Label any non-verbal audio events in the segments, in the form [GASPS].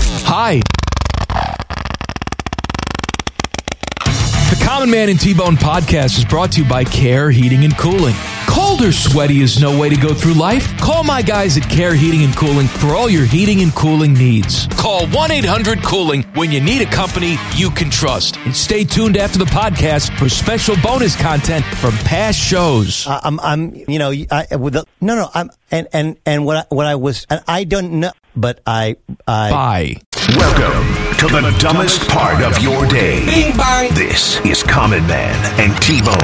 Hi. The Common Man and T Bone podcast is brought to you by Care Heating and Cooling. Cold or sweaty is no way to go through life. Call my guys at Care Heating and Cooling for all your heating and cooling needs. Call 1 800 Cooling when you need a company you can trust. And stay tuned after the podcast for special bonus content from past shows. I- I'm, I'm, you know, I, with the, no, no, I'm, and, and, and what I, what I was, and I don't know, but I, I, Bye. Welcome to the dumbest part of your day. Bing bang. This is Common Man and T-Bone.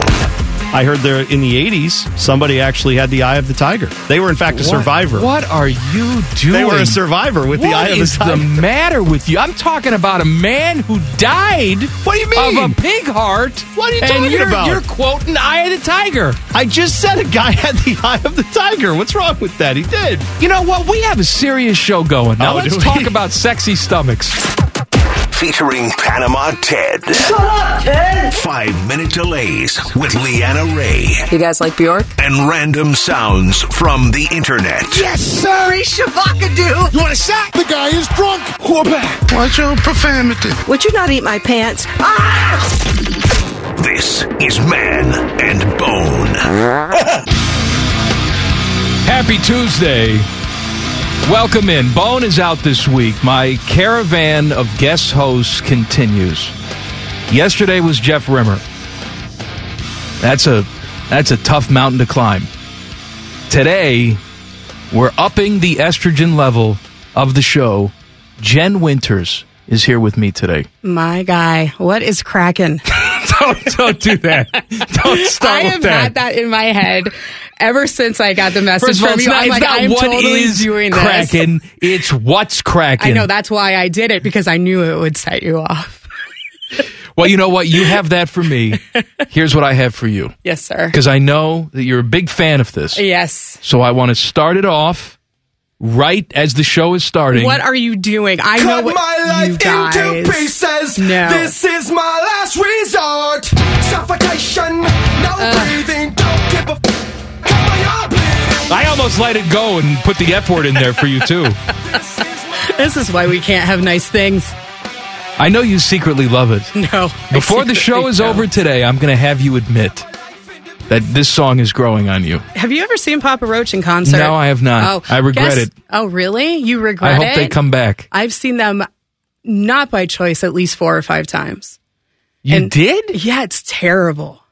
I heard there in the 80s, somebody actually had the eye of the tiger. They were, in fact, a survivor. What are you doing? They were a survivor with the What eye of the is tiger. matter with you? I'm talking about a man who died. What do you mean? Of a pig heart. What are you and talking you're- about? You're quoting Eye of the Tiger. I just said a guy [LAUGHS] had the eye of the tiger. What's wrong with that? He did. You know what? We have a serious show going. Now Oh, let's do talk [LAUGHS] we? about sexy stomachs. Featuring Panama Ted. Shut up, Ted! Five Minute Delays with Leanna Ray. You guys like Bjork? And random sounds from the internet. Yes, sir. He's Shabakadoo. You want a shot? The guy is drunk. Whoopah. Watch your profanity. Would you not eat my pants? Ah! This is Man and Bone. Happy Tuesday. Welcome in. Bone is out this week. My caravan of guest hosts continues. Yesterday was Jeff Rimmer. That's a that's a tough mountain to climb. Today, we're upping the estrogen level of the show. Jen Winters is here with me today. My guy, what is cracking? [LAUGHS] don't don't do that. Don't I start have with that. had that in my head ever since I got the message First of all, from it's you. not, I'm it's like, not I'm what totally is doing this. cracking. It's what's cracking. I know that's why I did it because I knew it would set you off. Well, you know what? You have that for me. Here's what I have for you Yes, sir. because I know that you're a big fan of this. Yes. So I want to start it off right as the show is starting. What are you doing? I know Cut what my life you guys. into pieces. No. This is my last resort. Suffocation. No Uh. breathing. Don't give a. F- Cut my arm, bleeding. I almost let it go and put the F word in there for you too. [LAUGHS] This is why we can't have nice things. I know you secretly love it. No. Before the show is No. over today, I'm going to have you admit that this song is growing on you. Have you ever seen Papa Roach in concert? No, I have not. Oh, I regret guess- it. Oh, really? You regret I hope it? they come back. I've seen them not by choice at least four or five times. You And- did? Yeah, it's terrible.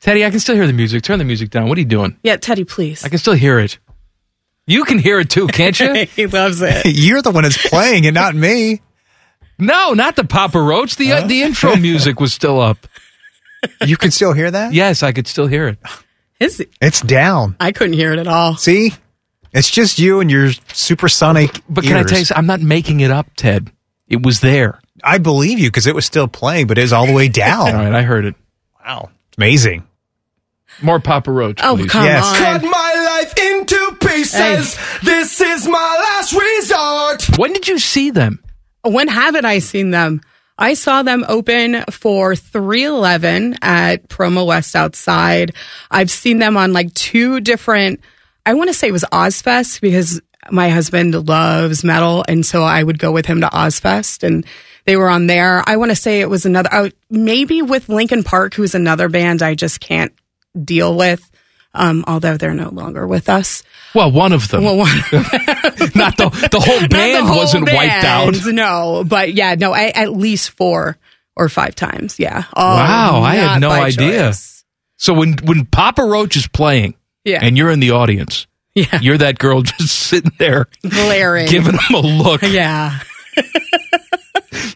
Teddy, I can still hear the music. Turn the music down. What are you doing? Yeah, Teddy, please. I can still hear it. You can hear it too, can't you? [LAUGHS] he loves it. [LAUGHS] You're the one that's playing and not me. no, not the Papa Roach. The uh, the [LAUGHS] intro music was still up. You can still hear that? Yes, I could still hear it. His, It's down. I couldn't hear it at all. See? It's just you and your supersonic. But can I ears. tell you? something? I'm not making it up, Ted. It was there. I believe you because it was still playing, but it was all the way All down. right, I heard it. wow. Amazing. More Papa Roach. Oh, please. come Yes. Cut on. my life into pieces. This is my last resort. When did you see them? When haven't I seen them? I saw them open for 311 at Promo West outside. I've seen them on like two different, I want to say it was Ozfest because my husband loves metal. And so I would go with him to Ozfest and they were on there. I want to say it was another, oh, maybe with Lincoln Park, who's another band I just can't deal with. Um, although they're no longer with us. Well, one of them. Well, one, [LAUGHS] [LAUGHS] not the the whole Not the band whole wasn't wiped out. band, No, but yeah, no, I, at least four or five times. Yeah. All Wow, I had Um, not no by idea. choice. So when when Papa Roach is playing, Yeah. and you're in the audience, Yeah. you're that girl [LAUGHS] just sitting there Glaring. giving them a [LAUGHS] look. yeah,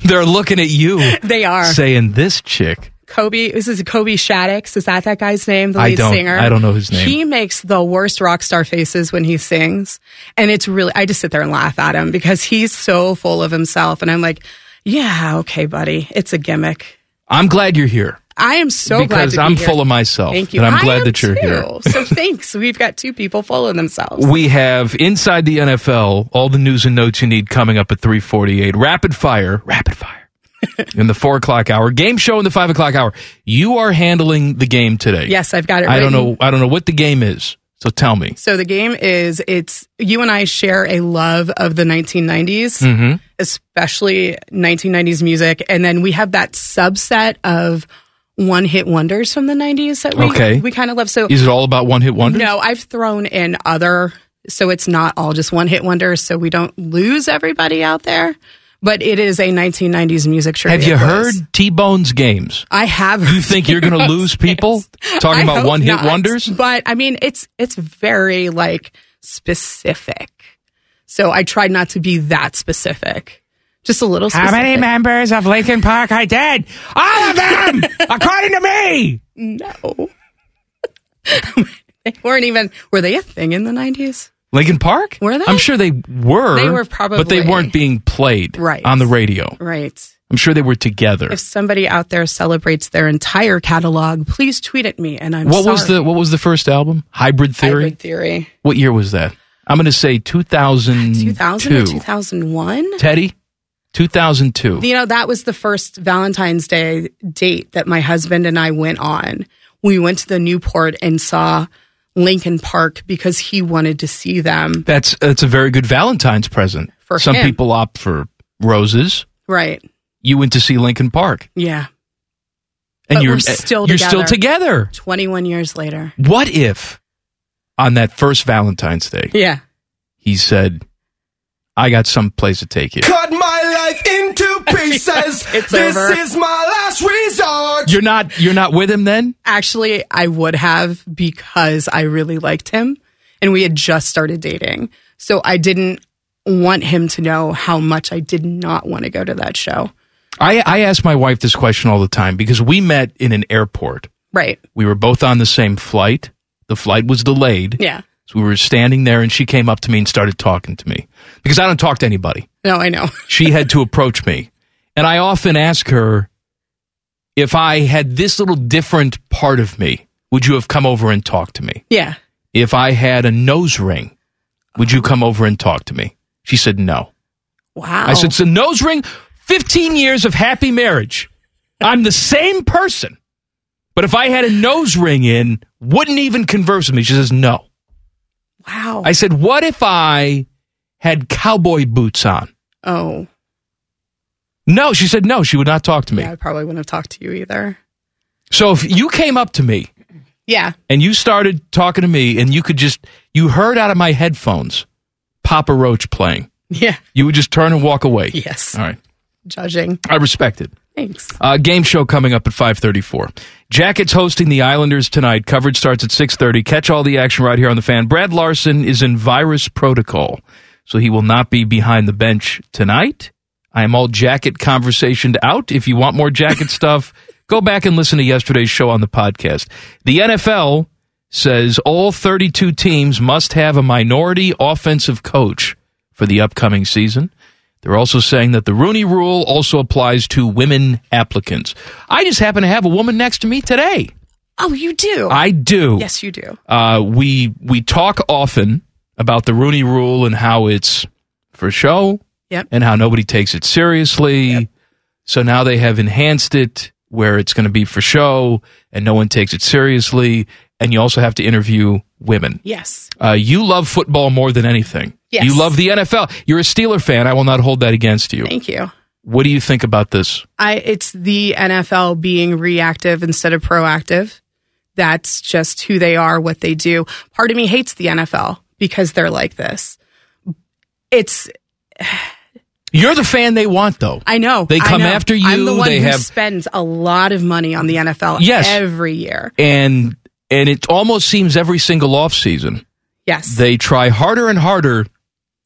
They're looking at you, they are. saying, "This chick." Kobe. This is Kobe Shaddix. Is that that guy's name? The I lead don't- singer. I don't know his name. He makes the worst rock star faces when he sings, and it's really. I just sit there and laugh at him because he's so full of himself, and I'm like, yeah, okay, buddy, it's a gimmick. I'm glad you're here I am so glad because to be I'm here. full of myself. Thank you. and I'm I glad am that you're too. here. [LAUGHS] so thanks. We've got two people full of themselves. We have inside the NFL all the news and notes you need coming up at 3:48. Rapid fire, [LAUGHS] rapid fire in the four o'clock hour. Game show in the five o'clock hour. You are handling the game today. Yes, I've got it. I don't written. know. I don't know what the game is. So tell me. So the game is it's you and I share a love of the 1990s, Mhm. especially 1990s music, and then we have that subset of one-hit wonders from the 90s that we Okay. we kind of love. So Is it all about one hit wonders? No, I've thrown in other, so it's not all just one-hit wonders. So we don't lose everybody out there, but it is a 1990s music trivia. Have you quiz. heard T Bone's games? I have. You think you're going to [LAUGHS] lose people talking I about hope one hit not, wonders? But I mean, it's it's very like specific. So I tried not to be that specific. Just a little. Specific. members of Lincoln Park are dead? All of [LAUGHS] them, according to me. No. [LAUGHS] they weren't even. Were they a thing in the nineties? Lincoln Park? Were they? I'm sure they were. They were but they probably- weren't being played Right. on the radio. Right. I'm sure they were together. If somebody out there celebrates their entire catalog, please tweet at me. And I'm what was sorry. the What was the first album? Hybrid Theory. Hybrid theory? What year was that? I'm going to say 2002. Two thousand or two thousand one. Teddy, 2002. You know, that was the first Valentine's Day date that my husband and I went on. We went to the Newport and saw Lincoln Park because he wanted to see them. that's that's a very good Valentine's present. For Some him. people opt for roses. Right. You went to see Lincoln Park, Yeah. and But you're we're still you're together. still together. 21 years later. What if on that first Valentine's Day Yeah. he said, "I got some place to take you." Cut my life [LAUGHS] into pieces. It's this over. is my last resort. You're not you're not with him then? Actually, I would have because I really liked him and we had just started dating. So I didn't want him to know how much I did not want to go to that show. I I ask my wife this question all the time because we met in an airport. Right. We were both on the same flight. The flight was delayed. Yeah. So we were standing there and she came up to me and started talking to me because I don't talk to anybody. No, I know. [LAUGHS] She had to approach me. And I often ask her if I had this little different part of me, would you have come over and talked to me? Yeah. If I had a nose ring, would Um, you come over and talk to me? She said no. Wow. I said, it's a nose ring, 15 years of happy marriage. I'm the same person. But if I had a nose ring in, wouldn't even converse with me. She says, no. wow. I said, what if I had cowboy boots on? oh, No, she said, no, she would not talk to me. yeah, I probably wouldn't have talked to you either. So if you came up to me Yeah. and you started talking to me and you could just, you heard out of my headphones Papa Roach playing, Yeah. you would just turn and walk away. Yes. All right. Judging. I respect it. Thanks. Uh, game show coming up at 5:34. Jackets hosting the Islanders tonight. Coverage starts at 6:30. Catch all the action right here on the fan. Brad Larson is in virus protocol, so he will not be behind the bench tonight. I am all jacket conversationed out. If you want more jacket [LAUGHS] stuff, go back and listen to yesterday's show on the podcast. The NFL says all 32 teams must have a minority offensive coach for the upcoming season. They're also saying that the Rooney Rule also applies to women applicants. I just happen to have a woman next to me today. Oh, you do? I do. Yes, you do. Uh, we we talk often about the Rooney Rule and how it's for show Yep. and how nobody takes it seriously. So now they have enhanced it where it's going to be for show and no one takes it seriously. And you also have to interview women. Yes. Uh, you love football more than anything. Yes. You love the NFL. You're a Steeler fan. I will not hold that against you. Thank you. What do you think about this? I it's the NFL being reactive instead of proactive. That's just who they are, what they do. Part of me hates the NFL because they're like this. It's You're the fan they want, though. I know They I come know. after you, I'm the one they who have- spends a lot of money on the NFL Yes. every year. and and it almost seems every single offseason Yes, they try harder and harder,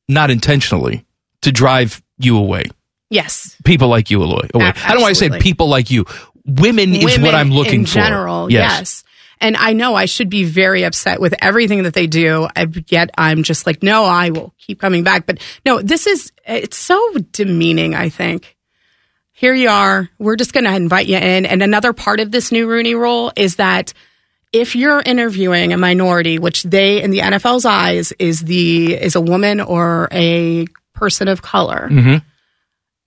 not intentionally, to drive you away. yes. People like you away. away. I don't want to say absolutely. people like you. Women, is what women I'm looking in for. General, yes. And I know I should be very upset with everything that they do, I- yet I'm just like, no, I will keep coming back. But no, this is it's so demeaning. I think here you are. We're just going to invite you in. And another part of this new Rooney Rule is that if you're interviewing a minority, which they in the NFL's eyes is the is a woman or a person of color Mm-hmm.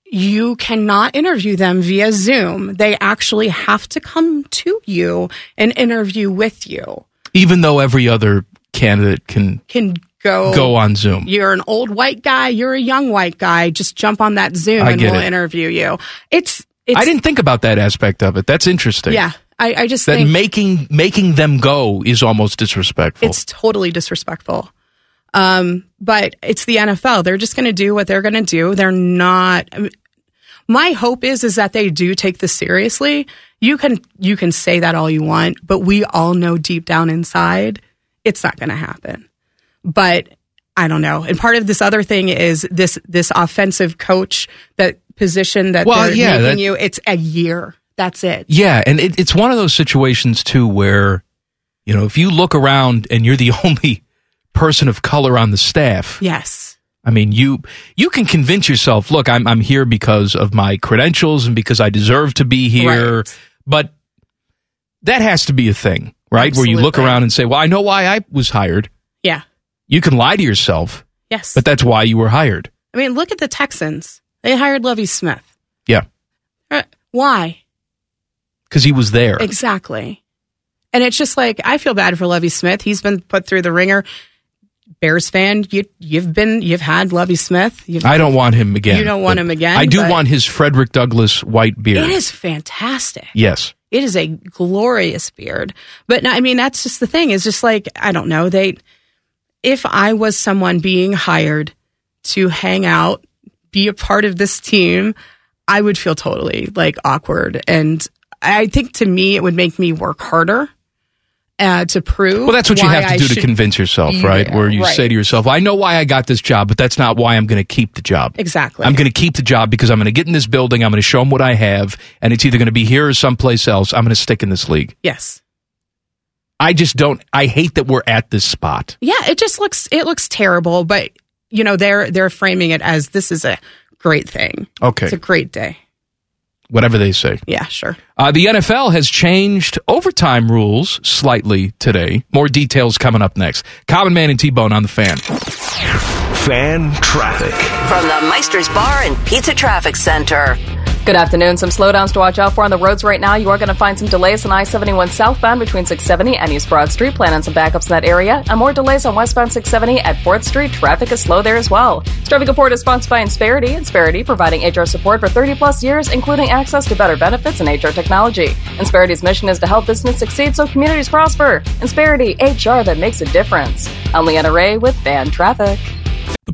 you cannot interview them via Zoom. They actually have to come to you and interview with you. Even though every other candidate can can go Go on Zoom. You're an old white guy. You're a young white guy. Just jump on that Zoom I and get we'll it. interview you. It's it's I didn't think about that aspect of it. That's interesting. yeah. I, I just That think making making them go is almost disrespectful. it's totally disrespectful. Um, but it's the NFL. They're just going to do what they're going to do. They're not. I mean, my hope is is that they do take this seriously. You can you can say that all you want, but we all know deep down inside it's not going to happen. But I don't know. And part of this other thing is this this offensive coach that position that Well, they're yeah, making that- you. It's a year. That's it. Yeah, and it, it's one of those situations too where, you know, if you look around and you're the [LAUGHS] only person of color on the staff, Yes. I mean, you you can convince yourself, look, I'm I'm here because of my credentials and because I deserve to be here, but that has to be a thing, right? Where you look Absolutely. around and say, well, I know why I was hired. Yeah. You can lie to yourself, Yes. but that's why you were hired. I mean, look at the Texans. They hired Lovey Smith. Yeah, Uh, Why? because he was there. Exactly. And it's just like I feel bad for Lovey Smith. He's been put through the ringer. Bears fan, you you've been you've had Lovey Smith. You've, I don't want him again. You don't want but him again, I do but- want his Frederick Douglass white beard. It is fantastic. Yes. It is a glorious beard. But no, I mean, that's just the thing. It's just like, I don't know. They, if I was someone being hired to hang out, be a part of this team, I would feel totally like awkward. And I think to me, it would make me work harder uh, to prove. Well, that's what you why have to I do to should convince yourself, be right? there. Where you Right. say to yourself, I know why I got this job, but that's not why I'm going to keep the job. Exactly. I'm going to keep the job because I'm going to get in this building. I'm going to show them what I have, and it's either going to be here or someplace else. I'm going to stick in this league. yes. I just don't. I hate that we're at this spot. Yeah, it just looks it looks terrible, but you know they're they're framing it as this is a great thing. Okay. it's a great day. Whatever they say. Yeah, sure. Uh, the NFL has changed overtime rules slightly today. More details coming up next. Common Man and T Bone on the fan. Fan traffic. From the Meister's Bar and Pizza Traffic Center. Good afternoon. Some slowdowns to watch out for on the roads right now. You are going to find some delays on I 71 southbound between 670 and East Broad Street. Plan on some backups in that area. And more delays on westbound 670 at 4th Street. Traffic is slow there as well. This Traffic report is sponsored by Insperity. Insperity providing HR support for 30 plus years, including access to better benefits and HR technology. Insperity's mission is to help business succeed so communities prosper. Insperity, HR that makes a difference. I'm Leanna Ray with Van Traffic. The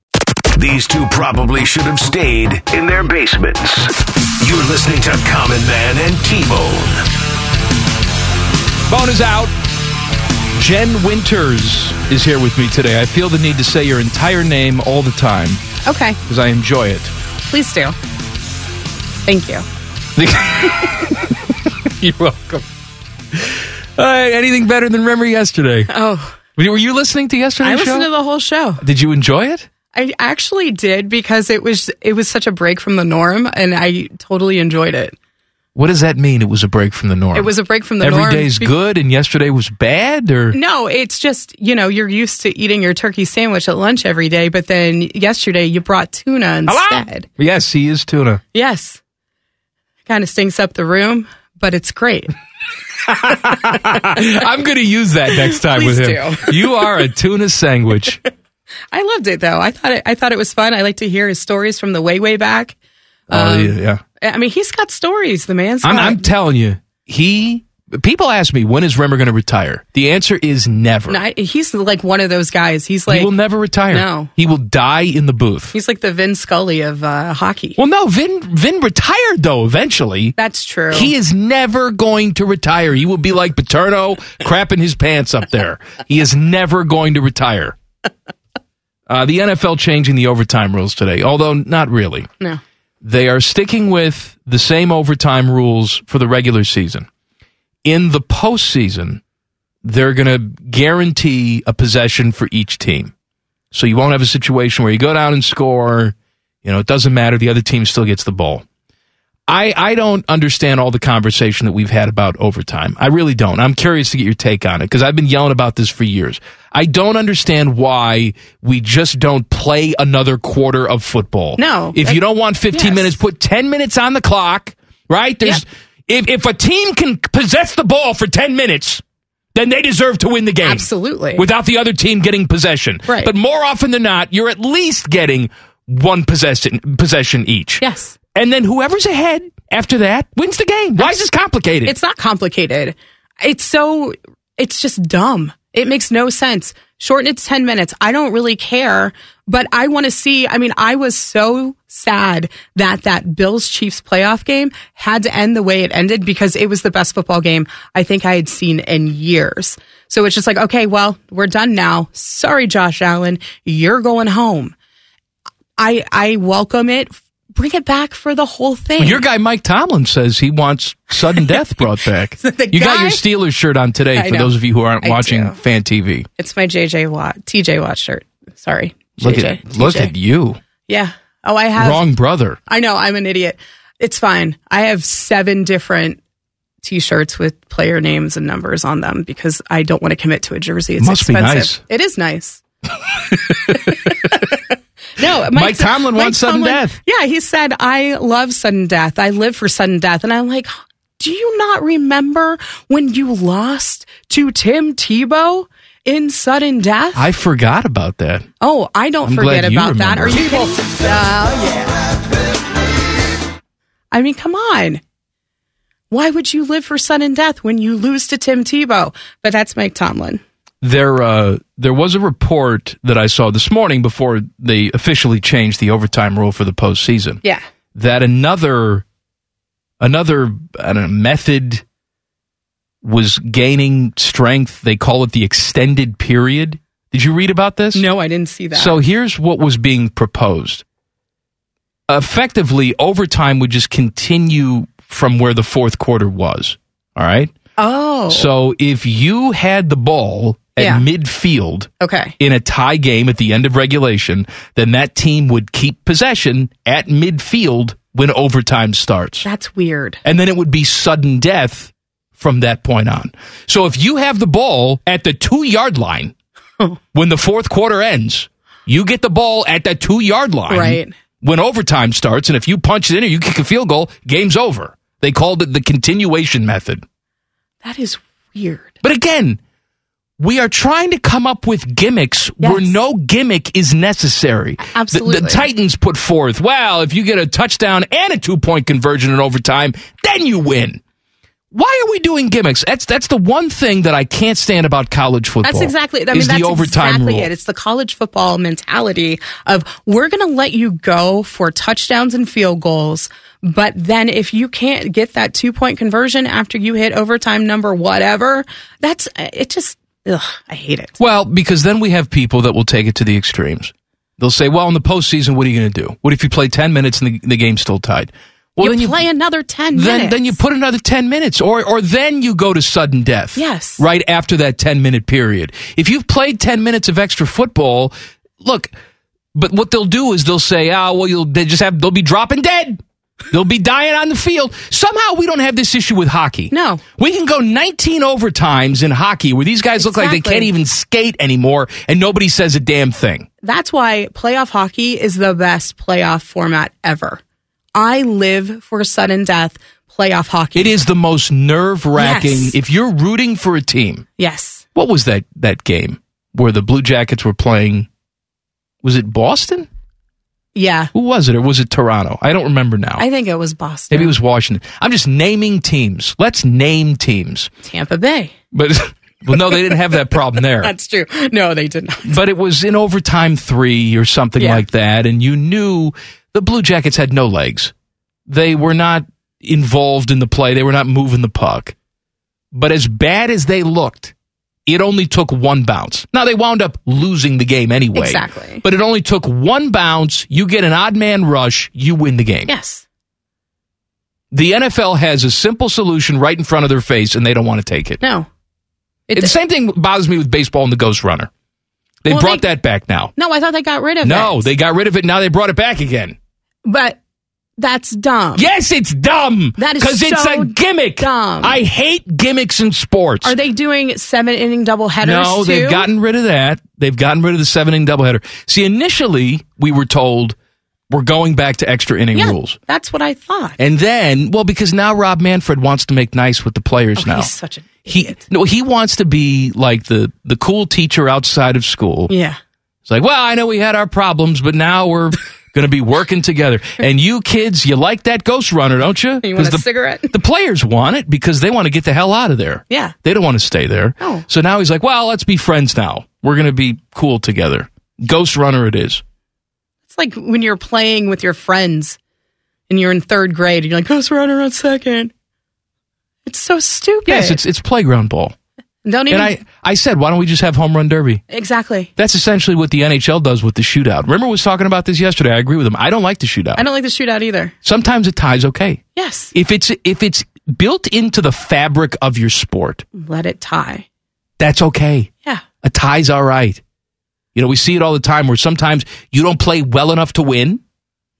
These two probably should have stayed in their basements. You're listening to Common Man and T Bone. Bone is out. Jen Winters is here with me today. I feel the need to say your entire name all the time Okay, because I enjoy it. [LAUGHS] please do. Thank you. You're welcome. Hey, anything better than Remember Yesterday? Oh. Were you listening to yesterday's I listened show? to the whole show. Did you enjoy it? I actually did because it was it was such a break from the norm, and I totally enjoyed it. What does that mean? It was a break from the norm. It was a break from the Every norm. day's be- good, and yesterday was bad, or No, it's just you know you're used to eating your turkey sandwich at lunch every day, but then yesterday you brought tuna instead. yes, he is [LAUGHS] tuna. Yes, kind of stinks up the room, but it's great. I'm going to use that next time with Please him. you are a [LAUGHS] tuna sandwich. I loved it though. I thought it, I thought it was fun. I like to hear his stories from the way way back. Um, Oh yeah. I mean, he's got stories. The man's I'm, got- I'm telling you, he. People ask me when is Rimmer going to retire. The answer is never. No, I- he's like one of those guys. He's like he will never retire. No, he will die in the booth. he's like the Vin Scully of uh, hockey. Well, no, Vin Vin retired though eventually. That's true. He is never going to retire. He will be like Paterno, crapping his pants up there. He is never going [LAUGHS] to retire. Uh, the NFL changing the overtime rules today, although not really. No. They are sticking with the same overtime rules for the regular season. In the postseason, they're going to guarantee a possession for each team. So you won't have a situation where you go down and score. You know, it doesn't matter. The other team still gets the ball. I, I don't understand all the conversation that we've had about overtime. I really don't. I'm curious to get your take on it because I've been yelling about this for years. I don't understand why we just don't play another quarter of football. No. If That- you don't want 15 minutes, put 10 minutes on the clock, right? There's if, if a team can possess the ball for 10 minutes, then they deserve to win the game. Absolutely. Without the other team getting possession. Right. But more often than not, you're at least getting one possession possession each. Yes. And then whoever's ahead after that wins the game. Why is this complicated? It's not complicated. It's so, it's just dumb. It makes no sense. Shorten it to 10 minutes. I don't really care, but I want to see. I mean, I was so sad that that Bills Chiefs playoff game had to end the way it ended because it was the best football game I think I had seen in years. So it's just like, okay, well, we're done now. Sorry, Josh Allen. You're going home. I, I welcome it. Bring it back for the whole thing. Well, your guy Mike Tomlin says he wants [LAUGHS] sudden death brought back. you got guy- your Steelers shirt on today I for know. those of you who aren't I watching do. fan TV. It's my JJ Watt, TJ Watt shirt. Sorry. Look JJ, at look TJ. at you. Yeah. Oh, I have. Wrong brother. I know. I'm an idiot. It's fine. I have seven different t-shirts with player names and numbers on them because I don't want to commit to a jersey. It's Must be expensive. nice. It is nice. [LAUGHS] no, Mike, Mike Tomlin wants sudden death. Yeah, he said I love sudden death. I live for sudden death, and I'm like, do you not remember when you lost to Tim Tebow in sudden death? I forgot about that. Oh, I don't I'm forget glad you about that. Are remember. you kidding? Oh yeah. I mean, come on. Why would you live for sudden death when you lose to Tim Tebow? But that's Mike Tomlin. there uh, there was a report that I saw this morning before they officially changed the overtime rule for the postseason. Yeah. that another another I don't know, method was gaining strength. They call it the extended period. Did you read about this? No, I didn't see that. So here's what was being proposed. Effectively, overtime would just continue from where the fourth quarter was. All right. Oh. So if you had the ball at Yeah. midfield Okay. in a tie game at the end of regulation, then that team would keep possession at midfield when overtime starts. That's weird. And then it would be sudden death from that point on. So if you have the ball at the two [LAUGHS] yard line when the fourth quarter ends, you get the ball at the two yard line Right. when overtime starts. And if you punch it in or you kick a field goal, game's over. They called it the continuation method. That is weird. But again, we are trying to come [LAUGHS] up with gimmicks where no gimmick is necessary. The- The, Absolutely. Titans put forth, well, if you get a touchdown and a two point conversion in overtime, then you win. Why are we doing gimmicks? That's that's the one thing that I can't stand about college football. That's exactly. I mean, is that's the overtime exactly rule. it. It's the college football mentality of we're going to let you go for touchdowns and field goals, but then if you can't get that two point conversion after you hit overtime number whatever, that's it. Just ugh, I hate it. Well, because then we have people that will take it to the extremes. They'll say, "Well, in the postseason, what are you going to do? What if you play ten minutes and the, the game's still tied?" Well, you play another ten then minutes. then you put another 10 minutes or or then you go to sudden death Yes. right after that 10 minute period if you've played 10 minutes of extra football look but what they'll do is they'll say ah well you'll they just have they'll be dropping dead they'll be dying on the field somehow we don't have this issue with hockey no we can go 19 overtimes in hockey where these guys look like they Exactly. can't even skate anymore and nobody says a damn thing That's why playoff hockey is the best playoff format ever. I live for sudden death playoff hockey. it is the most nerve wracking Yes. if you're rooting for a team Yes. what was that that game where the Blue Jackets were playing? Was it Boston? Yeah. Who was it, or was it Toronto? I don't remember now. I think it was Boston. Oh. Maybe it was Washington. I'm just naming teams. Let's name teams. Tampa Bay. But [LAUGHS] well, no, they didn't have that problem [LAUGHS] there. That's true. No, they did not. But it was in overtime three or something Yeah. like that, and you knew the Blue Jackets had no legs. They were not involved in the play. They were not moving the puck. But as bad as they looked, it only took one bounce. Now they wound up losing the game anyway. Exactly. But it only took one bounce. You get an odd man rush. You win the game. Yes. The NFL has a simple solution right in front of their face, and they don't want to take it. No. the same thing bothers me with baseball and the Ghost Runner. They Well, brought they- that back now. No, I thought they got rid of No, it. they got rid of it. Now they brought it back again. But that's dumb. Yes, it's dumb. That is because it's so a gimmick. dumb. I hate gimmicks in sports. Are they doing seven inning double headers? No, they've gotten rid of that. They've gotten rid of the seven inning doubleheader. See, initially we were told we're going back to extra inning yeah, rules, That's what I thought. and then well, because now Rob Manfred wants to make nice with the players now. Oh, He's such a he no, he wants to be like the the cool teacher outside of school. yeah. It's like, well, I know we had our problems, but now we're going to be working together. And you kids, you like that Ghost Runner, don't you? You want 'Cause a the, cigarette? The players want it because they want to get the hell out of there. Yeah. They don't want to stay there. No. So now he's like, well, let's be friends now. We're going to be cool together. Ghost Runner it is. It's like when you're playing with your friends and you're in third grade and you're like, Ghost Runner on second. It's so stupid. Yes, it's it's playground ball. Don't even. And I, I said, why don't we just have home run derby? exactly. That's essentially what the NHL does with the shootout. Remember, we was talking about this yesterday. I agree with him. I don't like the shootout. I don't like the shootout either. Sometimes a tie's okay. Yes. If it's if it's built into the fabric of your sport, Let it tie. that's okay. Yeah. A tie's all right. You know, we see it all the time where sometimes you don't play well enough to win,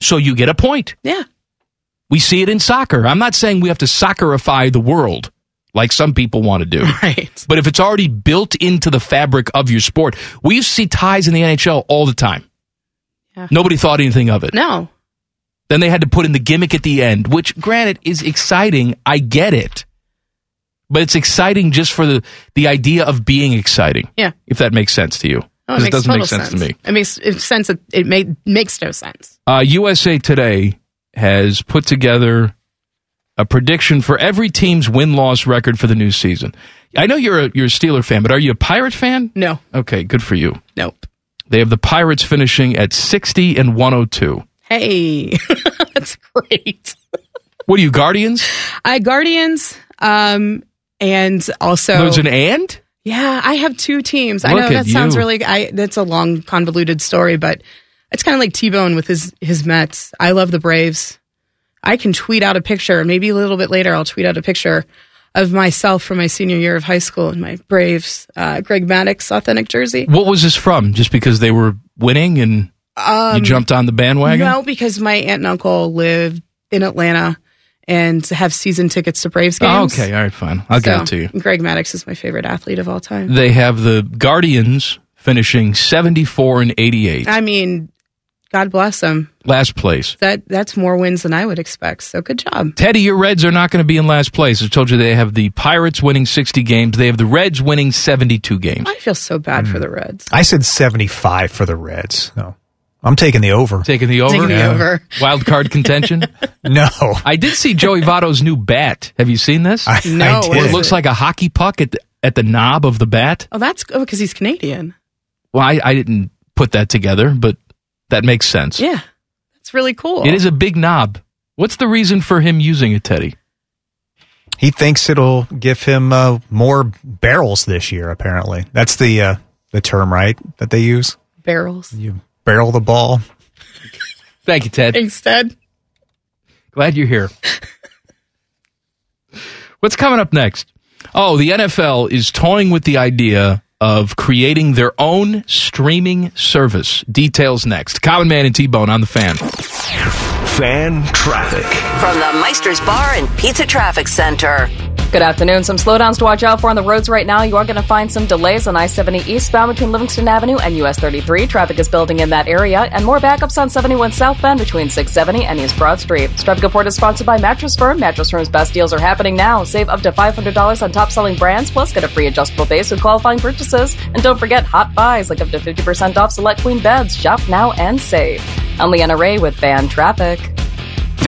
so you get a point. Yeah. We see it in soccer. I'm not saying we have to soccerify the world like some people want to do. [LAUGHS] Right. But if it's already built into the fabric of your sport, we used to see ties in the NHL all the time. Yeah. Nobody thought anything of it. No. Then they had to put in the gimmick at the end, which, granted, is exciting. I get it. But it's exciting just for the, the idea of being exciting. Yeah. If that makes sense to you. Oh, 'Cause it, it, makes doesn't total make sense, to me. It makes it sense. It, it made, makes no sense. Uh, USA Today has put together a prediction for every team's win loss record for the new season. I know you're a, you're a Steeler fan, but are you a Pirate fan? No. Okay, good for you. Nope. They have the Pirates finishing at 60 and 102. Hey, [LAUGHS] that's great. What are you, Guardians? I Guardians, um, and also There's an and? Yeah, I have two teams. I Look know that at sounds you. really. I that's a long convoluted story, but it's kind of like T Bone with his his Mets. I love the Braves. I can tweet out a picture. Maybe a little bit later, I'll tweet out a picture of myself from my senior year of high school in my Braves uh, Greg Maddox authentic jersey. What was this from? Just because they were winning and you Um, jumped on the bandwagon? No, because my aunt and uncle live in Atlanta and have season tickets to Braves Oh, games. okay, all right, fine. I'll get it to you. Greg Maddox is my favorite athlete of all time. They have the Guardians finishing 74 and 88. I mean, God bless him. last place. That that's more wins than I would expect. So good job. Teddy, your Reds are not going to be in last place. I told you they have the Pirates winning 60 games. They have the Reds winning 72 games. I feel so bad Mm. for the Reds. I said 75 for the Reds. No. I'm taking the over. Taking the over? Taking the over. Wild card contention? [LAUGHS] no. I did see Joey Votto's new bat. Have you seen this? I- No, I what Where is it looks it? like a hockey puck at the, at the knob of the bat. Oh, that's oh, because he's Canadian. Well, I, I didn't put that together, but that makes sense. Yeah, that's really cool. It is a big knob. What's the reason for him using it, Teddy? He thinks it'll give him uh, more barrels this year, apparently. That's the uh, the term, right? That they use? barrels You barrel the ball. Thank you, Ted. instead. Glad you're here. What's coming up next? Oh, the NFL is toying with the idea of creating their own streaming service. Details next. Common Man and T Bone on the fan. Fan traffic. From the Meister's Bar and Pizza Traffic Center. Good afternoon. Some slowdowns to watch out for on the roads right now. You are going to find some delays on I 70 eastbound between Livingston Avenue and US 33. Traffic is building in that area, and more backups on 71 southbound between 670 and East Broad Street. This Traffic Report is sponsored by Mattress Firm. Mattress Firm's best deals are happening now. Save up to $500 on top selling brands, plus get a free adjustable base with qualifying purchases. And don't forget hot buys like up to 50% off select queen beds. Shop now and save. I'm Leanna Ray with Van Traffic.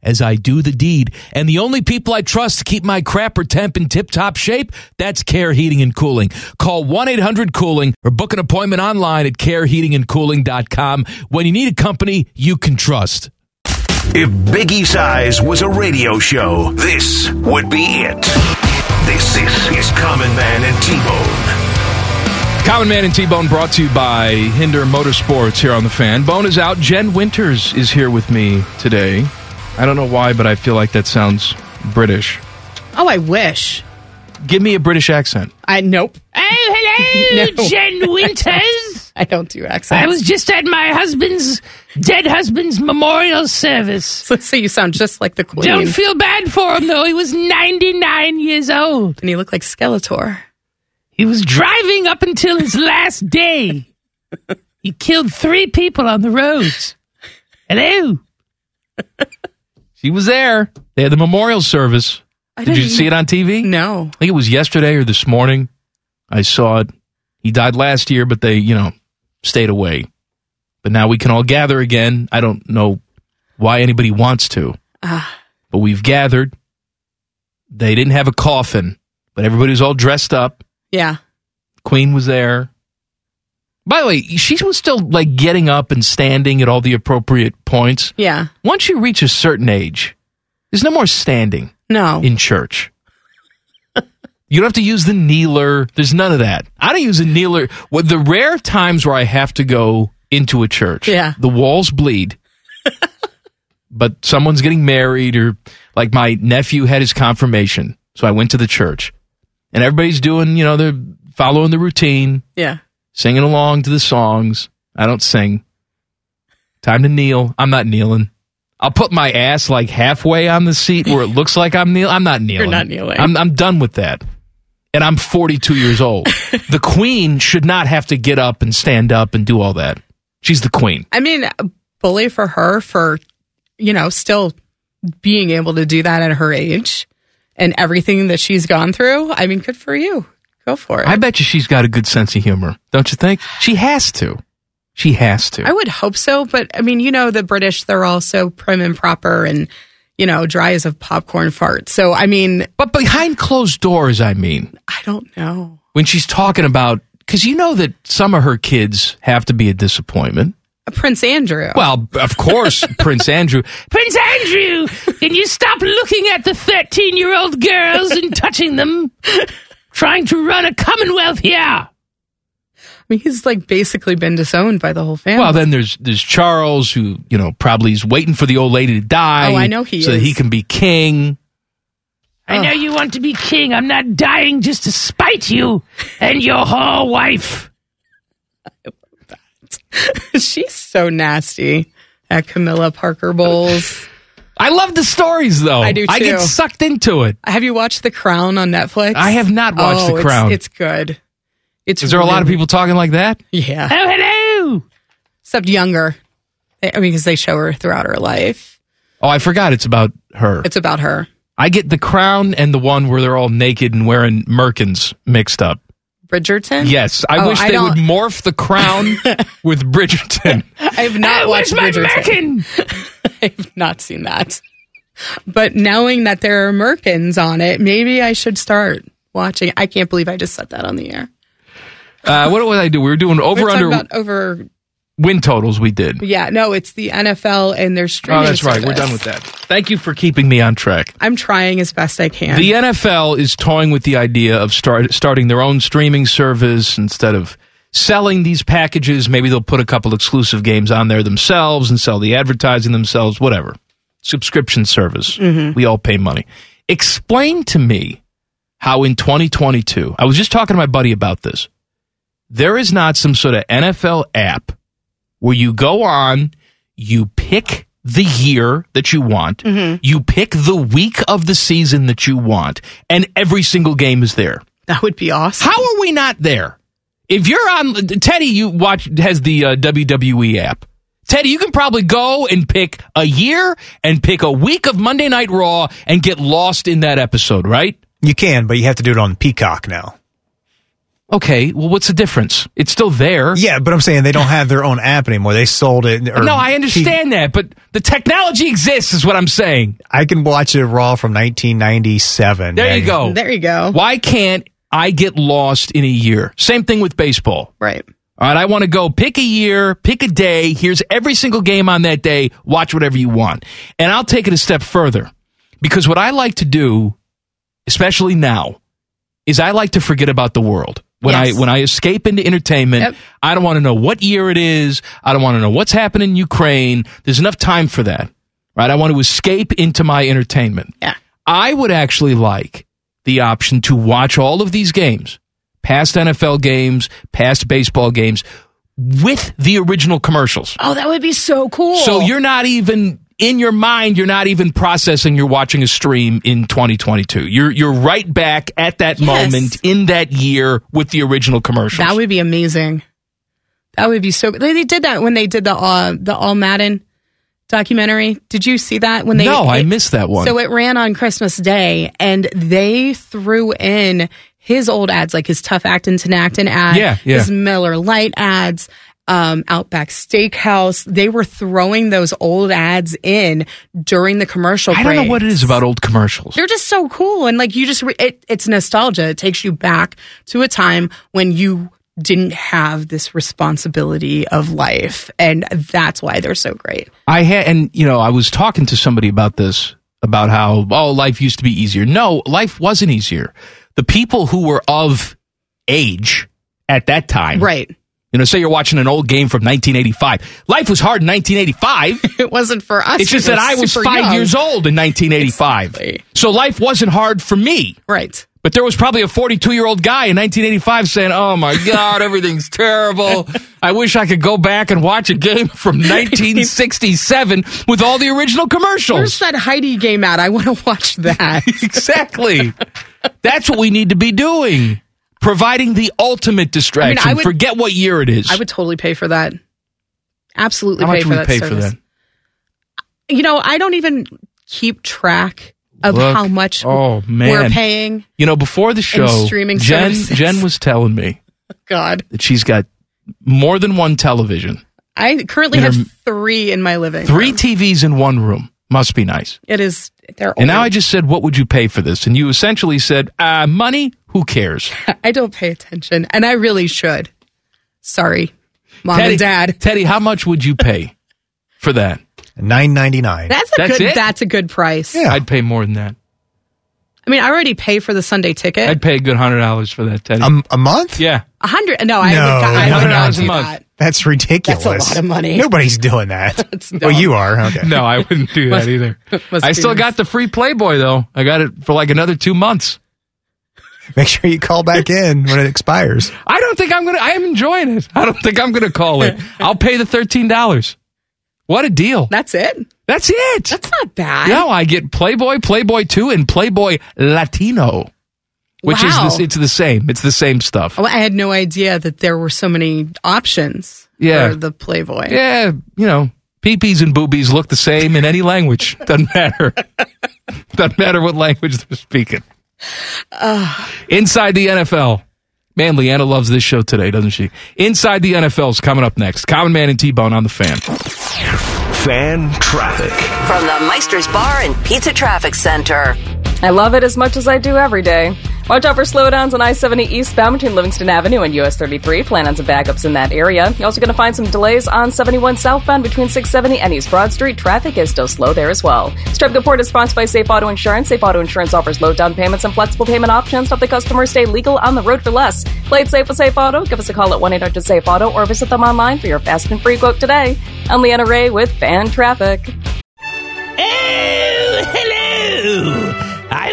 as I do the deed. And the only people I trust to keep my crapper temp in tip top shape, that's Care Heating and Cooling. Call 1 800 Cooling or book an appointment online at careheatingandcooling.com when you need a company you can trust. If Biggie Size was a radio show, this would be it. This is, is Common Man and T Bone. Common Man and T Bone brought to you by Hinder Motorsports here on The Fan. Bone is out. Jen Winters is here with me today. I don't know why, but I feel like that sounds British. Oh, I wish. Give me a British accent. I nope. Oh, hello, No. Jen [LAUGHS] Winters. I don't do accents. I was just at my husband's dead husband's [LAUGHS] memorial service. Let's say you sound just like the queen. Don't feel bad for him though. He was 99 years old. And he looked like Skeletor. He was driving up until his last day. he killed three people on the roads. Hello. She was there. They had the memorial service. I Did you didn't- see it on TV? No. I think it was yesterday or this morning. I saw it. He died last year, but they, you know, stayed away. But now we can all gather again. I don't know why anybody wants to, Ah, but we've gathered. They didn't have a coffin, but everybody was all dressed up. yeah. Queen was there. By the way, she was still like getting up and standing at all the appropriate points. Yeah. Once you reach a certain age, there's no more standing No. in church. [LAUGHS] you don't have to use the kneeler. There's none of that. I don't use a kneeler. With the rare times where I have to go into a church, Yeah. the walls bleed. [LAUGHS] but someone's getting married, or like my nephew had his confirmation, so I went to the church, and everybody's doing, you know, they're following the routine Yeah. singing along to the songs. I don't sing. Time to kneel. I'm not kneeling. I'll put my ass like halfway on the seat where it looks like I'm kneeling. I'm not kneeling. not kneeling. I'm, I'm done with that. And I'm 42 [LAUGHS] years old. the queen should not have to get up and stand up and do all that. She's the queen. I mean, bully for her for, you know, still being able to do that at her age and everything that she's gone through. I mean, good for you. Go for it. I bet you she's got a good sense of humor, don't you think? She has to. She has to. I would hope so, but I mean, you know, the British, they're all so prim and proper and, you know, dry as a popcorn fart. So, I mean, but behind closed doors, I mean. I don't know. When she's talking about, because you know that some of her kids have to be a disappointment. Prince Andrew. Well, [LAUGHS] of course, Prince Andrew. Prince Andrew, can you stop looking at the 13 year old girls and touching them? Trying to run a commonwealth here. I mean, he's like basically been disowned by the whole family. Well, then there's there's Charles, who you know probably is waiting for the old lady to die. Oh, I know he so that is. he can be king. I know you want to be king. I'm not dying just to spite you and your whore wife. [LAUGHS] She's so nasty at Camilla Parker Bowles. [SIGHS] I love the stories though. I do I get too. sucked into it. Have you watched The Crown on Netflix? I have not watched Oh, The Crown. It's, it's good. It's Is there a lot of really- people talking like that? Yeah. Oh, hello. Except younger. They- I mean, because they show her throughout her life. Oh, I forgot. It's about her. It's about her. I get the crown and the one where they're all naked and wearing merkins mixed up. Bridgerton? Yes, I Oh, wish they don't- would morph the crown [LAUGHS] with Bridgerton. I have not watched Bridgerton. [LAUGHS] I've not seen that. But knowing that there are Merkins on it, maybe I should start watching. I can't believe I just said that on the air. Uh, what would I do? We were doing We over were talking under about over. win totals. We did. Yeah, no, it's the NFL and their streaming. Oh, that's right. We're service. done with that. Thank you for keeping me on track. I'm trying as best I can. The NFL is toying with the idea of start, starting their own streaming service instead of selling these packages. Maybe they'll put a couple exclusive games on there themselves and sell the advertising themselves, whatever. Subscription service. Mm-hmm. Mhm. We all pay money. Explain to me how in 2022, I was just talking to my buddy about this. There is not some sort of NFL app where you go on, you pick the year that you want, Mm-hmm. you pick the week of the season that you want, and every single game is there. That would be awesome. How are we not there? If you're on Teddy, you watch has the uh, WWE app. Teddy, you can probably go and pick a year and pick a week of Monday Night Raw and get lost in that episode, right? You can, but you have to do it on Peacock now. Okay, well, what's the difference? It's still there. Yeah, but I'm saying they don't have their own app anymore. They sold it. or- no, I understand that, but the technology exists, is what I'm saying. I can watch it raw from 1997. There you and- go. There you go. Why can't I get lost in a year? Same thing with baseball. Right. All right, I want to go pick a year, pick a day. Here's every single game on that day. Watch whatever you want. And I'll take it a step further because what I like to do, especially now, is I like to forget about the world. When I when I escape into entertainment, I don't want to know what year it is. I don't want to know what's happening in Ukraine. There's enough time for that. Right? I want to escape into my entertainment. Yeah. I would actually like the option to watch all of these games, past NFL games, past baseball games, with the original commercials. Oh, that would be so cool. So you're not even in your mind. You're not even processing. You're watching a stream in 2022. You're you're right back at that Yes. moment in that year with the original commercial. That would be amazing. That would be so. They, they did that when they did the uh, the All Madden documentary. Did you see that when they? no, I missed that one. So it ran on Christmas Day, and they threw in his old ads, like his Tough Actin' Tenactin ad, Yeah, yeah. his Miller Light ads, um, Outback Steakhouse. They were throwing those old ads in during the commercial. I don't know break. what it is about old commercials. They're just so cool, and like you just, re- it, it's nostalgia. It takes you back to a time when you didn't have this responsibility of life, and that's why they're so great. I had, and you know, I was talking to somebody about this, about how, oh, life used to be easier. No, life wasn't easier. The people who were of age at that time. Right. You know, say you're watching an old game from 1985. Life was hard in [LAUGHS] 1985. It wasn't for us. It's just We were that I was super five young. years old in 1985. So life wasn't hard for me. Right. But there was probably a 42 year old guy in 1985 saying, [LAUGHS] Oh my God, everything's terrible. I wish I could go back and watch a game from [LAUGHS] 1967 with all the original Where's [LAUGHS] commercials. that Heidi game at? I want to watch that. exactly. That's what we need to be doing. Providing the ultimate distraction. I would- Forget what year it is. I would totally pay for that. Absolutely How much pay for would we that pay for service. that? You know, I don't even keep track of Look. how much Oh, man. we're paying. You know, before the show, streaming Jen, services. Jen was telling me God. that she's got more than one television. I currently In her- have three in my living. Three TVs in one room. Must be nice. It is they're And old. now I just said, what would you pay for this? And you essentially said, uh, money? Who cares? [LAUGHS] I don't pay attention, and I really should. Sorry, mom Teddy, and dad. [LAUGHS] Teddy, how much would you pay for that? Nine ninety nine. That's a good. That's a good price. I'd pay more than that. I mean, I already pay for the Sunday ticket. I'd pay a good hundred dollars for that, Teddy. A, month? Yeah. A hundred? No, I No, would. not- I no, would no, not no. do that. That's ridiculous. That's a lot of money. Nobody's [LAUGHS] doing that. well, Oh, you are. Okay. No, I wouldn't do that either. Must I be still nice. got the free Playboy though. I got it for like another two months. Make sure you call back in when it expires. I don't think I'm gonna. I am enjoying it. I don't think I'm gonna call [LAUGHS] it. I'll pay the thirteen dollars. What a deal! That's it. That's it. That's not bad. No, I get Playboy, Playboy Two, and Playboy Latino, which Wow. is this, it's the same. It's the same stuff. Oh, I had no idea that there were so many options Yeah. for the Playboy. Yeah, you know, peepees and boobies look the same in any language. Doesn't matter. Doesn't matter what language they're speaking. Inside the NFL. Man, Leanna loves this show today, doesn't she? Inside the NFL is coming up next. Common Man and T Bone on the fan. Fan traffic. From the Meister's Bar and Pizza Traffic Center. I love it as much as I do every day. Watch out for slowdowns on I 70 eastbound between Livingston Avenue and US 33. Plan on some backups in that area. You're also going to find some delays on 71 southbound between 670 and East Broad Street. Traffic is still slow there as well. Strip Report is sponsored by Safe Auto Insurance. Safe Auto Insurance offers low down payments and flexible payment options to help the customer stay legal on the road for less. Play it safe with Safe Auto. Give us a call at 1 800 Safe Auto or visit them online for your fast and free quote today. I'm Leanna Ray with Fan Traffic. Oh, hello! I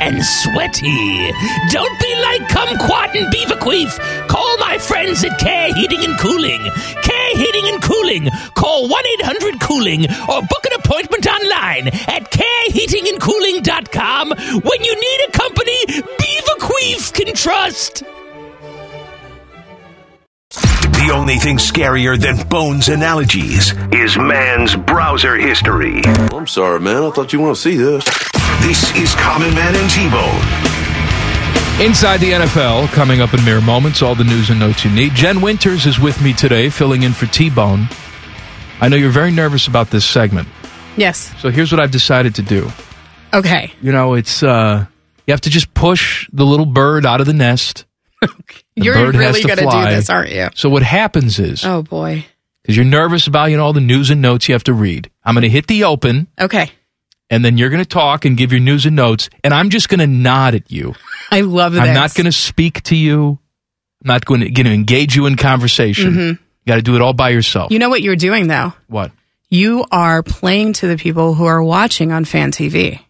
and sweaty. Don't be like Kumquat and Beaverqueef. Call my friends at Care Heating and Cooling. Care Heating and Cooling. Call 1 800 Cooling or book an appointment online at careheatingandcooling.com when you need a company Beaverqueef can trust. The only thing scarier than Bones analogies is man's browser history. I'm sorry, man. I thought you want to see this. This is Common Man and T-Bone. Inside the NFL, coming up in mere moments, all the news and notes you need. Jen Winters is with me today, filling in for T Bone. I know you're very nervous about this segment. Yes. So here's what I've decided to do. Okay. You know, it's, uh, you have to just push the little bird out of the nest. The You're bird has really to going to do fly. this, aren't you? So what happens is, Oh, boy. because you're nervous about, you know, all the news and notes you have to read, I'm going to hit the open Okay. and then you're going to talk and give your news and notes and I'm just going to nod at you. I love this. I'm not going to speak to you. I'm not going to, going to engage you in conversation. Mhm. You got to do it all by yourself. You know what you're doing, though? what? You are playing to the people who are watching on fan TV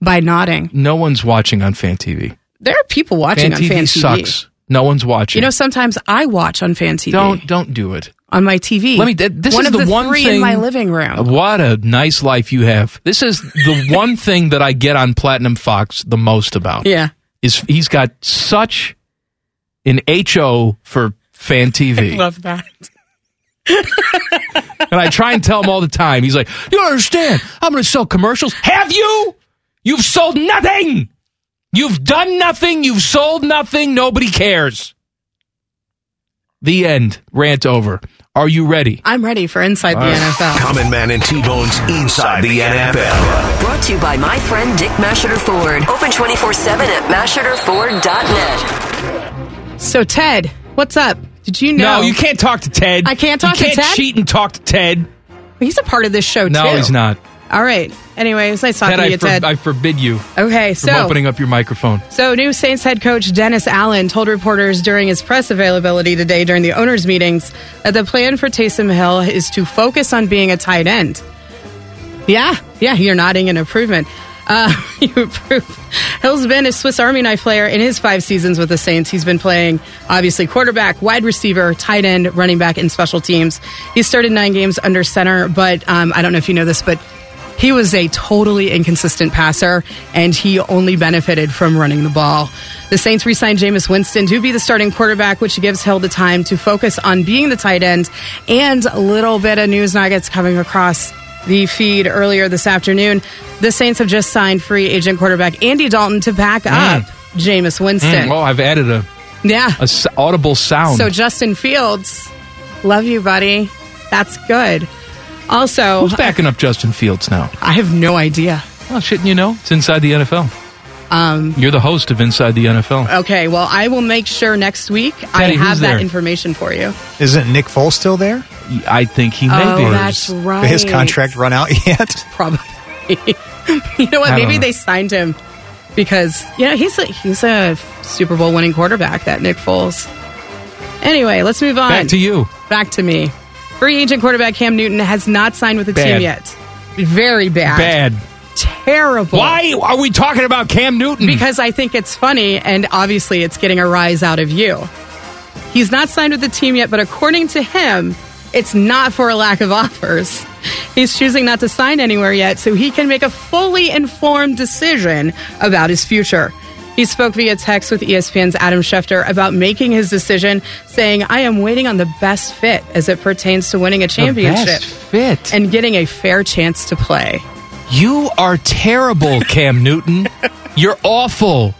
by nodding. No one's watching on Fan TV. There are people watching fan on fan TV. sucks. No one's watching. You know, sometimes I watch on fan TV. don't don't do it. on my TV. Let me. th- This one is of the, one three thing Oh, in my living room. What a nice life you have. This is [LAUGHS] the one thing that I get on Platinum Fox the most about. Yeah. is he's got such an ho for [LAUGHS] fan TV. love that. And I try and tell him all the time. He's like, You don't understand. I'm going to sell commercials. Have you? You've sold nothing. You've done nothing. You've sold nothing. Nobody cares. The end. Rant over. Are you ready? I'm ready for Inside the NFL. Common Man and T-Bone's Inside the NFL. Brought to you by my friend Dick Masheter Ford. Open 24 7 at masheterford.net. So, Ted, what's up? Did you know? No, you can't talk to Ted. I can't talk you can't to Ted. cheat and talk to Ted. He's a part of this show, No, too. he's not. All right. Anyway, it was nice talking Ted, to you, I, for- Ted. I forbid you okay, from so. opening up your microphone. So, new Saints head coach Dennis Allen told reporters during his press availability today during the owners' meetings that the plan for Taysom Hill is to focus on being a tight end. Yeah, yeah, you're nodding in improvement. Uh, [LAUGHS] you approve. Hill's been a Swiss Army knife player in his five seasons with the Saints. He's been playing, obviously, quarterback, wide receiver, tight end, running back, and special teams. He started nine games under center, but um, I don't know if you know this, but he was a totally inconsistent passer, and he only benefited from running the ball. The Saints re signed Jameis Winston to be the starting quarterback, which gives Hill the time to focus on being the tight end. And a little bit of news nuggets coming across the feed earlier this afternoon. The Saints have just signed free agent quarterback Andy Dalton to back up Jameis Winston. Mm, oh, I've added a, yeah. a s- audible sound. So Justin Fields, love you, buddy. That's good. Also, Who's backing up Justin Fields now? I have no idea. Well, shouldn't you know? It's Inside the NFL. Um, You're the host of Inside the Oh NFL. okay, well, I will make sure next week I Teddy, have who's that there? information for you. Isn't Nick Foles still there? I think he may Oh, be. that's Or is right. His contract run out [LAUGHS] yet? [LAUGHS] Probably. you know what? I don't Maybe know. they signed him because you know he's a, he's a Super Bowl winning quarterback. That Nick Foles. Anyway, let's move on. Back to you. Back to me. Free agent quarterback Cam Newton has not signed with the Bad. team yet. Very bad. Bad. Terrible. Why are we talking about Cam Newton? Because I think it's funny, and obviously it's getting a rise out of you. He's not signed with the team yet, but according to him, it's not for a lack of offers. He's choosing not to sign anywhere yet so he can make a fully informed decision about his future. He spoke via text with E ESPN's Adam Schefter about making his decision, saying, I am waiting on the best fit as it pertains to winning a championship fit. and getting a fair chance to play. You are terrible, [LAUGHS] Cam Newton. You're awful.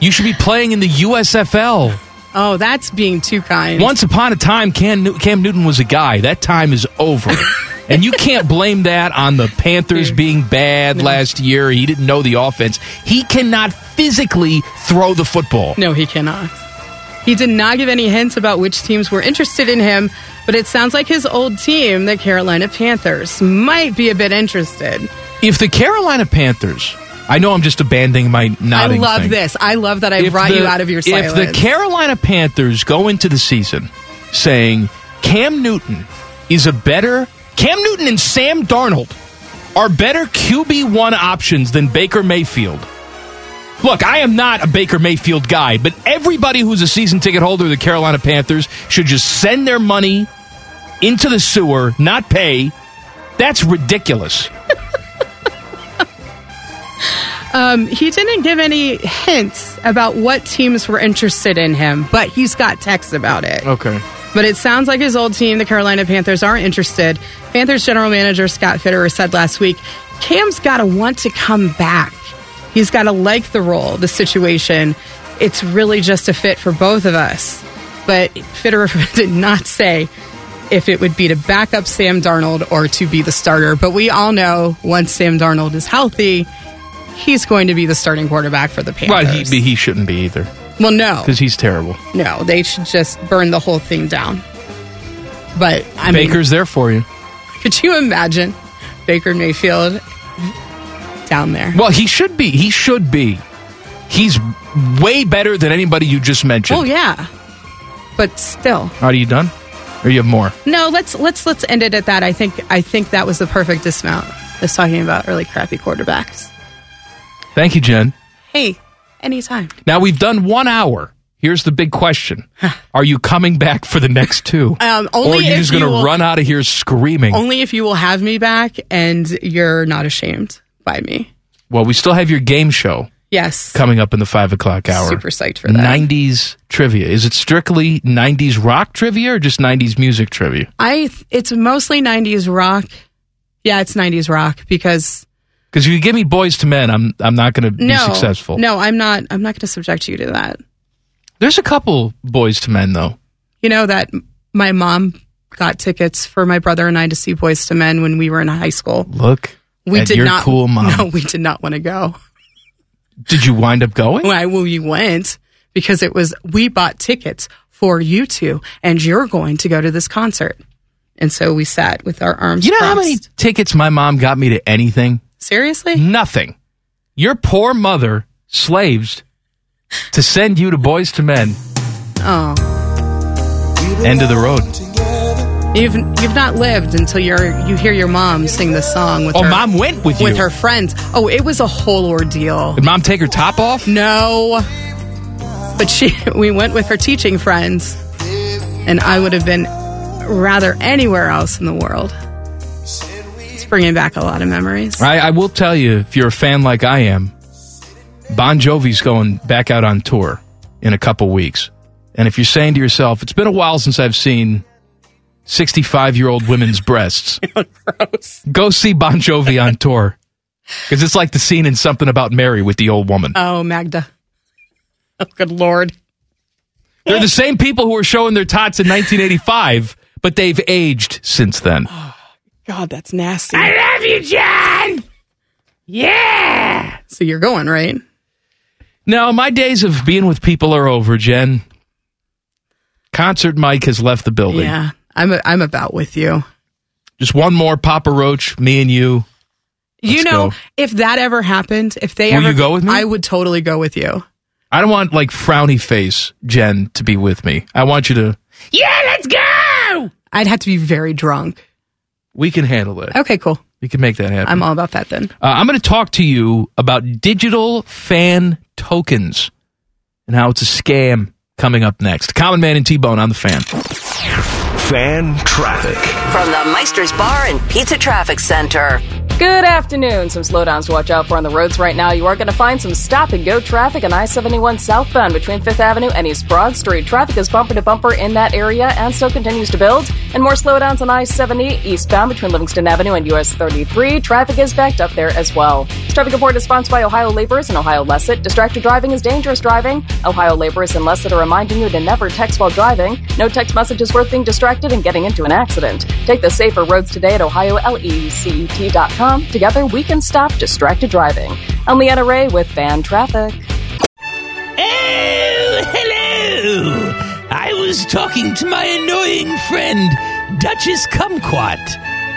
You should be playing in the USFL. Oh, that's being too kind. Once upon a time, Cam, New- Cam Newton was a guy. That time is [LAUGHS] over. and you can't blame that on the Panthers being bad last year. He didn't know the offense. He cannot physically throw the football. No, he cannot. He did not give any hints about which teams were interested in him, but it sounds like his old team, the Carolina Panthers, might be a bit interested. If the Carolina Panthers, I know I'm just abandoning my I nodding. love thing. this. I love that I If brought the- you out of your silence. If the Carolina Panthers go into the season saying Cam Newton is a better Cam Newton and Sam Darnold are better QB one options than Baker Mayfield, Look, I am not a Baker Mayfield guy, but everybody who's a season ticket holder of the Carolina Panthers should just send their money into the sewer, not pay. That's ridiculous. Um, he didn't give any hints about what teams were interested in him, but he's got texts about it. Okay. But it sounds like his old team, the Carolina Panthers, aren't interested. Panthers general manager Scott Fitterer said last week Cam's got to want to come back. He's got to like the role, the situation. It's really just a fit for both of us. But Fitterer [LAUGHS] did not say if it would be to back up Sam Darnold or to be the starter. But we all know once Sam Darnold is healthy, he's going to be the starting quarterback for the Panthers. Well, he, he shouldn't be either Well, no. because he's terrible. No, they should just burn the whole thing down. But I Baker's there for you. mean, could you imagine Baker Mayfield down there? Well, he should be. He should be. He's way better than anybody you just mentioned. Oh yeah, but still, Are you done? Or you have more? no. Let's let's let's end it at that. I think I think that was the perfect dismount. That's talking about really crappy quarterbacks. Thank you, Jen. Hey, anytime. Now we've done one hour. Here's the big question: Are you coming back for the next two, Um, only or are you if just going you to will- run out of here screaming? Only if you will have me back and you're not ashamed by me. well, we still have your game show Yes. coming up in the five o'clock hour. Super psyched for that. Nineties trivia. Is it strictly nineties rock trivia or just nineties music trivia? I it's mostly 90s rock. Yeah, it's 90s rock because Because if you give me Boys to Men, I'm I'm not going to be no, successful. No, I'm not. I'm not going to subject you to that. There's a couple Boys to Men though. You know that m- my mom got tickets for my brother and I to see Boys to Men when we were in high school. Look, We at did your not. cool [LAUGHS] mom. No, we did not want to go. Did you wind up going? Well, I- well, you went because it was we bought tickets for you two, and you're going to go to this concert. And so we sat with our [LAUGHS] arms. You know how crossed. many tickets my mom got me to anything? Seriously? Nothing. Your poor mother slaves to send you to Boys to Men. Oh, End of the road. you've you've not lived until you're you hear your mom sing this song with. Oh, her, mom went with with you. her friends. Oh, it was a whole ordeal. Did mom take her top off? No. But she [LAUGHS] we went with her teaching friends. And I would have been rather anywhere else in the world. It's bringing back a lot of memories. I, I will tell you, if you're a fan like I am, Bon Jovi's going back out on tour in a couple weeks. And if you're saying to yourself, it's been a while since I've seen 65 year old women's breasts, go see Bon Jovi on tour. Because it's like the scene in Something About Mary with the old woman. Oh, Magda. [LAUGHS] Oh, good lord. They're the same people who were showing their tots in 1985, but they've aged since then. God, that's nasty. I love you, John. Yeah. So you're going, right? No, my days of being with people are over, Jen. Concert Mike has left the building. Yeah. I'm a, I'm about with you. Just one more Papa Roach, me and you. you Let's know, go. if that ever happened, if they Will ever you go with me? I would totally go with you. I don't want like frowny face Jen to be with me. I want you to. Yeah, let's go. I'd have to be very drunk. We can handle it. Okay, cool. We can make that happen. I'm all about that then. Uh, I'm going to talk to you about digital fan tokens and how it's a scam coming up next. Common Man and T Bone on the fan. Fan traffic. From the Meister's Bar and Pizza Traffic Center. Good afternoon. Some slowdowns to watch out for on the roads right now. You are going to find some stop and go traffic on I 71 southbound between 5th Avenue and East Broad Street. Traffic is bumper to bumper in that area and still continues to build. And more slowdowns on I 70 eastbound between Livingston Avenue and US 33. Traffic is backed up there as well. This traffic report is sponsored by Ohio Laborers and Ohio Lesset. Distracted driving is dangerous driving. Ohio Laborers and Lesset are reminding you to never text while driving. No text message is worth being distracted and getting into an accident. Take the safer roads today at OhioLECET.com. Together we can stop distracted driving. I'm Leanna Ray with Fan Traffic. Hello! I was talking to my annoying friend, Duchess Kumquat.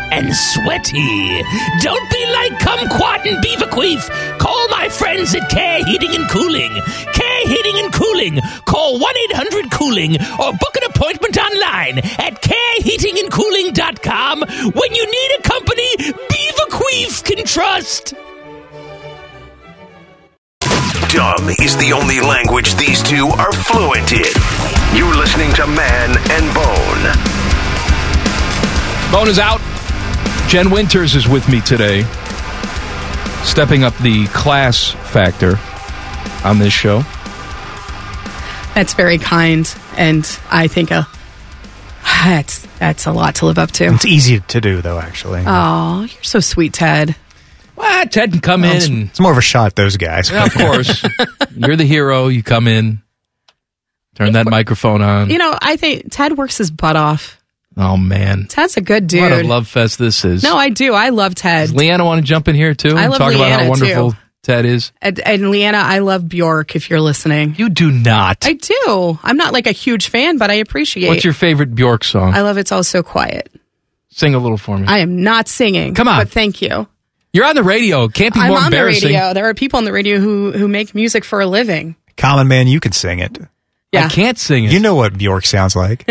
and sweaty. Don't be like Kumquat and Beaverqueef. Call my friends at Care Heating and Cooling. Care Heating and Cooling. Call 1 800 Cooling or book an appointment online at careheatingandcooling.com when you need a company Beaverqueef can trust. Dumb is the only language these two are fluent in. You're listening to Man and Bone. Bone is out. Jen Winters is with me today, stepping up the class factor on this show. That's very kind, and I think a that's that's a lot to live up to. It's easy to do, though, actually. Oh, you're so sweet, Ted. Well, Ted can come Well, it's, it's more of a shot at those guys. Yeah, of course. [LAUGHS] You're the hero. You come in, turn that microphone on. You know, I think Ted works his butt off. Oh, man. Ted's a good dude. What a love fest this is. no, I do. I love Ted. Does Leanna want to jump in here, too? I and love talk about Leanna, how wonderful too. Ted is. And, and Leanna, I love Bjork if you're listening. You do not. I do. I'm not like a huge fan, but I appreciate What's your Mm-hmm. favorite Bjork song? I love It's All So Quiet. Sing a little for me. I am not singing. Come on. But thank you. You're on the radio. It Can't be I'm more on the embarrassing. radio. There are people on the radio who, who make music for a living. Common man, you can sing it. Yeah. I can't sing it. You know what Bjork sounds like.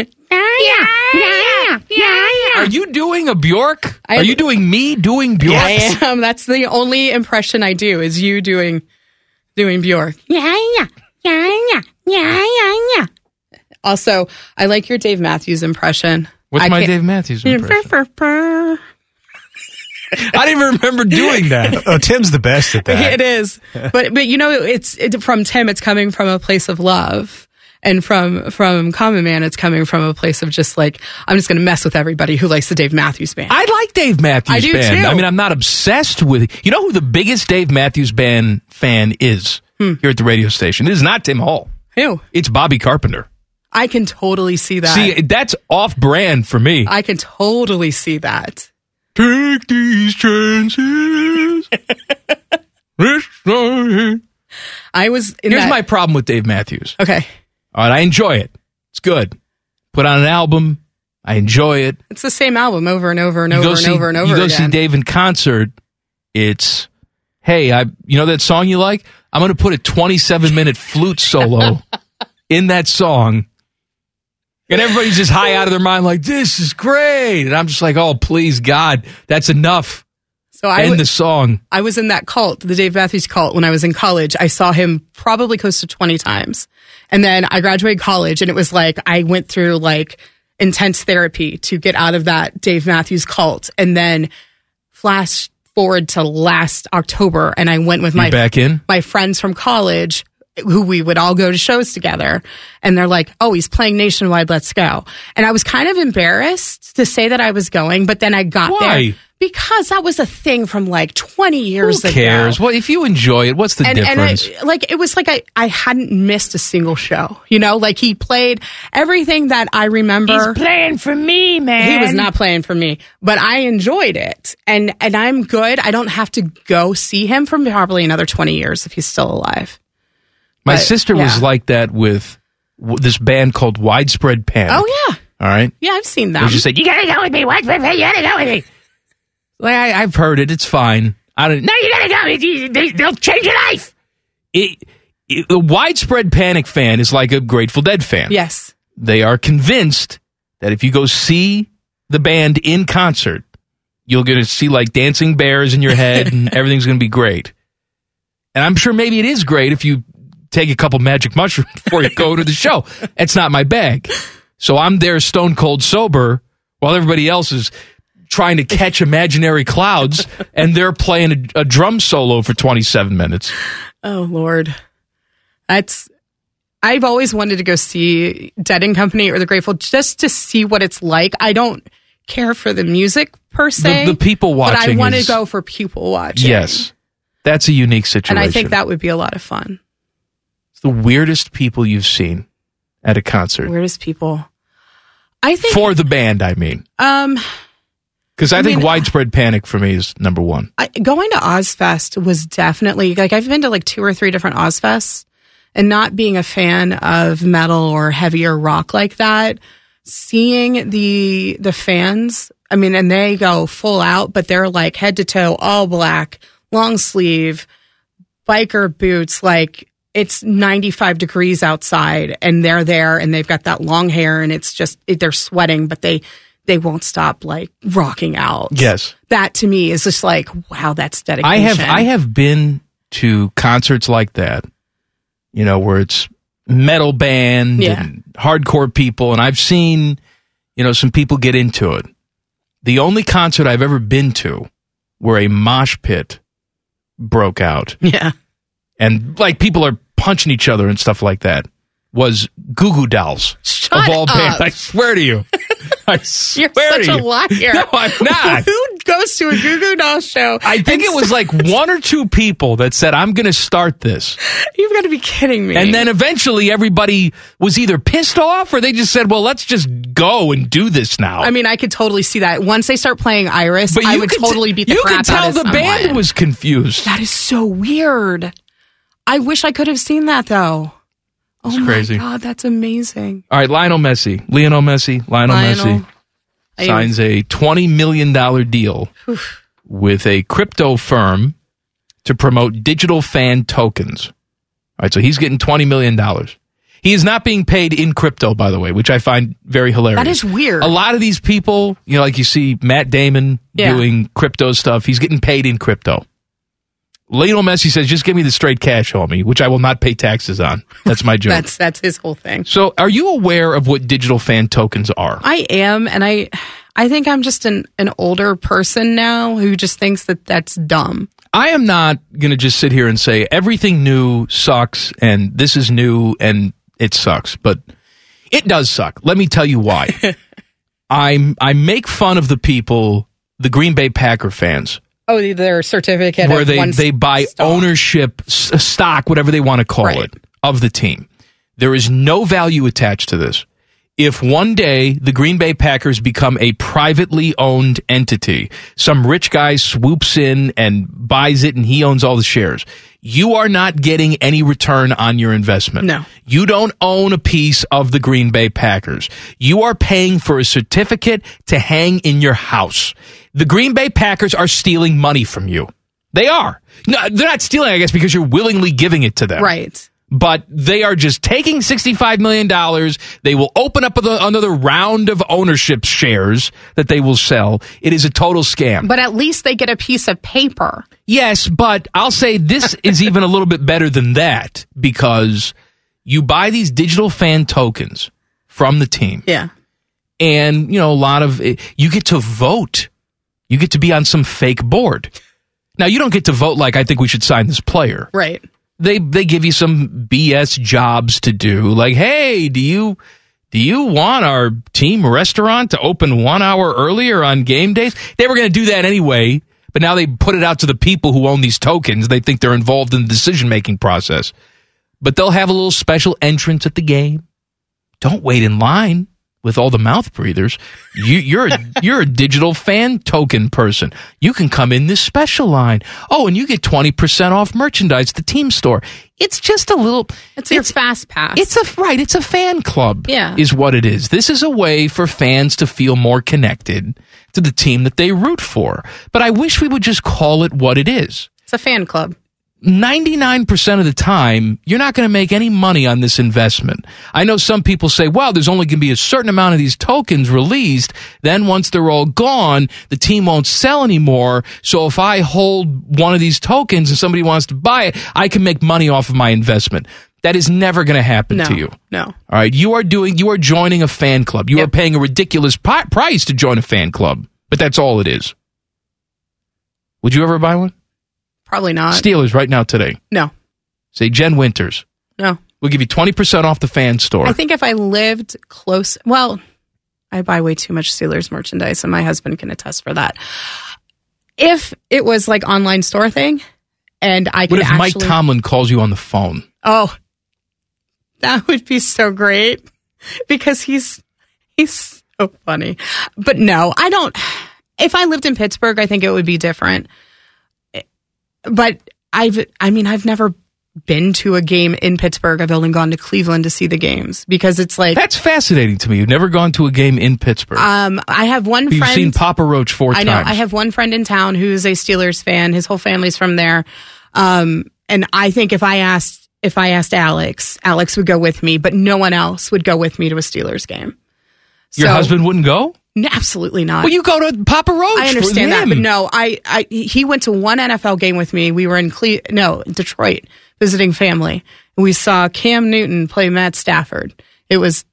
Are you doing a Bjork? Are you doing [LAUGHS] me doing Bjork? Yeah, I am. That's the only impression I do is you doing doing Bjork. Yeah, yeah, yeah, yeah, yeah, yeah, yeah. Also, I like your Dave Matthews impression. What's I my can't- [LAUGHS] Dave Matthews impression? I didn't even remember doing that. [LAUGHS] oh, Tim's the best at that. It is, but but you know, it's it, from Tim. It's coming from a place of love, and from from Common Man, it's coming from a place of just like I'm just going to mess with everybody who likes the Dave Matthews Band. I like Dave Matthews I do Band. too. I mean, I'm not obsessed with. You know who the biggest Dave Matthews Band fan is here at the radio station? It is not Tim Hall. Hmm. Who? It's Bobby Carpenter. I can totally see that. See, that's off brand [LAUGHS] for me. I can totally see that. Take these chances. I was. In Here's that- my problem with Dave Matthews. Okay. All right, I enjoy it. It's good. Put on an album. I enjoy it. It's the same album over and over and You over go and see- over and over You go again. see Dave in concert. It's hey, I you know that song you like? I'm going to put a 27 minute [LAUGHS] flute solo in that song, and everybody's just high out of their mind, like this is great. And I'm just like, oh please God, that's enough. So I end would- the song. I was in that cult, the Dave Matthews cult, when I was in college. I saw him probably close to 20 times. And then I graduated college and it was like I went through like intense therapy to get out of that Dave Matthews cult. And then flash forward to last October and I went with You're my back in? my friends from college who we would all go to shows together and they're like, "Oh, he's playing nationwide, let's go." And I was kind of embarrassed to say that I was going, but then I got Why? there because that was a thing from like 20 years Who ago. cares? Well, if you enjoy it, what's the and, and I, difference? like it was like I, I hadn't missed a single show. You know, like he played everything that I remember. He's playing for me, man. He was not playing for me, but I enjoyed it, and and I'm good. I don't have to go see him for probably another 20 years if he's still alive. My But, sister was yeah. like that with w- this band called Widespread Panic. Oh yeah, All right. yeah, I've seen Or that. she said, "You gotta go with me. What? You gotta go with me. Like, I, I've heard it. It's fine. I don't. No, you gotta go. They- they- They'll change your life. it, it, a widespread panic fan is like a Grateful Dead fan. Yes. They are convinced that if you go see the band in concert, you're going to see like dancing bears in your head [LAUGHS] and everything's going to be great. And I'm sure maybe it is great if you take a couple magic mushrooms [LAUGHS] before you go to the show. That's not my bag. So I'm there stone cold sober while everybody else is trying to catch [LAUGHS] imaginary clouds and they're playing a, a drum solo for 27 minutes. Oh Lord, that's. I've always wanted to go see Dead and Company or The Grateful just to see what it's like. I don't care for the music per se. the people but I watching want to is- go for people watching. Yes. That's a unique situation. and I think that would be a lot of fun. it's the weirdest people you've seen at a concert. Weirdest people. I think. For the band, I mean. Um, Because I, I think mean- widespread panic for me is number one. I, going to Ozfest was definitely like I've been to like two or three different Ozfests, and not being a fan of metal or heavier rock like that, seeing the the fans I mean, and they go full out, but they're like head to toe, all black, long sleeve, biker boots. Like it's 95 degrees outside and they're there and they've got that long hair and it's just, it, they're sweating, but they, they won't stop like rocking out. Yes. That to me is just like, wow, that's dedication. I have I have been to concerts like that, you know, where it's metal band Yeah. and hardcore people, and I've seen, you know, some people get into it. The only concert I've ever been to where a mosh pit broke out, [LAUGHS] yeah, and like people are punching each other and stuff like that, was Goo Goo Dolls Shut of all bands. up. I swear to [LAUGHS] you, I swear You're such to a you. liar. No, I'm not. Who goes to a Goo Goo Dolls show? I think it was like one or two people that said, I'm going to start this. You've got to be kidding me. And then eventually everybody was either pissed off or they just said, well, let's just go and do this now. I mean, I could totally see that. Once they start playing Iris, I would could totally t- beat the You crap could tell out of the band someone. was confused. That is so weird. I wish I could have seen that though. Oh my crazy. god, that's amazing. All right, Lionel Messi. Lionel Messi. Lionel, Lionel. Messi I- signs a $20 million deal with a crypto firm to promote digital fan tokens. All right, so he's getting $20 million. He is not being paid in crypto, by the way, which I find very hilarious. That is weird. A lot of these people, you know, like you see Matt Damon Yeah. doing crypto stuff, he's getting paid in crypto. Lionel Messi says, just give me the straight cash, homie, which I will not pay taxes on. That's [LAUGHS] my joke. That's that's his whole thing. So, are you aware of what digital fan tokens are? I am and I I think I'm just an, an older person now who just thinks that that's dumb. I am not going to just sit here and say everything new sucks and this is new and it sucks, but it does suck. Let me tell you why. I'm I make fun of the people, the Green Bay Packer fans, Oh, their certificate where of they one- they buy ownership s- stock, whatever they want to call it, of the team. There is no value attached to this. If one day the Green Bay Packers become a privately owned entity, some rich guy swoops in and buys it and he owns all the shares. You are not getting any return on your investment. No. You don't own a piece of the Green Bay Packers. You are paying for a certificate to hang in your house. The Green Bay Packers are stealing money from you. They are. No, they're not stealing, I guess, because you're willingly giving it to them. Right. But they are just taking $65 million. They will open up another- another round of ownership shares that they will sell. It is a total scam. But at least they get a piece of paper. Yes, but I'll [LAUGHS] say this is even a little bit better than that because you buy these digital fan tokens from the team. Yeah. And, you know, a lot of you get to vote. You get to be on some fake board. Now, you don't get to vote like I think we should sign this player Right. they they give you some BS jobs to do. Like, hey, do you do you want our team restaurant to open one hour earlier on game days? They were going to do that anyway, but now they put it out to the people who own these tokens. They think they're involved in the decision making process, but they'll have a little special entrance at the game. Don't wait in line with all the mouth breathers. You, you're a, [LAUGHS] you're a digital fan token person. You can come in this special line. Oh, and you get twenty percent off merchandise at the team store. It's just a little. It's your fast pass. It's a right. It's a fan club. Yeah. is what it is. This is a way for fans to feel more connected to the team that they root for. But I wish we would just call it what it is. It's a fan club. 99% of the time, you're not going to make any money on this investment. I know some people say, well, there's only going to be a certain amount of these tokens released. Then once they're all gone, the team won't sell anymore. So if I hold one of these tokens and somebody wants to buy it, I can make money off of my investment. That is never going to happen No. to you. No. All right. You are doing, you are joining a fan club. You are paying a ridiculous pi- price to join a fan club, but that's all it is. Would you ever buy one? Probably not. Steelers right now today. No. Say Jen Winters. No. We'll give you 20% off the fan store. I think if I lived close, well, I buy way too much Steelers merchandise, and my husband can attest for that. If it was like online store thing, and I could what if Mike actually, Tomlin calls you on the phone? oh, that would be so great because he's he's so funny. But no, I don't. If I lived in Pittsburgh, I think it would be different. But I've, I mean, I've never been to a game in Pittsburgh. I've only gone to Cleveland to see the games because it's like That's fascinating to me. You've never gone to a game in Pittsburgh. um I have one But You've friend seen Papa Roach four I know. times. I have one friend in town who's a Steelers fan. His whole family's from there. Um, and I think if I asked if I asked Alex, Alex would go with me, but no one else would go with me to a Steelers game. Your So- husband wouldn't go? No, absolutely not. Well, you go to Papa Roach. I for understand that, but them. no, I, I he went to one NFL game with me. We were in Cle- no Detroit visiting family. And we saw Cam Newton play Matt Stafford. It was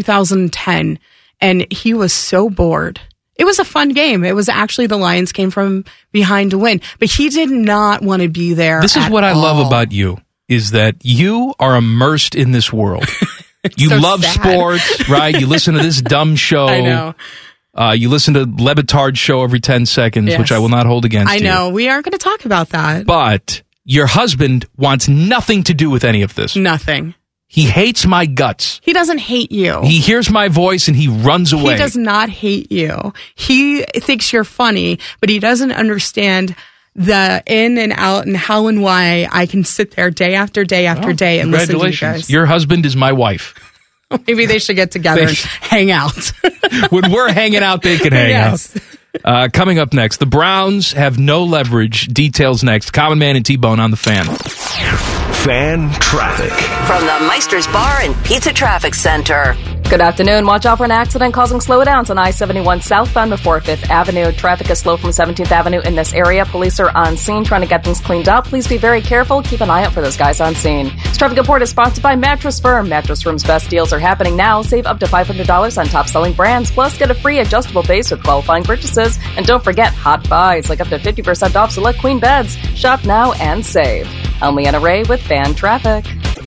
2010, and he was so bored. It was a fun game. It was actually the Lions came from behind to win, but he did not want to be there. This is at what I all. love about you is that you are immersed in this world. [LAUGHS] you so love sad. sports, right? You listen to [LAUGHS] this dumb show. I know. Uh, you listen to Levitard's show every 10 seconds, Yes. which I will not hold against I you. know we aren't going to talk about that. But your husband wants nothing to do with any of this. Nothing. He hates my guts. He doesn't hate you. He hears my voice and he runs away. He does not hate you. He thinks you're funny, but he doesn't understand the in and out and how and why I can sit there day after day after Oh, day and listen to you Congratulations. guys. Your husband is my wife. [LAUGHS] Maybe they should get together They and should. hang out. [LAUGHS] when we're hanging out, they can hang Yes. out. Uh, coming up next, the Browns have no leverage. Details next. Common Man and T Bone on the fan. Fan traffic. From the Meister's Bar and Pizza Traffic Center. Good afternoon. Watch out for an accident causing slowdowns on I 71 southbound before 5th Avenue. Traffic is slow from 17th Avenue in this area. Police are on scene trying to get things cleaned up. Please be very careful. Keep an eye out for those guys on scene. This traffic report is sponsored by Mattress Firm. Mattress Firm's best deals are happening now. Save up to $500 on top selling brands. Plus, get a free adjustable base with qualifying purchases. And don't forget hot buys like up to 50% off select queen beds. Shop now and save. I'm Leanna Ray with Fan Traffic.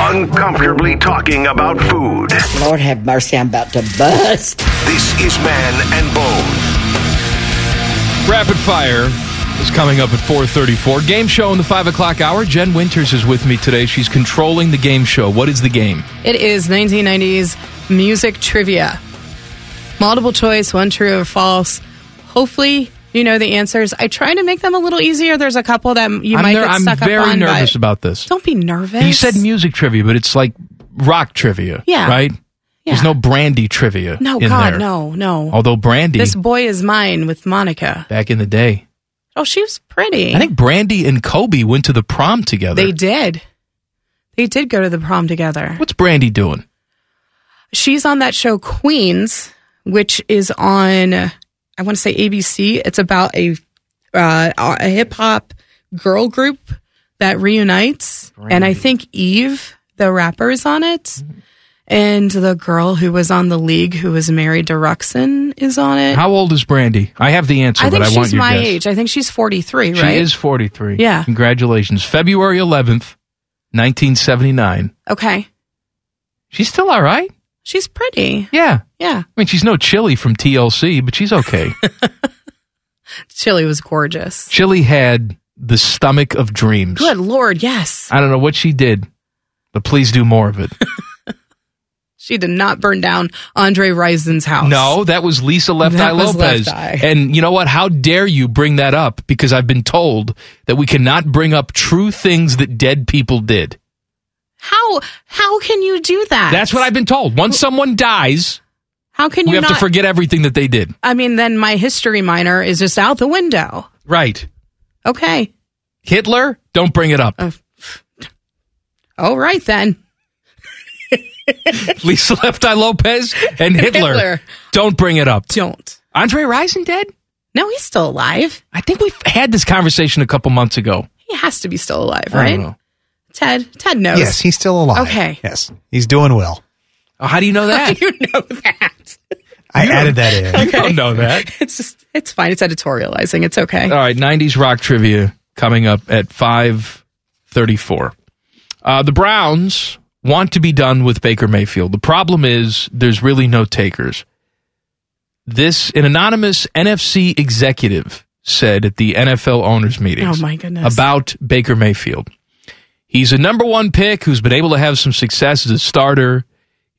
Uncomfortably talking about food. Lord have mercy, I'm about to bust. This is Man and Bone. Rapid Fire is coming up at 4.34. Game show in the 5 o'clock hour. Jen Winters is with me today. She's controlling the game show. What is the game? [LAUGHS] It is 1990s music trivia. Multiple choice, one true or false. Hopefully, you know the answers. I try to make them a little easier. There's a couple that you I'm, might ner- get I'm stuck up very on. but nervous about this. Don't be nervous. You said music trivia, but it's like rock trivia, Yeah. right? There's Yeah. no brandy trivia No, in God, there. no, no. Although brandy, This boy is mine with Monica. back in the day, Oh, she was pretty. I think brandy and Kobe went to the prom together. they did. They did go to the prom together. What's brandy doing? She's on that show Queens, which is on I want to say ABC. It's about a uh, a hip hop girl group that reunites, and I think Eve, the rapper, is on it, Mm-hmm. and the girl who was on the league, who was married to Ruxin, is on it. How old is brandy? I have the answer, I but think I want she's your my guess. age. I think she's forty three. She right? is 43. Yeah. Congratulations. February 11th, 1979. Okay. She's still all right. She's pretty. Yeah. Yeah. I mean, she's no Chili from TLC, but [LAUGHS] she's okay. Chili was gorgeous. Chili had the stomach of dreams. Good Lord. Yes. I don't know what she did, but please do more [LAUGHS] of it. She did not burn down Andre Risen's house. no, that was Lisa Left That Eye was Lopez. Left Eye. And you know what? How dare you bring that up? Because I've been told that we cannot bring up true things that dead people did. How how can you do that? That's what I've been told. Once someone dies, How can we you have not to forget everything that they did. I mean, then my history minor is just out the window. Right. Okay. Hitler, don't bring it up. [LAUGHS] All right then. Lisa Left Eye Lopez [LAUGHS] and Hitler. Hitler. Don't bring it up. Don't. Andre Rison dead? No, he's still alive. I think we've had this conversation a couple months ago. He has to be still alive, I right? don't know. Ted. Ted knows. Yes, he's still alive. Okay. Yes, he's doing well. Oh, How do [LAUGHS] you know that? you know that? I added that in. [LAUGHS] You don't [LAUGHS] know that. It's just it's fine. It's Uh, editorializing. It's okay. All right, 90s rock trivia coming up at 534. Uh, the Browns want to be done with Baker Mayfield. The problem is there's really no takers. This an anonymous NFC executive said at the NFL owners meeting Oh, my goodness. about Baker Mayfield. He's a number one pick who's been able to have some success as a starter.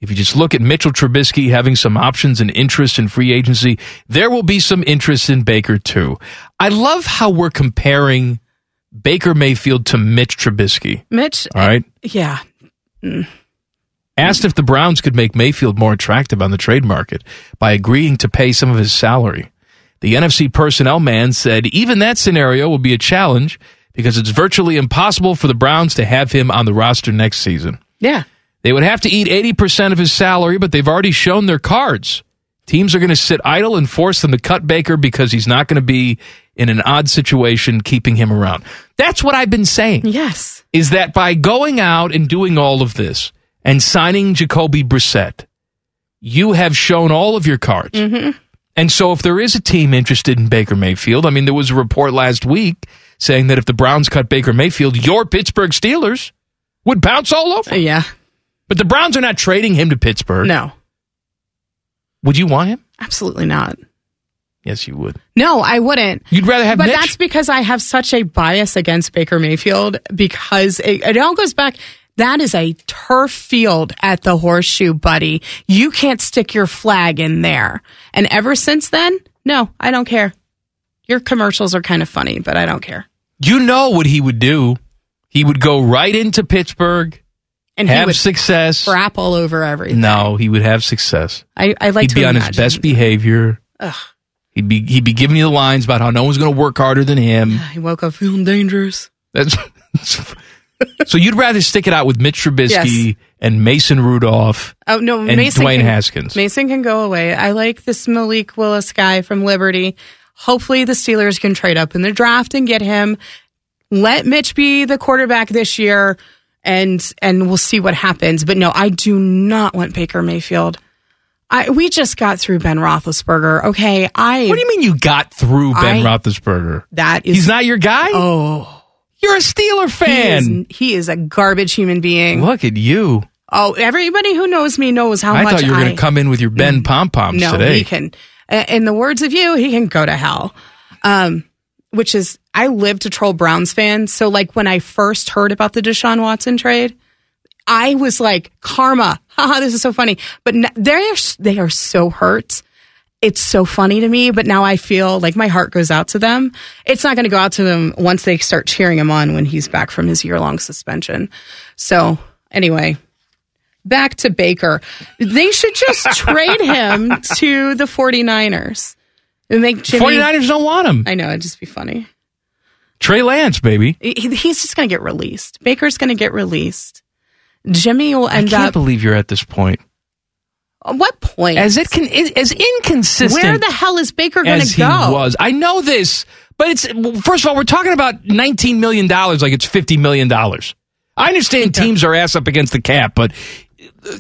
If you just look at Mitchell Trubisky having some options and interest in free agency, there will be some interest in Baker too. I love how we're comparing Baker Mayfield to Mitch Trubisky. Mitch. All right. Yeah. Mm. Asked if the Browns could make Mayfield more attractive on the trade market by agreeing to pay some of his salary. The NFC personnel man said even that scenario will be a challenge because it's virtually impossible for the Browns to have him on the roster next season. Yeah. They would have to eat 80% of his salary, but they've already shown their cards. Teams are going to sit idle and force them to cut Baker because he's not going to be in an odd situation keeping him around. That's what I've been saying. Yes. Is that by going out and doing all of this and signing Jacoby Brissett, you have shown all of your cards. Mm-hmm. And so, if there is a team interested in Baker Mayfield, I mean, there was a report last week saying that if the Browns cut Baker Mayfield, your Pittsburgh Steelers would bounce all over. Yeah. But the Browns are not trading him to Pittsburgh. No. Would you want him? Absolutely not. Yes, you would. No, I wouldn't. You'd rather have But Mitch? that's because I have such a bias against Baker Mayfield because it, it all goes back. That is a turf field at the horseshoe, buddy. You can't stick your flag in there. And ever since then, no, I don't care. Your commercials are kind of funny, but I don't care. You know what he would do? He would go right into Pittsburgh And he have would success. crap all over everything. No, he would have success. I, I like he'd to be on imagine. his best behavior. Ugh. He'd be he'd be giving you the lines about how no one's going to work harder [SIGHS] than him. I woke up feeling dangerous. That's [LAUGHS] so you'd rather stick it out with Mitch Trubisky Yes. and Mason Rudolph. Oh no, and Mason Dwayne can, Haskins. Mason can go away. I like this Malik Willis guy from Liberty. Hopefully, the Steelers can trade up in the draft and get him. Let Mitch be the quarterback this year, and and we'll see what happens. But no, I do not want Baker Mayfield. I we just got through Ben Roethlisberger. Okay, I. What do you mean you got through I- Ben Roethlisberger? That is He's not your guy. Oh, you're a Steeler fan. He is, he is a garbage human being. Look at you. Oh, everybody who knows me knows how I much thought you were I Mm. going to come in with your Ben pom poms no, today. he can. a- In the words of you, he can go to hell. Um, which is, I live to troll Browns fans. So, like, when I first heard about the Deshaun Watson trade, I was like, karma. [LAUGHS] Haha, this is so funny. But n- they are, s- they are so hurt. It's so funny to me, but now I feel like my heart goes out to them. It's not going to go out to them once they start cheering him on when he's back from his year long suspension. So, anyway, back to Baker. They should [LAUGHS] just trade him to the 49ers. And make Jimmy, 49ers don't want him. I know, it'd just be funny. Trey Lance, baby. He- he's just going to get released. Baker's going to get released. Jimmy will I end can't up. believe you're at this point. At what point? As it can, as inconsistent Where the hell is Baker going to as he go? was. I know this, but it's well, first of all, we're talking about nineteen million dollars, like it's fifty million dollars. I understand teams are ass up against the cap, but uh,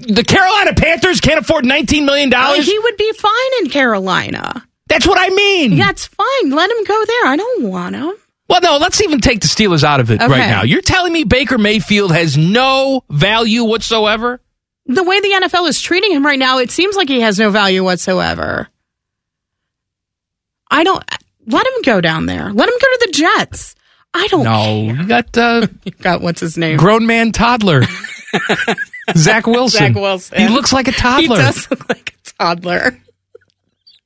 the Carolina Panthers can't afford nineteen million Well, dollars. Oh, he would be fine in Carolina. That's what I mean. That's fine. Let him go there. I don't want him. Well, no, let's even take the Steelers out of it Okay. right now. You're telling me Baker Mayfield has no value whatsoever? The way the NFL is treating him right now, it seems like he has no value whatsoever. I don't let him go down there. Let him go to the Jets. I don't. No, you got uh, [LAUGHS] you got what's his name? Grown [LAUGHS] man toddler. Zach Wilson. Zach Wilson. He looks like [LAUGHS] a He toddler. does look like a toddler.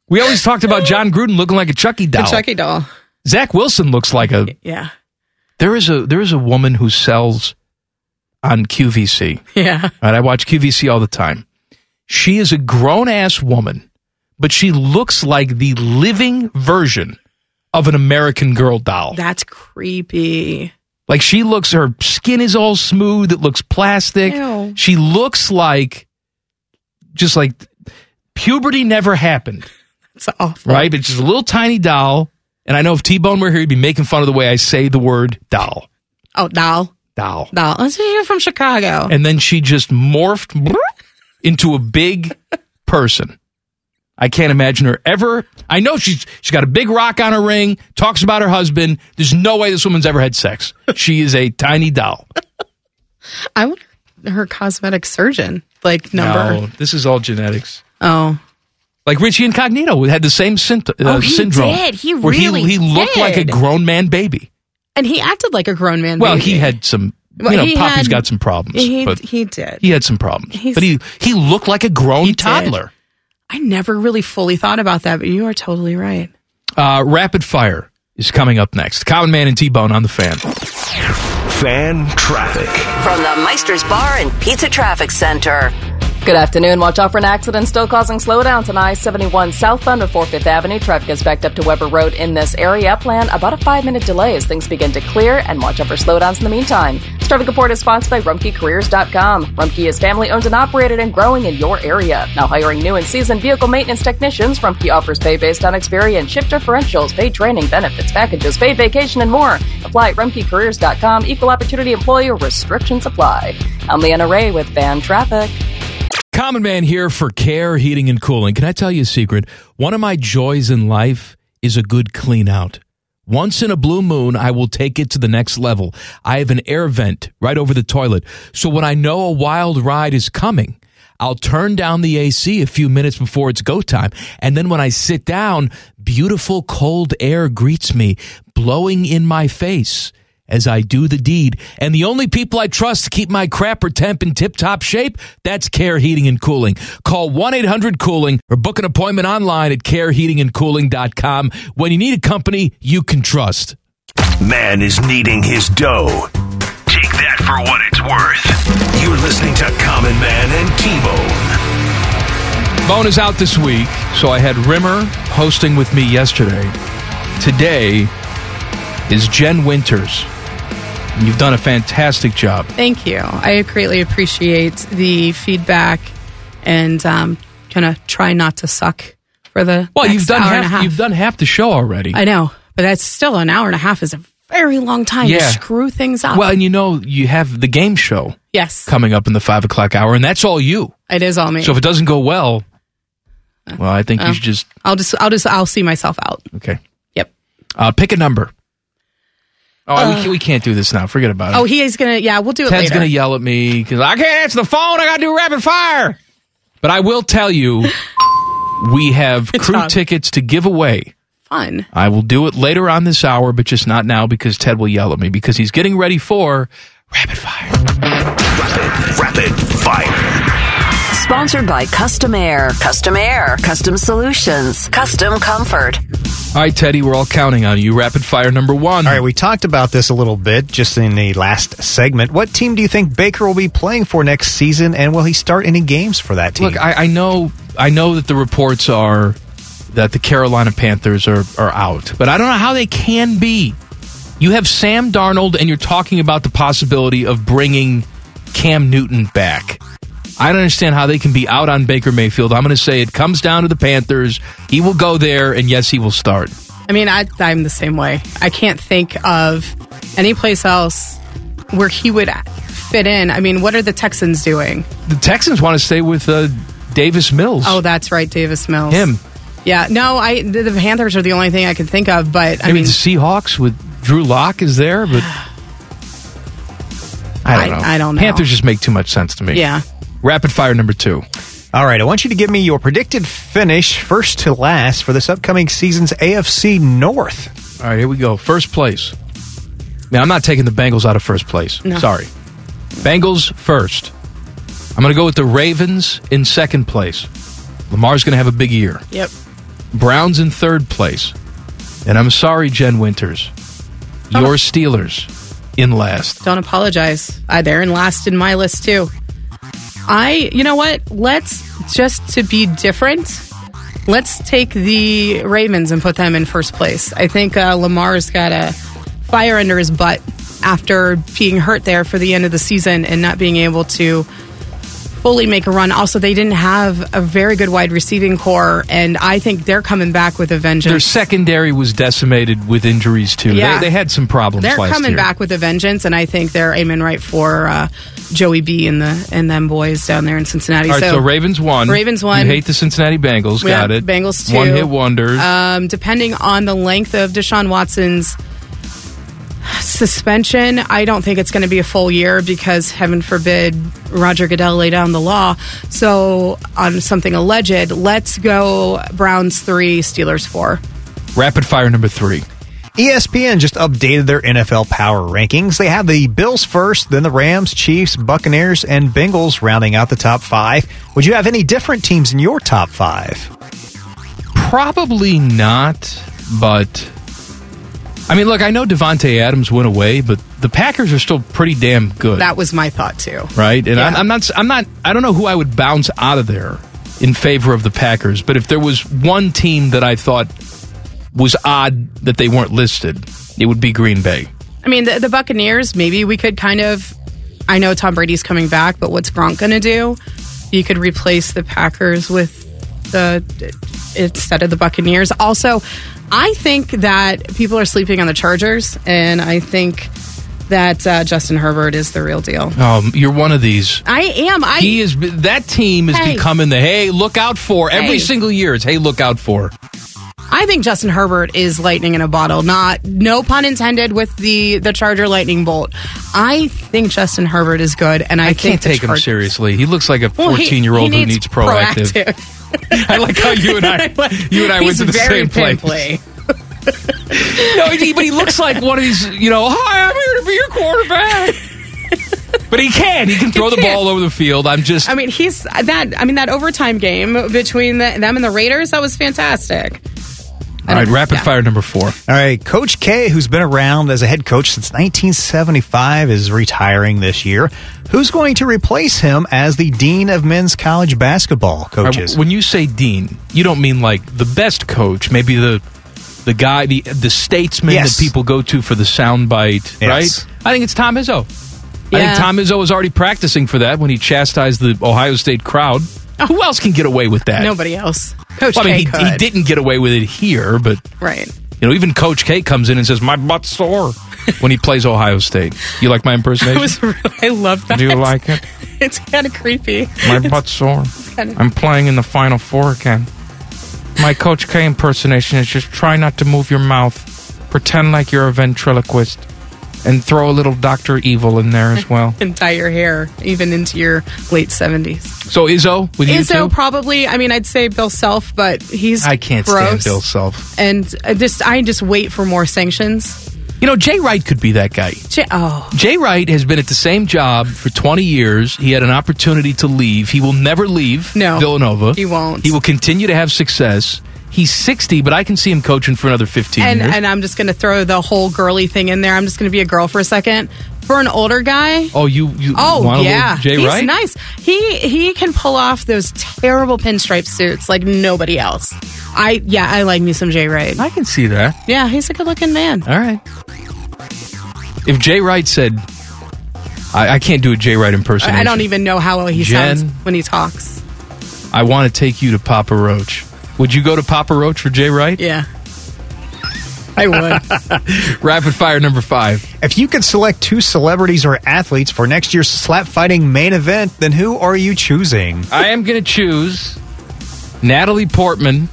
We always talked about John Gruden looking like a Chucky doll. A Chucky doll. Zach Wilson looks like a. Yeah. [LAUGHS] There is a there is a woman who sells on QVC. Yeah. [LAUGHS] All right, I watch QVC all the time. She is a grown ass woman, but she looks like the living version of an American Girl doll. That's creepy. Like she looks, her skin is all smooth. It looks plastic. Ew. She looks like, just like puberty never happened. [LAUGHS] That's awful. Right? But she's a little tiny doll. And I know if T Bone were here, he'd be making fun of the way I say the word doll. Oh, doll. Doll. Doll. Let's you're from Chicago. And then she just morphed into a big person. I can't imagine her ever. I know she's she's got a big rock on her ring, talks about her husband. There's no way this woman's ever had sex. She is a tiny doll. I want her cosmetic surgeon like [LAUGHS] number. No, this is all genetics. Oh, Like Richie Incognito had the same symptom, uh, Oh, he syndrome. did. He where really he, he looked did. like a grown man baby. and he acted like a grown man. Well, baby. he had some. Well, you know, he Poppy's had- got some problems. He, but he did. he had some problems. He's- But he he looked like a grown toddler. I never really fully thought about that, but you are totally right. Uh, rapid fire is coming up next. Common Man and T Bone on the fan. Fan traffic. From the Meister's Bar and Pizza Traffic Center. Good afternoon. Watch out for an accident still causing slowdowns on I 71 southbound before 5th Avenue. Traffic is backed up to Weber Road in this area. Plan about a five minute delay as things begin to clear and watch out for slowdowns in the meantime. This traffic report is sponsored by RumkeyCareers.com. Rumkey is family owned and operated and growing in your area. Now hiring new and seasoned vehicle maintenance technicians, Rumkey offers pay based on experience, shift differentials, paid training, benefits, packages, paid vacation, and more. Apply at RumkeyCareers.com. Equal opportunity employer restrictions apply. I'm Leanna Ray with Van Traffic. Common Man here for Care Heating and Cooling. Can I tell you a secret? One of my joys in life is a good clean out. Once in a blue moon, I will take it to the next level. I have an air vent right over the toilet. So when I know a wild ride is coming, I'll turn down the AC a few minutes before it's go time. And then when I sit down, beautiful cold air greets me, blowing in my face as I do the deed. And the only people I trust to keep my crapper temp in tip top shape, that's Care Heating and Cooling. Call 1 800 Cooling or book an appointment online at careheatingandcooling.com when you need a company you can trust. Man is kneading his dough. Take that for what it's worth. You're listening to Common Man and T Bone. Bone is out this week, so I had Rimmer hosting with me yesterday. Today is Jen Winters. And you've done a fantastic job. Thank you. I greatly appreciate the feedback and um, kind of try not to suck for the Well, next you've done hour and a half. half, you've done half the show already. I know, but that's still an hour and a half is a very long time to Yeah. screw things up. Well, and you know you have the game show. Yes. Coming up in the five o'clock hour, and that's all you. it is all me. So if it doesn't go well, well, I think Oh. you should just I'll just, I'll just, I'll see myself out. okay. Yep. Uh, pick a number. Oh, we, Uh. can't, we can't do this now. Forget about it. Oh, he is gonna. Yeah, we'll do it Uh, Ted's later. gonna yell at me because I can't answer the phone. I gotta do rapid fire. But I will tell you, [LAUGHS] we have crew tickets to give away. Fun. I will do it later on this hour, but just not now because Ted will yell at me because he's getting ready for Rapid fire. Sponsored by Custom Air. Custom Air. Custom Solutions. Custom Comfort. [LAUGHS] All right, Teddy, we're all counting on you. Rapid fire number one. All right, we talked about this a little bit just in the last segment. What team do you think Baker will be playing for next season, and will he start any games for that team? Look, I, I know, I know that the reports are that the Carolina Panthers are are out, but I don't know how they can be. You have Sam Darnold, and you're talking about the possibility of bringing Cam Newton back. I don't understand how they can be out on Baker Mayfield. I'm going to say it comes down to the Panthers. He will go there, and yes, he will start. I mean, I, I'm the same way. I can't think of any place else where he would fit in. I mean, what are the Texans doing? The Texans want to stay with uh, Davis Mills. Oh, that's right, Davis Mills. him. Yeah. No, I the, the Panthers are the only thing I can think of. But I Maybe mean, the Seahawks with Drew Lock is [SIGHS] there, but I don't know. I- I don't know. Panthers just make too much sense to me. Yeah. Rapid fire number two. All right, I want you to give me your predicted finish, first to last, for this upcoming season's AFC North. All right, here we go. First place. Man, I'm not taking the Bengals out of first place. No. Sorry. Bengals first. I'm going to go with the Ravens in second place. Lamar's going to have a big year. Yep. Browns in third place. And I'm sorry, Jen Winters. Oh. Your Steelers in last. Don't apologize. I, they're in last in my list too. I, you know what? Let's just to be different. Let's take the Ravens and put them in first place. I think uh, Lamar's got a fire under his butt after being hurt there for the end of the season and not being able to fully make a run. Also, they didn't have a very good wide receiving core, and I think they're coming back with a Their vengeance. secondary was decimated with injuries, too. Yeah. They, they had some problems They're last coming year. back with a vengeance, and I think they're aiming right for uh, Joey B and the and them boys down there in Cincinnati. All right, so, Ravens won. Ravens won. You hate the Cincinnati Bengals. We Got have it. Bengals Um, two. One hit wonders. Um, depending on the length of Deshaun Watson's suspension, I don't think it's going to be a full year because, heaven forbid, Roger Goodell lay down the law. So, on something alleged, let's go Browns three, Steelers four. Rapid fire number three. E ESPN just updated their NFL power rankings. They have the Bills first, then the Rams, Chiefs, Buccaneers, and Bengals rounding out the top five. Would you have any different teams in your top five? Probably not, but I mean, look, I know Devonte Adams went away, but the Packers are still pretty damn good, That was my thought too. right? And I'm, Yeah. I'm not, I'm not, I don't know who I would bounce out of there in favor of the Packers, but if there was one team that I thought was odd that they weren't listed, it would be Green Bay. I mean, the, the Buccaneers, maybe we could kind of. I know Tom Brady's coming back, but what's Gronk going to do? You could replace the Packers with the instead of the Buccaneers. Also, I think that people are sleeping on the Chargers, and I think that uh, Justin Herbert is the real deal. Um, you're one of these. I [LAUGHS] am. I he is that team is Hey. becoming the hey look out for every Hey. single year. It's hey look out for. I think Justin Herbert is lightning in a bottle. Not no pun intended with the the Charger lightning bolt. I think Justin Herbert is good, and I, I think can't the take him Chargers- seriously. He looks like a Well, he- 14 year old he who needs proactive. [LAUGHS] I [LAUGHS] like how you and I, [LAUGHS] you and I went He's to the very same place. pimply. [LAUGHS] no, he, but he looks like one of these. You know, hi, I'm here to be your quarterback. But he can. He can throw the can't. ball over the field. I'm just. I mean, he's that. I mean, that overtime game between the, them and the Raiders that was fantastic. all right, rapid fire number four. All right, Coach K, who's been around as a head coach since 1975, is retiring this year. Who's going to replace him as the dean of men's college basketball [LAUGHS] coaches? When you say dean, you don't mean like the best coach, maybe the the guy, the the statesman Yes. that people go to for the soundbite, Yes. right? I think it's Tom Izzo. I Yeah. think Tom Izzo was already practicing for that when he chastised the Ohio State crowd. Who else can get away with that? Nobody else. Coach Well, I mean, K he, could. [LAUGHS] he didn't get away with it here, but Right. you know, even Coach K comes in and says, "My butt's sore" when he plays Ohio State. You like my [LAUGHS] impersonation? I was. Really, I love that. Do you like it? It's kind of [LAUGHS] creepy. [LAUGHS] My butt's sore. kinda- I'm playing in the Final Four again. My Coach K impersonation is just try not to move your mouth, pretend like you're a ventriloquist, and throw a little Doctor Evil in there [LAUGHS] as well. and dye your hair even into your late seventies. So Izzo with you Izzo too? probably. I mean, I'd say Bill Self, but he's I can't gross. stand Bill Self. And I just I just wait for more sanctions. You know, Jay Wright could be that guy. J- oh, Jay Wright has been at the same job for 20 years. He had an opportunity to leave. He will never leave No, Villanova. he won't. He will continue to have success. He's 60, but I can see him coaching for another 15 and years. and I'm just gonna throw the whole girly thing in there. I'm just gonna be a girl for a second. For an older guy, oh, you, you want oh a yeah, little Jay he's Wright? nice. He he can pull off those terrible pinstripe suits like nobody else. I yeah, I like me some Jay Wright. I can see that. Yeah, he's a good looking man. All right. If Jay Wright said, I, I can't do a Jay Wright impersonation. I I don't even know how he Jen. sounds when he talks. I want to take you to Papa Roach. Would you go to Papa Roach for Jay Wright? Yeah. I [LAUGHS] would. [LAUGHS] Rapid fire number five. If you could select two celebrities or athletes for next year's slap fighting main event, then who are you choosing? I am going to choose Natalie Portman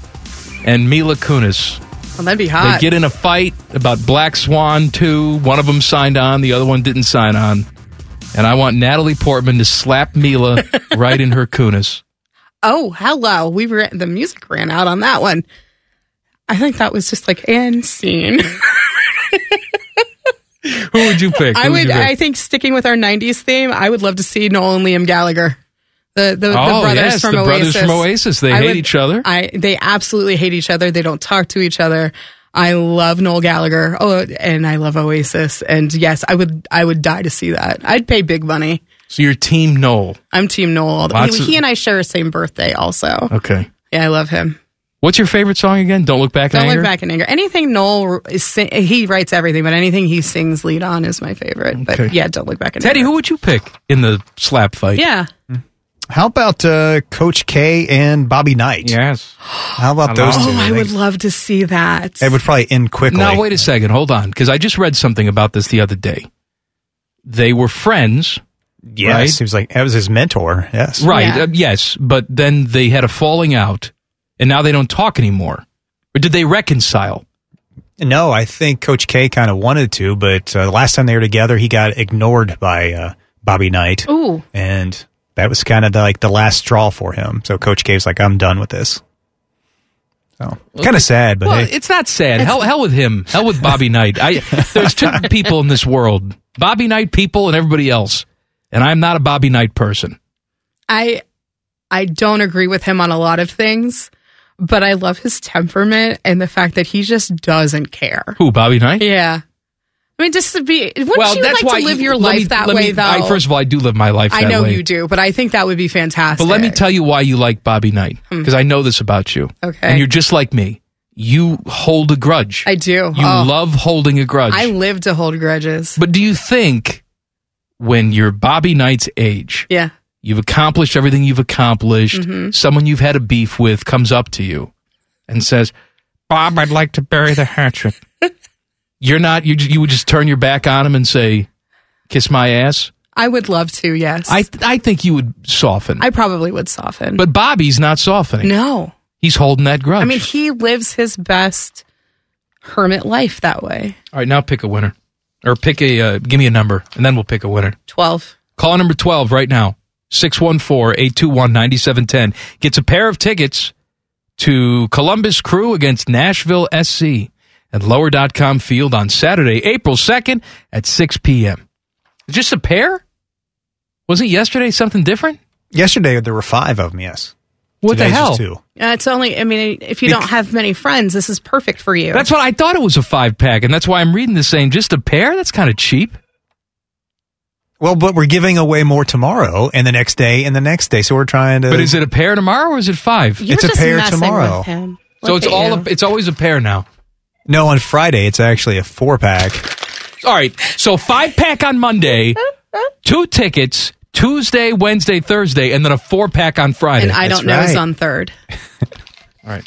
and Mila Kunis. Well, that'd be They hot. get in a fight about Black Swan 2. One of them signed on, the other one didn't sign on. And I want Natalie Portman to slap [LAUGHS] Mila right in her Kunis. oh, hello. We were the music ran out on that one. I think that was just like end scene. [LAUGHS] Who would you pick? I Who you would. pick? I think sticking with our '90s theme, I would love to see Noel and Liam Gallagher, the the, the Oh, brothers yes, from the Oasis. brothers from Oasis. They I hate each other. I they absolutely hate each other. They don't talk to each other. I love Noel Gallagher. Oh, and I love Oasis. And yes, I would. I would die to see that. I'd pay big money. so you're Team Noel. I'm Team Noel. all the- Lots he, of- he and I share the same birthday, also. Okay. Yeah, I love him. What's your favorite song again? Don't look back in Don't anger. look back in anger. Anything Noel is, sing- he writes everything, but anything he sings lead on is my favorite. But Okay. yeah, don't look back in Teddy, anger. who would you pick in the slap fight? Yeah, How about uh, Coach K and Bobby Knight? Yes. How about Hello. those two? Oh, I They- would love to see that. It would probably end quickly. Now wait a second, hold on, because I just read something about this the other day. They were friends, yes, right? he was like that was his mentor. Yes, right? uh, yes, but then they had a falling out, and now they don't talk anymore. Or did they reconcile? No, I think Coach K kind of wanted to, but uh, the last time they were together, he got ignored by uh, Bobby Knight. Ooh. And that was kind of the, like the last straw for him. So Coach K's like, I'm done with this. So kind of sad, but well, hey. it's not sad. Hell, hell with him. Hell with Bobby Knight. [LAUGHS] I, there's two people in this world: Bobby Knight people and everybody else. And I'm not a Bobby Knight person. I I don't agree with him on a lot of things, but I love his temperament and the fact that he just doesn't care. Who Bobby Knight? Yeah. I mean, just to be, wouldn't you like to live your let life me- that let me- way, though? I, first of all, I do live my life. I that know way. you do, but I think that would be fantastic. But let me tell you why you like Bobby Knight because I know this about you. Hmm. Okay. And you're just like me. You hold a grudge. I do. You Oh. love holding a grudge. I live to hold grudges. but do you think when you're Bobby Knight's age, Yeah. you've accomplished everything you've accomplished, Mhm. someone you've had a beef with comes up to you and says, "Bob, I'd like to bury [LAUGHS] the hatchet." you're not you you would just turn your back on him and say, "Kiss my ass." I would love to, yes. I I think you would soften. I probably would soften. But Bobby's not softening. No. He's holding that grudge. I mean, he lives his best hermit life that way. All right, now pick a winner. Or pick a, uh, give me a number, and then we'll pick a winner. 12. Call number 12 right now 614 821 9710. Gets a pair of tickets to Columbus Crew against Nashville SC at lower.com field on Saturday, April 2nd at 6 p.m. Just a pair? Wasn't yesterday something different? Yesterday, there were five of them, yes. What the Today's just hell? Two. Uh, it's only, I mean, if you don't have many friends, this is perfect for you. That's what I thought it was a five pack, and that's why I'm reading this saying just a pair? That's kind of cheap. Well, but we're giving away more tomorrow and the next day and the next day. So we're trying to. But is it a pair tomorrow or is it five? You're It's a just pair messing tomorrow. with him. So it's all a, it's always a pair now. No, on Friday, it's actually a four pack. All right. So five pack on Monday, two tickets Tuesday, Wednesday, Thursday, and then a four pack on Friday. and I don't know is on third. All right.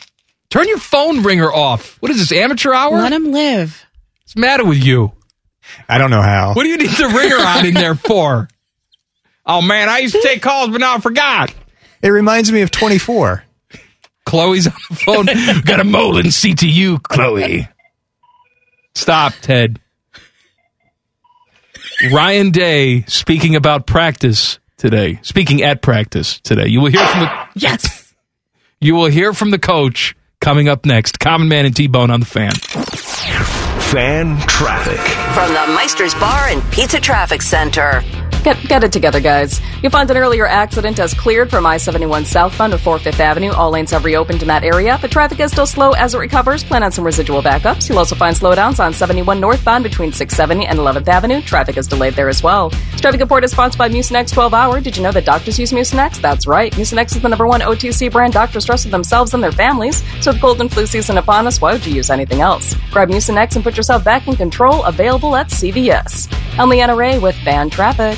Turn your phone ringer off. What is this amateur hour? Let him live. What's the matter with you? I don't know how. What do you need the ringer on in there for? Oh man, I used to take calls, but now I forgot. It reminds me of 24. Chloe's on the [LAUGHS] phone. Got a mole in CTU, Chloe. Stop, Ted. Ryan Day speaking about practice today. Speaking at practice today. You will hear from the Yes. You will hear from the coach coming up next. Common Man and T Bone on the fan. Fan traffic. From the Meister's Bar and Pizza Traffic Center. Get, get it together, guys. You'll find an earlier accident as cleared from I 71 southbound to 4 Fifth Avenue. All lanes have reopened in that area, but traffic is still slow as it recovers. Plan on some residual backups. You'll also find slowdowns on 71 northbound between 670 and 11th Avenue. Traffic is delayed there as well. This traffic report is sponsored by Mucinex 12 Hour. Did you know that doctors use Mucinex? That's right. Mucinex is the number one OTC brand doctors trust with themselves and their families. So with cold and flu season upon us, why would you use anything else? Grab Mucinex and put yourself back in control. Available at CVS. I'm Leanna Ray with Fan Traffic.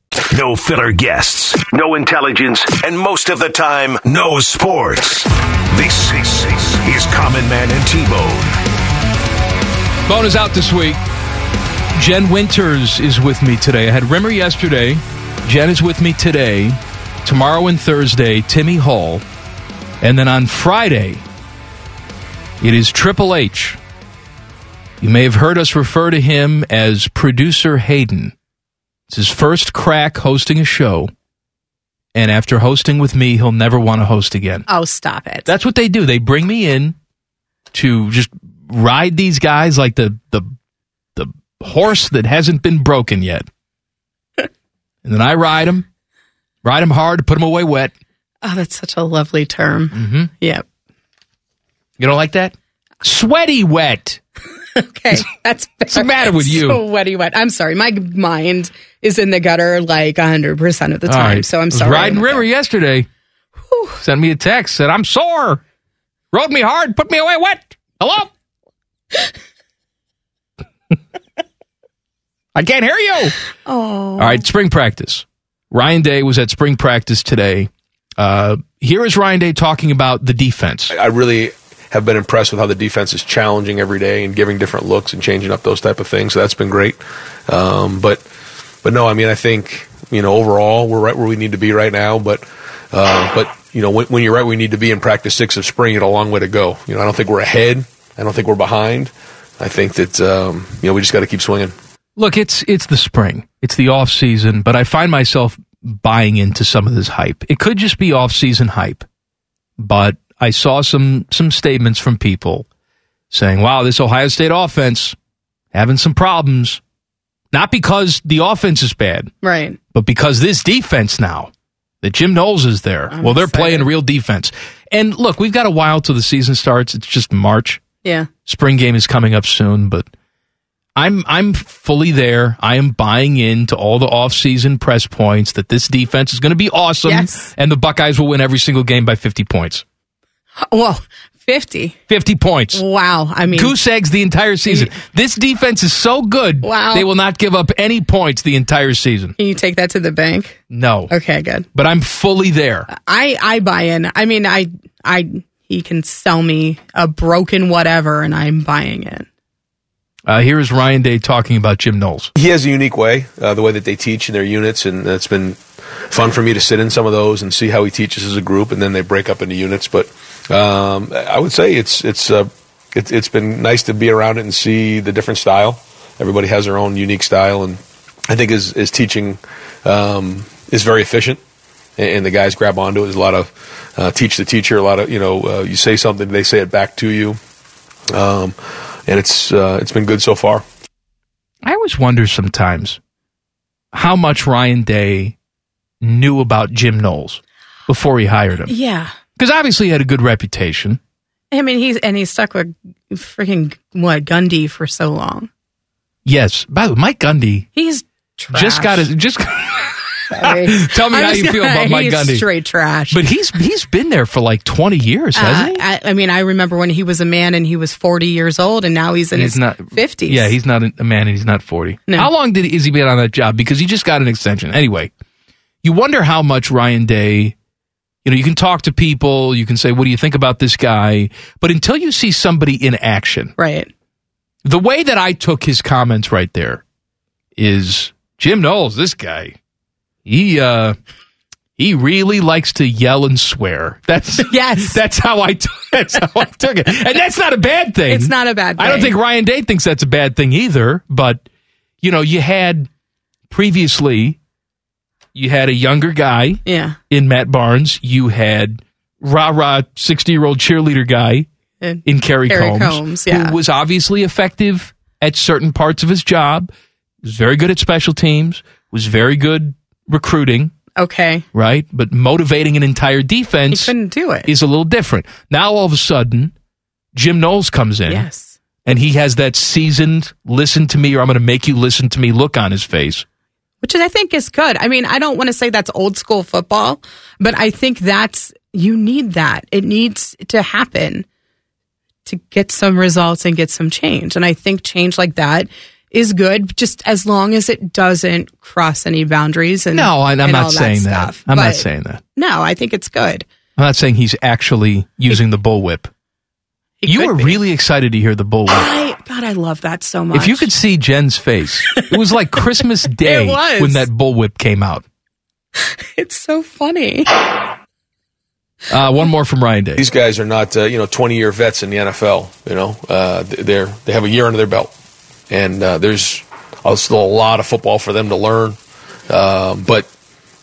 No filler guests, no intelligence, and most of the time, no sports. This is, is Common Man and T Bone. Bone is out this week. Jen Winters is with me today. I had Rimmer yesterday. Jen is with me today. Tomorrow and Thursday, Timmy Hall. And then on Friday, it is Triple H. You may have heard us refer to him as producer Hayden. It's his first crack hosting a show. And after hosting with me, he'll never want to host again. Oh, stop it. That's what they do. They bring me in to just ride these guys like the the the horse that hasn't been broken [LAUGHS] yet. and then I ride them, ride them hard, put them away wet. Oh, that's such a lovely term. Mm-hmm. Yep. You don't like that? Sweaty wet. [LAUGHS] Okay. [LAUGHS] That's What's the [LAUGHS] matter with you? Sweaty wet. I'm sorry. My mind is in the gutter like 100% of the All time. right. So I I'm was sorry. Riding River yesterday. Sent me a [LAUGHS] text, said, I'm sore. Rode me hard, put me away wet. Hello? I can't hear you. Oh. All right, spring practice. Ryan Day was at spring practice today. Uh, here is Ryan Day talking about the defense. I really have been impressed with how the defense is challenging every day and giving different looks and changing up those type of things. So that's been great. Um, but but no, I mean I think you know overall we're right where we need to be right now. But uh, but you know when, when you're right, we need to be in practice six of spring. You had a long way to go. You know I don't think we're ahead. I don't think we're behind. I think that um, you know we just got to keep swinging. Look, it's it's the spring. It's the off season, but I find myself buying into some of this hype. It could just be off season hype. But I saw some some statements from people saying, "Wow, this Ohio State offense having some problems." Not because the offense is bad, Right. but because this defense now that Jim Knowles is there, well, they're playing real defense. And look, we've got a while till the season starts. It's just March. Yeah. Spring game is coming up soon, but I'm I'm fully there. I am buying into all the offseason press points that this defense is going to be awesome and the Buckeyes will win every single game by 50 points. Whoa. 50. 50 points. Wow. I mean, Goose eggs the entire season. This defense is so good. Wow. They will not give up any points the entire season. can you take that to the bank? No. Okay, Uh, good. But I'm fully there. I I buy in. I mean, I I he can sell me a broken whatever, and I'm buying it. Uh, here is Ryan Day talking about Jim Knowles. He has a unique way, uh, the way that they teach in their units, and it's been fun for me to sit in some of those and see how he teaches as a group, and then they break up into units. But um, I would say it's it's uh, it, it's been nice to be around it and see the different style. Everybody has their own unique style, and I think his, his teaching um, is very efficient, and, and the guys grab onto it. There's a lot of uh, teach the teacher, a lot of you know uh, you say something, they say it back to you, um, and it's uh, it's been good so far. I always wonder sometimes how much Ryan Day knew about Jim Knowles before he hired him. Yeah. Because obviously he had a good reputation. I mean, he's and he's stuck with freaking what Gundy for so long. Yes. By the way, Mike Gundy He's trash. just got his just Sorry. [LAUGHS] Tell me I'm how just you feel about Mike he's Gundy. Straight trash. But he's he's been there for like twenty years, hasn't Uh, I, I mean, I remember when he was a man and he was 40 years old, and now he's he? in his 50s. Yeah, he's not a man and he's not forty. No. How long did is he been on that job? Because he just got an extension. Anyway, you wonder how much Ryan Day. You know, you can talk to people. You can say, "What do you think about this guy?" But until you see somebody in action, right? The way that I took his comments right there is Jim Knowles. This guy, he uh, he really likes to yell and swear. That's [LAUGHS] yes. That's how I t- [LAUGHS] that's how I took it, and that's not a bad thing. It's not a bad I don't thing. think Ryan Day thinks that's a bad thing either. But you know, you had previously, you had a younger guy Yeah. in Matt Barnes. You had rah rah sixty year old cheerleader guy And in Kerry, Kerry Combs, Combs, yeah. who was obviously effective at certain parts of his job. Was very good at special teams. Was very good recruiting Okay. right? But motivating an entire He defense couldn't do it. is a little different. Now all of a sudden, Jim Knowles comes in. Yes. And he has that seasoned listen to me or I'm going to make you listen to me look on his face. Which I think is good. I mean, I don't want to say that's old school football, but I think that's, you need that. It needs to happen to get some results and get some change. And I think change like that is good just as long as it doesn't cross any boundaries and No, I, I'm and all not saying that. stuff. I'm not But- saying that. no i think it's good I'm not saying he's actually using the bullwhip. You were really excited to hear the bullwhip. I God, I love that so much. If you could see Jen's face, it was [LAUGHS] like Christmas Day was. when that bullwhip came out. [LAUGHS] it's so funny. Uh, one more from Ryan Day. These guys are not, uh, you know, 20 year vets in the NFL. You know, uh, th- they're they have a year under their belt, and uh, there's uh, still a lot of football for them to learn. Um, but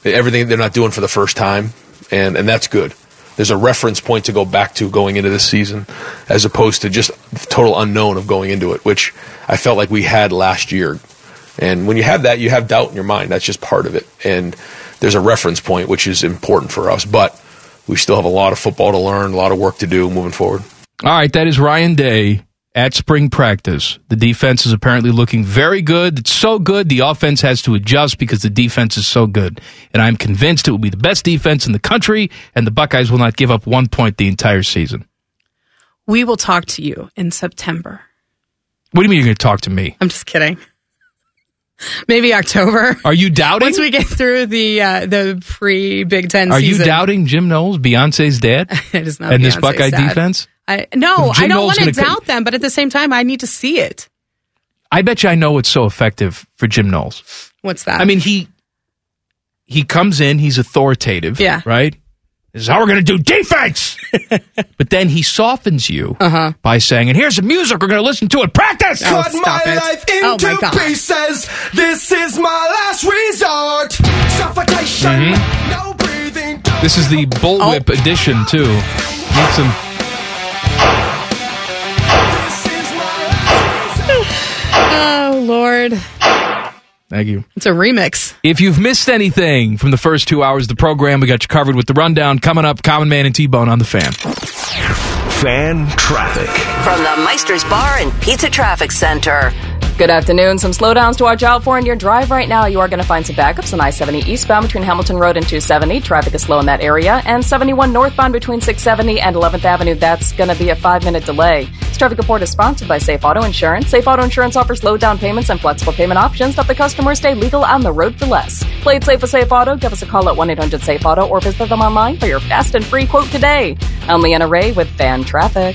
everything they're not doing for the first time, and and that's good. There's a reference point to go back to going into this season, as opposed to just total unknown of going into it, which I felt like we had last year. And when you have that, you have doubt in your mind. That's just part of it. And there's a reference point, which is important for us. But we still have a lot of football to learn, a lot of work to do moving forward. All right, that is Ryan Day at spring practice. The defense is apparently looking very good. It's so good, the offense has to adjust because the defense is so good. And I'm convinced it will be the best defense in the country, and the Buckeyes will not give up one point the entire season. We will talk to you in September. What do you mean you're going to talk to me? I'm just kidding. [LAUGHS] Maybe October. Are you doubting? Once we get through the uh, the pre Big Ten Are season, you doubting Jim Knowles, Beyonce's dad, [LAUGHS] It is not and this Beyonce's Buckeye dad. defense? I, no, Jim I don't Knowles want to gonna co- doubt them, but at the same time, I need to see it. I bet you I know what's so effective for Jim Knowles. What's that? I mean, he he comes in, he's authoritative, Yeah. right? This is how we're going to do defense. but then he softens you by saying, "And here's the music we're going to listen to at practice." Cut Oh my life Oh into pieces. This is my last resort. Suffocation. Mm-hmm. Mhm. No [GASPS] breathing. This is the bullwhip edition too. Makes [LAUGHS] him. oh Lord, Thank you. it's a remix. If you've missed anything from the first two hours of the program, we got you covered with the rundown coming up. Common Man and T Bone on the fan. Fan traffic. From the Meister's Bar and Pizza Traffic Center. Good afternoon. Some slowdowns to watch out for in your drive right now. You are going to find some backups on I 70 eastbound between Hamilton Road and 270. Traffic is slow in that area. And 71 northbound between 670 and 11th Avenue. That's going to be a five minute delay. This traffic report is sponsored by Safe Auto Insurance. Safe Auto Insurance offers low down payments and flexible payment options to help the customer stay legal on the road for less. Play it safe with Safe Auto. Give us a call at 1 800 Safe Auto or visit them online for your fast and free quote today. I'm Leanna Ray with Fan Traffic.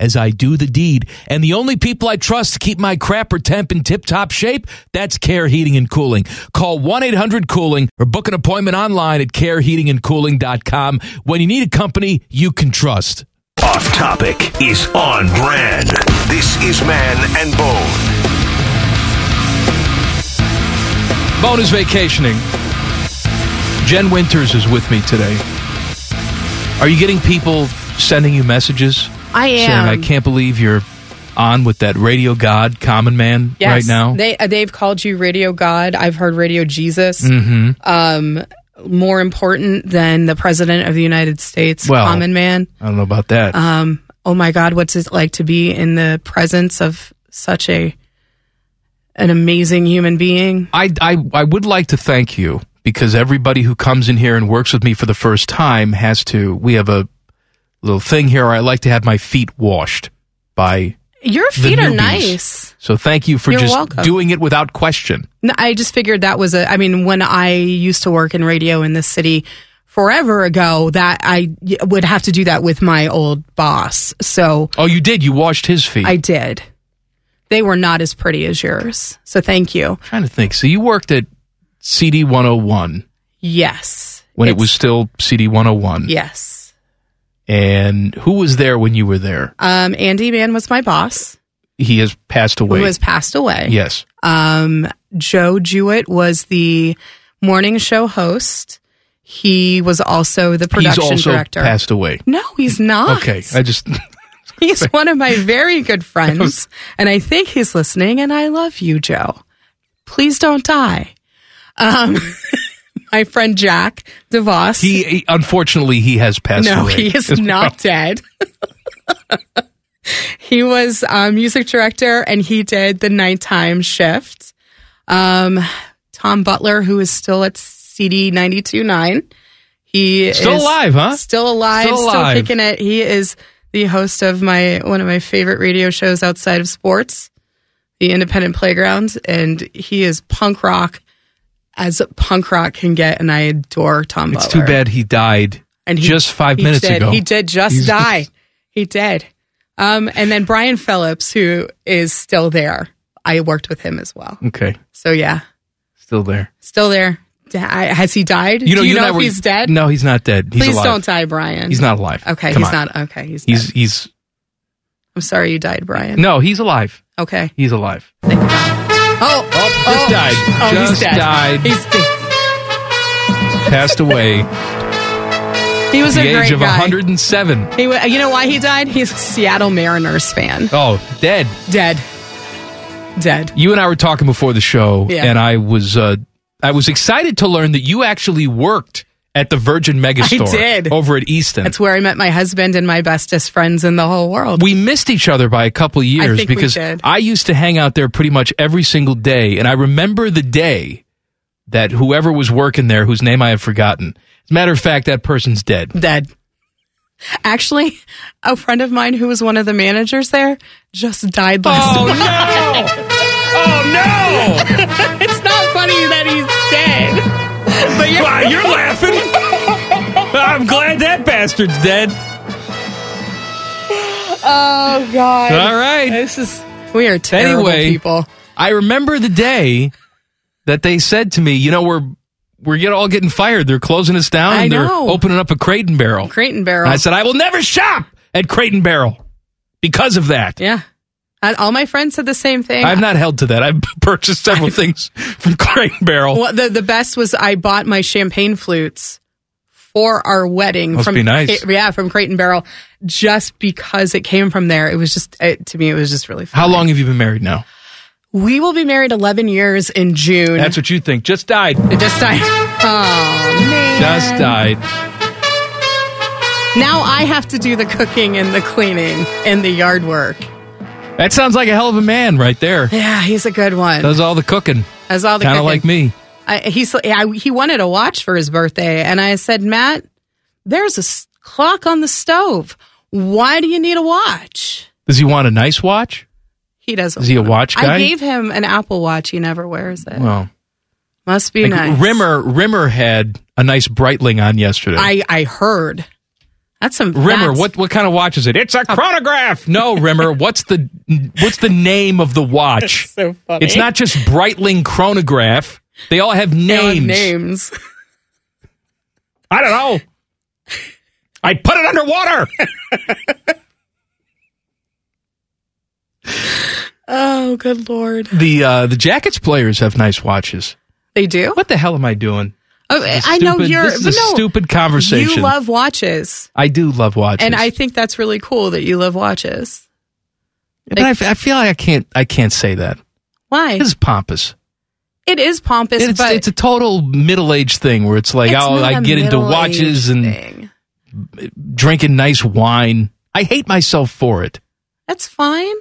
as I do the deed. And the only people I trust to keep my crapper temp in tip top shape, that's Care Heating and Cooling. Call 1 800 Cooling or book an appointment online at careheatingandcooling.com when you need a company you can trust. Off topic is on brand. This is Man and Bone. Bone is vacationing. Jen Winters is with me today. Are you getting people sending you messages? I am. Saying, I can't believe you're on with that radio god, common man, Yes, right now. they uh, they've called you Radio God. I've heard Radio Jesus. Mhm. Um, more important than the president of the United States, Well, common man. I don't know about that. Um, oh my God, what's it like to be in the presence of such a an amazing human being? I, I, I would like to thank you because everybody who comes in here and works with me for the first time has to. We have a little thing here. Where I like to have my feet washed by Your the feet are newbies. nice. So thank you for You're just welcome. doing it without question. No, I just figured that was a. I mean, when I used to work in radio in this city forever ago, that I y- would have to do that with my old boss. So Oh, you did. You washed his feet. I did. They were not as pretty as yours. So thank you. trying to think. So you worked at CD 101 Yes. when it was still CD 101. Yes. And who was there when you were there? Um, Andy Mann was my boss He has passed away. who has passed away. Yes. Um, Joe Jewett was the morning show host. He was also the production He's also director. passed away. No, he's not. Okay. I just. [LAUGHS] [LAUGHS] He's one of my very good friends, and I think he's listening. And I love you, Joe. Please don't die. Um, [LAUGHS] my friend Jack DeVos. He, he- unfortunately he has passed no, away. he [LAUGHS] is not dead. he was um, music director, and he did the nighttime shift. Um, Tom Butler, who is still at CD 92.9, he Still is alive, huh? Still alive, Still still, alive. kicking it. He is the host of my one of my favorite radio shows outside of sports, the Independent Playground, and he is punk rock as punk rock can get, and I adore Tom It's Butler. too bad he died And he- just five he minutes did- ago. He did just He's- die. He did. Um, and then Brian Phillips, who is still there, I worked with him as well. [LAUGHS] Okay, So yeah, still there. still there. D- I- Has he died? Do you and I know if were- he's dead? No, he's not dead. He's Please alive. don't die, Brian. He's not alive. Okay, Come he's on. not. Okay, he's. He's dead. he's I'm sorry you died, Brian. no, he's alive. Okay. He's alive. Oh, oh, just died. Oh, he's Just dead. died. He's dead. Passed away. He was at a the great age of guy. 107. He, wa- you know why he died? He's a Seattle Mariners fan. Oh, dead. Dead. Dead. You and I were talking before the show, Yeah. and I was uh, I was excited to learn that you actually worked at [LAUGHS] the Virgin Megastore did. over at Easton. That's where I met my husband and my bestest friends in the whole world. we missed each other by a couple years think we because did. I used to hang out there pretty much every single day, and I remember the day that whoever was working there, whose name I have forgotten. As a matter of fact, that person's dead. Dead. Actually, a friend of mine who was one of the managers there just died last oh, month. Oh, No! it's not funny that he's dead. [LAUGHS] But you're, wow, you're laughing. [LAUGHS] I'm glad that bastard's dead. Oh God! All right. This is we are terrible anyway, people. I remember the day that they said to me, "You know, we're we're get, all getting fired. They're closing us down. I and they're know. opening up a Crate and Barrel." Crate and And Barrel. I said, "I will never shop at Crate and Barrel because of that." Yeah. And all my friends said the same thing. I've not held to that. I've [LAUGHS] purchased [LAUGHS] several things from Crate and Barrel. Well, the the best was I bought my champagne flutes for our wedding Must from be nice. yeah from Crate and Barrel just because it came from there. It was just it, to me it was just really fun. How long have you been married now? We will be married 11 years in June. That's what you think. Just died. It just died. Oh man. Just uh, died. Now I have to do the cooking and the cleaning and the yard work. That sounds like a hell of a man right there. Yeah, he's a good one. Does all the cooking. Does all the Kind of cooking. like me. I, he s- I, he wanted a watch for his birthday, and I said, Matt, there's a s- clock on the stove. Why do you need a watch? Does he want a nice watch? He doesn't. Is he a want watch it. guy? I gave him an Apple Watch. He never wears it. Well, Must Uh, be like, nice. Rimmer Rimmer had a nice Breitling on yesterday. I I heard. That's some Rimmer, that's- what what kind of watch is it? It's a chronograph. [LAUGHS] No, Rimmer, what's the what's the name of the watch? That's so funny. It's not just Breitling chronograph. They all have They all have names. names. [LAUGHS] I don't know. I put it underwater. [LAUGHS] Oh, good lord. the uh, the Jackets players have nice watches. They do. What the hell am I doing? Oh, This is I know stupid- you're. This is but a no, stupid conversation. You love watches, I do love watches, and I think that's really cool that you love watches. but I, f- I feel like I can't. I can't say that. Why? This is pompous. It is pompous, It's, but it's a total middle age thing where it's like, It's oh, not I a get into middle-aged watches and drinking nice wine. I hate myself for it. that's fine.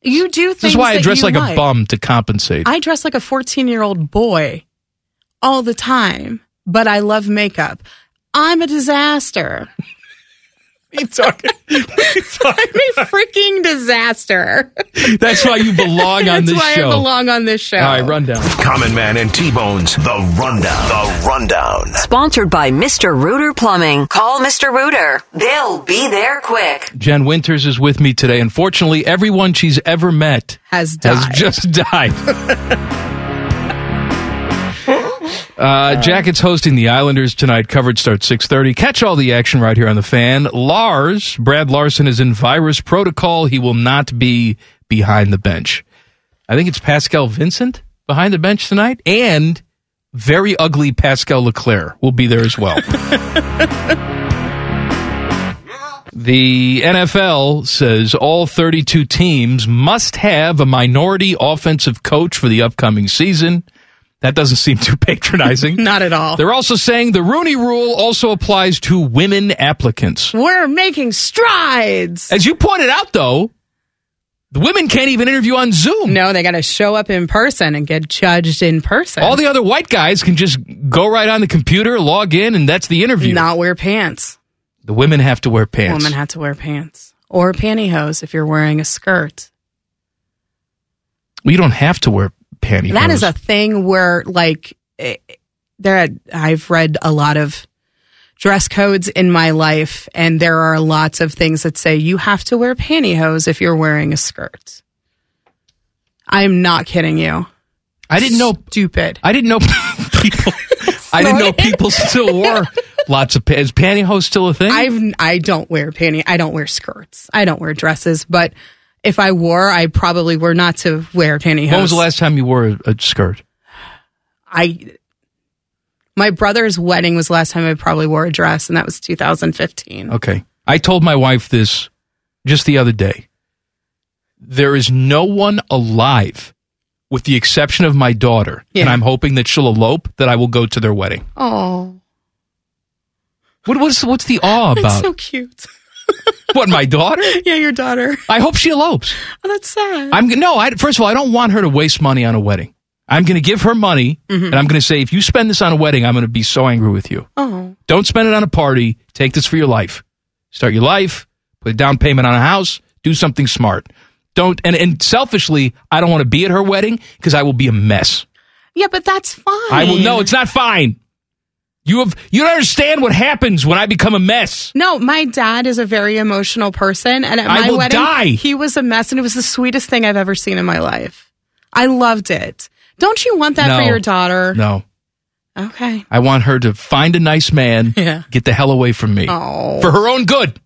You do things. This is why I that dress you like a like. bum to compensate. I dress like a 14 year old boy all the time, but I love makeup. I'm a [LAUGHS] disaster. you talking? [LAUGHS] [LAUGHS] I'm a freaking disaster. That's why you belong on That's this why show. I belong on this show. rundown. Common Man and T Bones, the rundown. The rundown. Sponsored by Mr. Rooter Plumbing. Call Mr. Rooter. They'll be there quick. Jen Winters is with me today. Unfortunately, everyone she's ever met Has died. has [LAUGHS] just [LAUGHS] died. uh, Jackets hosting the Islanders tonight. Coverage starts 6.30. Catch all the action right here on The Fan. Lars, Brad Larson, is in virus protocol. He will not be behind the bench. I think it's Pascal Vincent behind the bench tonight. And very ugly Pascal Leclaire will be there as [LAUGHS] well. The NFL says all 32 teams must have a minority offensive coach for the upcoming season. That doesn't seem too patronizing. [LAUGHS] Not at all. They're also saying the Rooney rule also applies to women applicants. We're making strides. As you pointed out, though, the women can't even interview on Zoom. No, they got to show up in person and get judged in person. All the other white guys can just go right on the computer, log in, and that's the interview. Not wear pants. The women have to wear pants. Women have to wear pants or pantyhose if you're wearing a skirt. well, you don't have to wear pantyhose. That is a thing where, like, eh, there. I've read a lot of dress codes in my life, and there are lots of things that say you have to wear pantyhose if you're wearing a skirt. I'm not kidding you. I didn't know Stupid. I didn't know [LAUGHS] people. I didn't know people still wore lots of pants. Is pantyhose still a thing? I've I don't wear panty. I don't wear skirts. I don't wear dresses. But if I wore, I probably were not to wear pantyhose. when was the last time you wore a, a skirt? I my brother's wedding was the last time I probably wore a dress, and that was 2015. Okay. I told my wife this just the other day. There is no one alive with the exception of my daughter. And I'm hoping that she'll elope, that I will go to their wedding. Oh, What, what's, what's the awe that's about? so cute. what, my daughter? [LAUGHS] Yeah, your daughter. I hope she elopes. Oh, that's sad. I'm no. I, first of all, I don't want her to waste money on a wedding. I'm going to give her money, Mhm. and I'm going to say, if you spend this on a wedding, I'm going to be so angry with you. Oh, Don't spend it on a party. Take this for your life. Start your life. Put a down payment on a house. Do something smart. Don't and, and selfishly, I don't want to be at her wedding because I will be a mess. yeah, but that's fine. I will. No, it's not fine. You have you don't understand what happens when I become a mess. No, my dad is a very emotional person, and at I my will wedding, die. he was a mess, and it was the sweetest thing I've ever seen in my life. I loved it. Don't you want that No. for your daughter? No, Okay. I want her to find a nice man. [LAUGHS] Yeah. Get the hell away from me. Oh. for her own good,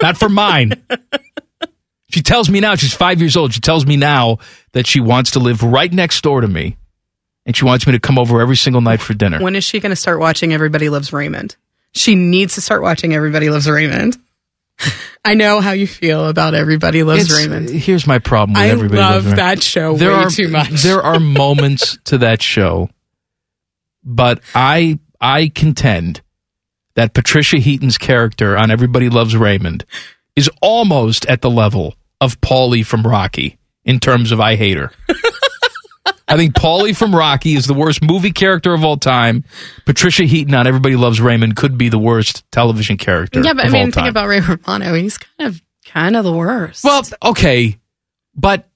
not [LAUGHS] for mine. she tells me now, she's five years old. She tells me now that she wants to live right next door to me and she wants me to come over every single night for dinner. When is she going to start watching Everybody Loves Raymond? She needs to start watching Everybody Loves Raymond. [LAUGHS] I know how you feel about Everybody Loves It's- Raymond. Here's my problem with I everybody. love Loves Raymond. that show way are, too much. [LAUGHS] there are moments to that show, but I I contend that Patricia Heaton's character on Everybody Loves Raymond is almost at the level of Paulie from Rocky in terms of I hate her. [LAUGHS] I think Paulie from Rocky is the worst movie character of all time. Patricia Heaton on Everybody Loves Raymond could be the worst television character. Yeah, but I of all mean, think time. about Ray Romano. He's kind of kind of the worst. Well, okay, but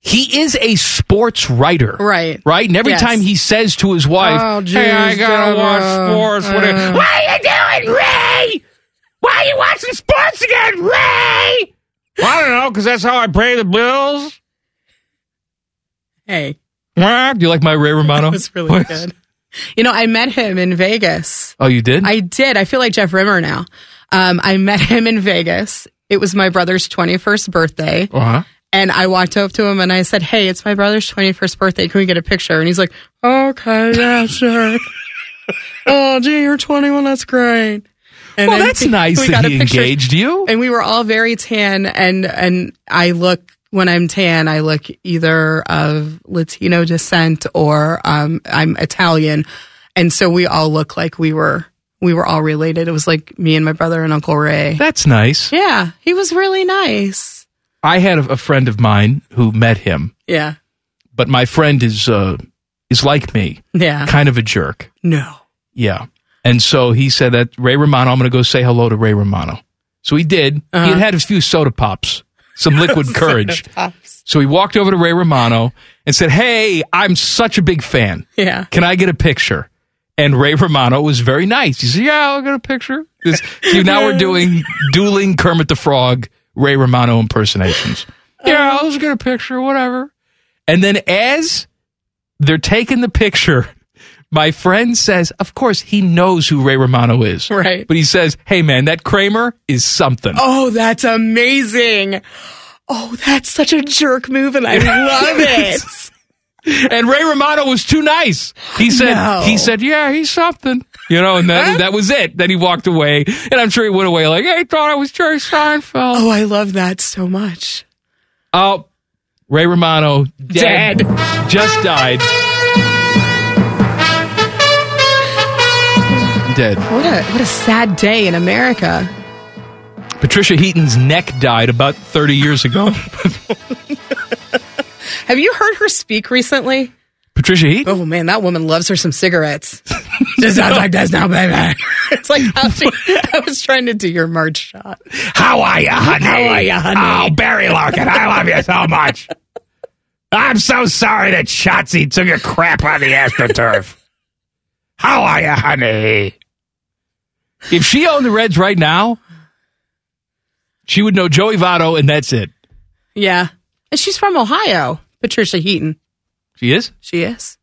he is a sports writer, Right. Right, and every Yes. time he says to his wife, Oh, "Hey, I geez, gotta Deborah. watch sports," what Uh. are- What are you doing, Ray? Why are you watching sports again, Ray? Well, I don't know, because that's how I pay the bills. hey, do you like my Ray Romano? that was really good. You know, I met him in Vegas. Oh, you did? I did. I feel like Jeff Rimmer now. Um, I met him in Vegas. It was my brother's 21st birthday. Uh-huh. And I walked up to him and I said, Hey, it's my brother's 21st birthday. Can we get a picture? And he's like, Okay, yeah, [LAUGHS] sure. oh, gee, you're 21. That's great. And Well, then that's nice we that got a he picture. engaged you. And we were all very tan. And, and I look, when I'm tan, I look either of Latino descent or um, I'm Italian. And so we all look like we were, we were all related. It was like me and my brother and Uncle Ray. That's nice. yeah, he was really nice. I had a, a friend of mine who met him, Yeah. but my friend is uh, is like me, Yeah. kind of a jerk. No. Yeah. And so he said that Ray Romano, I'm going to go say hello to Ray Romano. So he did. He had had a few soda pops, [LAUGHS] some liquid Uh-huh. Soda courage. So he walked over to Ray Romano and said, Hey, I'm such a big fan. Yeah. Can I get a picture? And Ray Romano was very nice. He said, Yeah, I'll get a picture. This, so [LAUGHS] now we're doing dueling Kermit the Frog, Ray Romano impersonations. Uh-huh. Yeah, I was going to picture, whatever. And then as they're taking the picture, my friend says, of course, he knows who Ray Romano is. Right. But he says, hey, man, that Kramer is something. Oh, that's amazing. Oh, that's such a jerk move, and I [LAUGHS] love it. And Ray Romano was too nice. He said, No. he said, yeah, he's something. You know, and that, that was it. Then he walked away. And I'm sure he went away like, hey, thought I was Jerry Seinfeld. Oh, I love that so much. oh, Ray Romano, dead. Just died. Dead. What a what a sad day in America. Patricia Heaton's neck died about 30 years ago. Have you heard her speak recently? Patricia Heaton? Oh man, that woman loves her some [LAUGHS] cigarettes. She sounds like this now, baby. [LAUGHS] it's like how she, I was trying to do your merch shot. How are you, honey? How are you, honey? Oh, Barry Larkin, I love you so much. I'm so sorry that Shotzi took a crap on the AstroTurf. How are you, honey? If she owned the Reds right now, she would know Joey Votto, and that's it. Yeah, and she's from Ohio, Patricia Heaton. She is? She is.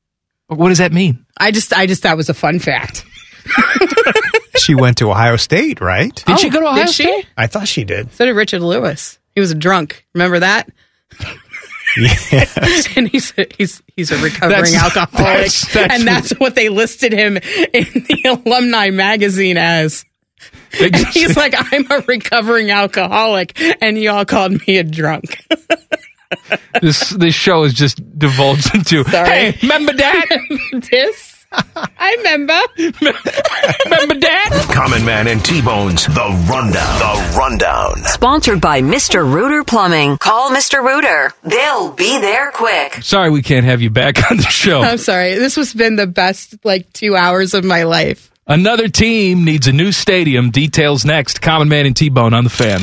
What does that mean? I just I just that was a fun fact. she went to Ohio State, right? Did she Oh, go to Ohio did she? State? I thought she did. So did Richard Lewis. He was a drunk. Remember that? and [LAUGHS] he's a, he's he's a recovering That's- [LAUGHS] alcoholic, Oh, that's- that's- and that's what they listed him in the [LAUGHS] alumni magazine as. And he's like, I'm a recovering alcoholic, and y'all called me a drunk. this this show is just divulged into. Hey, remember [LAUGHS] that? this? I remember. remember that? Common Man and T Bones, the rundown. The rundown. Sponsored by Mr. Rooter Plumbing. Call Mr. Rooter. They'll be there quick. sorry we can't have you back [LAUGHS] on the show. I'm sorry. This has been the best like two hours of my life. Another team needs a new stadium. Details next. Common Man and T Bone on the fan.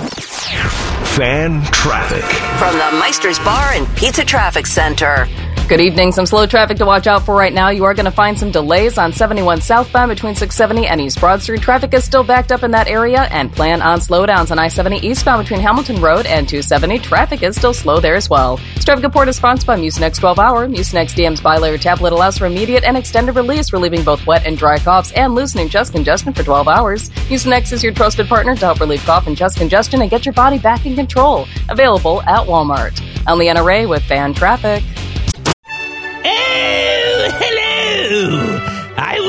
Fan traffic. From the Meister's Bar and Pizza Traffic Center. Good evening. Some slow traffic to watch out for right now. You are going to find some delays on 71 southbound between 670 and East Broad Street. Traffic is still backed up in that area and plan on slowdowns on I 70 eastbound between Hamilton Road and 270. Traffic is still slow there as well. This traffic report is sponsored by Mucinex 12 Hour. Mucinex DM's bilayer tablet allows for immediate and extended release, relieving both wet and dry coughs and loosening chest congestion for 12 hours. Mucinex is your trusted partner to help relieve cough and chest congestion and get your body back in control. Available at Walmart. I'm Leanna Ray with Fan Traffic. Hello! I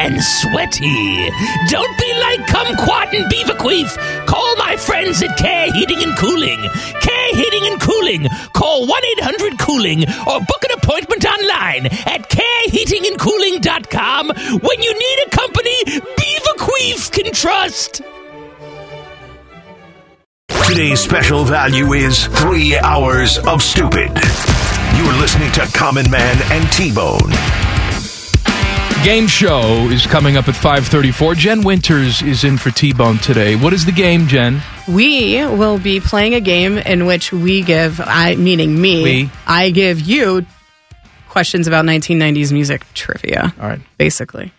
and sweaty. Don't be like Kumquat and Beaverqueef. Call my friends at Care Heating and Cooling. Care Heating and Cooling. Call 1 800 Cooling or book an appointment online at careheatingandcooling.com when you need a company Beaverqueef can trust. Today's special value is three hours of stupid. You're listening to Common Man and T Bone. Game show is coming up at 5:34. Jen Winters is in for T Bone today. What is the game, Jen? We will be playing a game in which we give, I meaning me, We. I give you questions about 1990s music trivia. All right. Basically.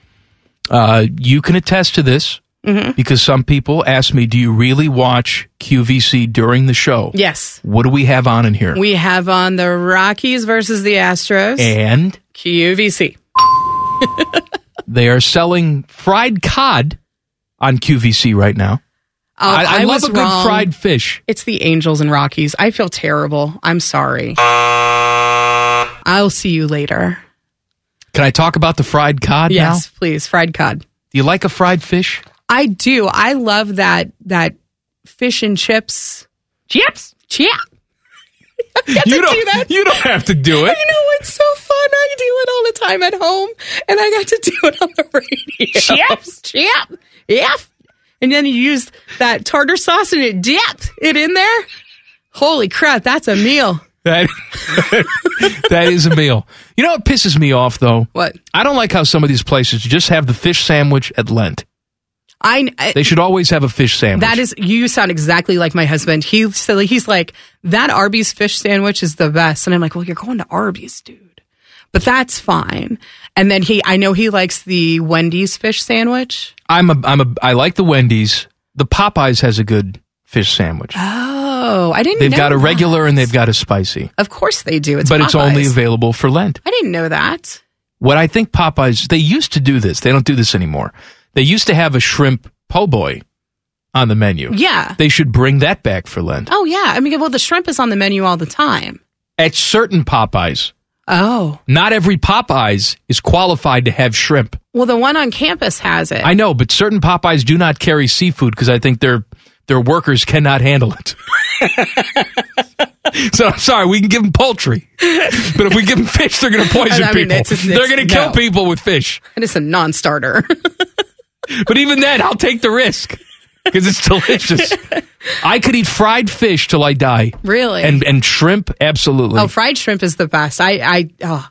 Uh, you can attest to this Mhm. because some people ask me, "Do you really watch QVC during the show?" Yes. What do we have on in here? We have on the Rockies versus the Astros. and QVC. they are selling fried cod on QVC right now. Um, I, I, I love was a good wrong. fried fish. It's the Angels and Rockies. I feel terrible. I'm sorry. I'll see you later. Can I talk about the fried cod yes, now? please. Fried cod. Do you like a fried fish? I do. I love that that fish and chips. Chips? Yeah. [LAUGHS] you You don't don't- do that. you don't have to do it. You know what's so fun? I do it all the time at home, and I got to do it on the radio. Chips, [LAUGHS] chip, yeah. And then you use that tartar sauce and it dip it in there. Holy crap, that's a meal. That, [LAUGHS] that is a meal. You know what pisses me off though? What? I don't like how some of these places just have the fish sandwich at Lent. I, I They should always have a fish sandwich. That is, you sound exactly like my husband. He so he's like that Arby's fish sandwich is the best, and I'm like, well, you're going to Arby's, dude. But that's fine. And then he, I know he likes the Wendy's fish sandwich. I'm a I'm a I like the Wendy's. The Popeyes has a good fish sandwich. Oh, I didn't. They've know got a that. regular and they've got a spicy. Of course they do. It's but it's only Popeyes. available for Lent. I didn't know that. What I think Popeyes they used to do this. They don't do this anymore. They used to have a shrimp po' boy on the menu. Yeah. They should bring that back for Lent. Oh yeah. I mean, well, the shrimp is on the menu all the time. At certain Popeyes. Oh. Not every Popeyes is qualified to have shrimp. Well, the one on campus has it. I know, but certain Popeyes do not carry seafood because I think their their workers cannot handle it. [LAUGHS] so I'm sorry, we can give them poultry, but if we give them fish, they're going to poison I mean, people. it's- it's- they're going to kill no. people with fish. And it's a non-starter. But even then, I'll take the risk because it's [LAUGHS] delicious. I could eat fried fish till I die. Really? And and shrimp, [LAUGHS] absolutely. oh, fried shrimp is the best. I I oh,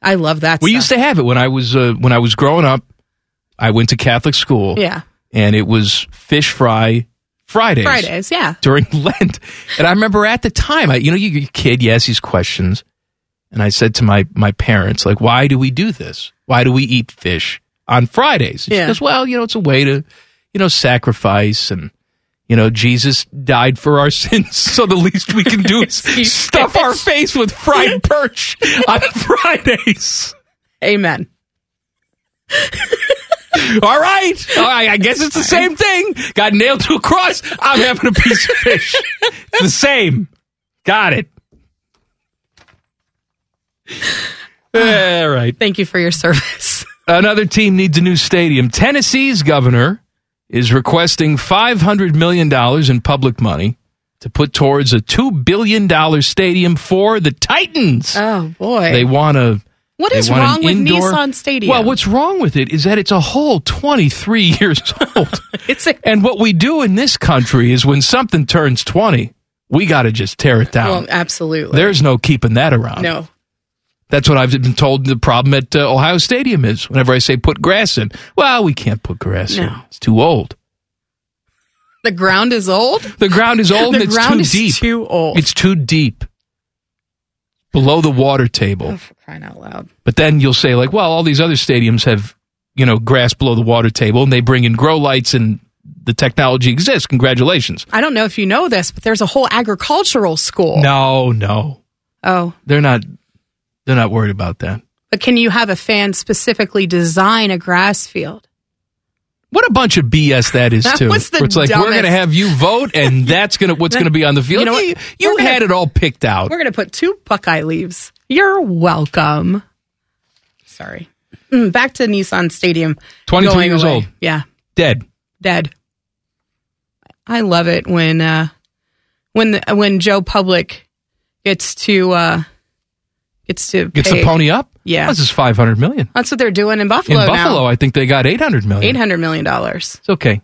I love that. we stuff. used to have it when I was uh, when I was growing up. I went to Catholic school. Yeah. and it was fish fry Fridays. Fridays, yeah. During [LAUGHS] Lent. And I remember at the time, I, you know, you, your kid, you ask these questions. And I said to my, my parents, like, why do we do this? Why do we eat fish on Fridays? And She Yeah. goes, well, you know, it's a way to, you know, sacrifice and, you know, Jesus died for our [LAUGHS] sins, so the least we can do is stuff our face with fried perch on Fridays. Amen. [LAUGHS] All right. All right. I guess it's the same thing. Got nailed to a cross. I'm having a piece of fish. It's the same. Got [SIGHS] it. All right. Ah, Thank you for your service. [LAUGHS] Another team needs a new stadium. Tennessee's governor is requesting $500 million in public money to put towards a $2 billion stadium for the Titans. Oh boy. They want to. What is wrong with Nissan Stadium? Well, what's wrong with it is that it's a whole 23 [LAUGHS] years old. [LAUGHS] it's and what we do in this country is when something turns 20, we got to just tear it down. Well, absolutely. There's no keeping that around. no. That's what I've been told the problem at uh, Ohio Stadium is. Whenever I say put grass in, well, we can't put grass in. No. It's too old. The ground is old. The ground is old the and it's ground too is deep. Too old. It's too deep. Below the water table. Oh, for crying out loud. But then you'll say like, well, all these other stadiums have, you know, grass below the water table and they bring in grow lights and the technology exists. Congratulations. I don't know if you know this, but there's a whole agricultural school. No, no. Oh, They're not they're not worried about that. but can you have a fan specifically design a grass field? What a bunch of BS that is That too. was the Where it's like we're going to dumbest- have you vote and that's going to what's going to be on the field. You know what? you you We're gonna- had it all picked out. We're going to put two Buckeye leaves. You're welcome. Sorry. Mm, back to Nissan Stadium. 23 Going years away. old. Yeah. Dead. dead. I love it when uh, when the, when Joe Public gets to uh, gets to Gets pay. the pony up? Yeah. This is 500 million. That's what they're doing in Buffalo In Buffalo, now. I think they got 800 million. Eight hundred million dollars. It's okay.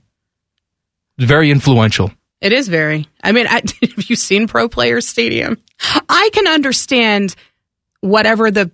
It's very influential. It is very. I mean, I, [LAUGHS] have you seen Pro Player Stadium? I can understand whatever the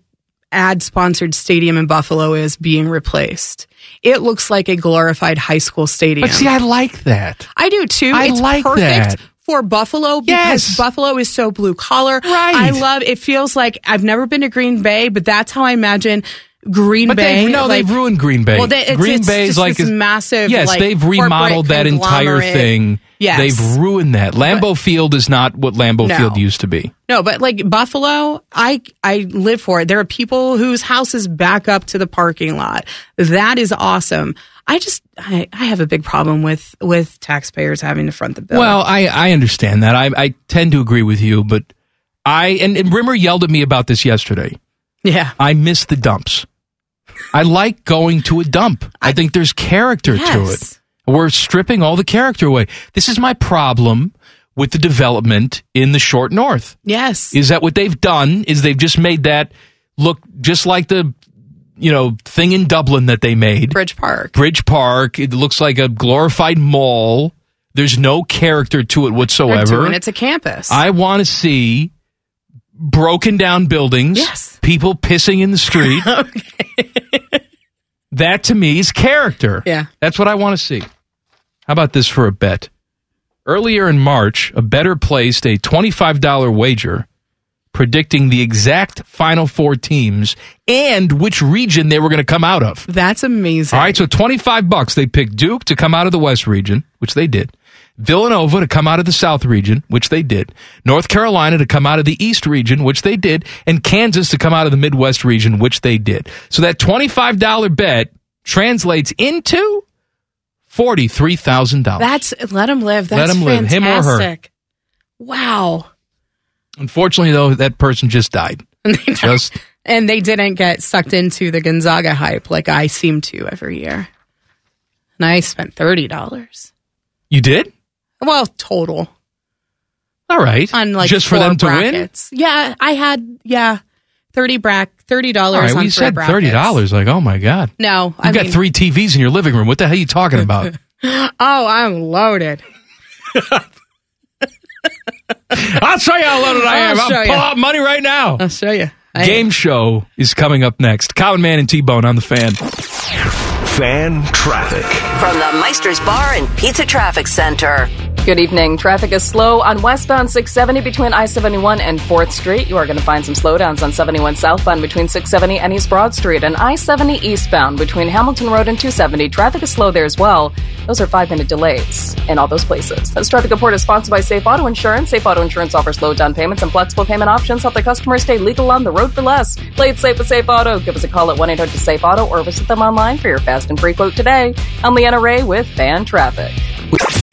ad sponsored stadium in Buffalo is being replaced. It looks like a glorified high school stadium. But see, I like that. I do too. I it's like perfect that. for Buffalo because Buffalo is so blue collar. Right. I love it feels like I've never been to Green Bay, but that's how I imagine Green But Bay. they, no, like, they've ruined Green Bay. Well, they, it's, Green it's Bay just is like this a- massive. Yes, like, they've corporate remodeled that entire conglomerate. thing. Yes. They've ruined that. Lambeau Field is not what Lambeau No. Field used to be. No, but like Buffalo, I I live for it. There are people whose houses back up to the parking lot. That is awesome. I just I, I have a big problem with with taxpayers having to front the bill. Well, I, I understand that. I, I tend to agree with you, but I and, and Rimmer yelled at me about this yesterday. Yeah. I miss the dumps. I like going to a dump. I, think there's character Yes. to it. We're stripping all the character away. This is my problem with the development in the short north. Yes. Is that what they've done is they've just made that look just like the you know thing in Dublin that they made. Bridge Park. Bridge Park. It looks like a glorified mall. There's no character to it They're whatsoever. doing it to campus. I want to see broken down buildings, people pissing in the street. that to me is character. Yeah. That's what I want to see. How about this for a bet? Earlier in March, a better placed a $25 wager predicting the exact final four teams and which region they were going to come out of. That's amazing. All right, so 25 bucks they picked Duke to come out of the West region, which they did. Villanova to come out of the South region, which they did. North Carolina to come out of the East region, which they did, and Kansas to come out of the Midwest region, which they did. So that $25 bet translates into $43,000. That's let him live. Let That's 'em live, him or her. fantastic. Wow. Unfortunately, though, that person [LAUGHS] just died. just And they didn't get sucked into the Gonzaga hype like I seem to every year. And I spent thirty dollars. you did? Well, total. All right. On like just for four them to win. brackets. win. Yeah, I had yeah thirty brack thirty All dollars. right, on we four said brackets. thirty dollars. Like, oh my god, No, you've I got mean- three TVs in your living room. What the hell are you [LAUGHS] talking about? [GASPS] Oh, I'm loaded. I'll show you how loaded I am. I'll I'll show pull you. out money right now. I'll show you. Game show is coming up next. Common Man and T Bone on the fan. Fan traffic. From the Meister's Bar and Pizza Traffic Center. Good evening. Traffic is slow on westbound 670 between I 71 and 4th Street. You are going to find some slowdowns on 71 southbound between 670 and East Broad Street and I 70 eastbound between Hamilton Road and 270. Traffic is slow there as well. Those are five minute delays in all those places. This traffic report is sponsored by Safe Auto Insurance. Safe Auto Insurance offers low down payments and flexible payment options. Help the customer stay legal on the road for less. Play it safe with Safe Auto. Give us a call at 1 800 Safe Auto or visit them online for your fast and free quote today. I'm Leanna Ray with Fan Traffic.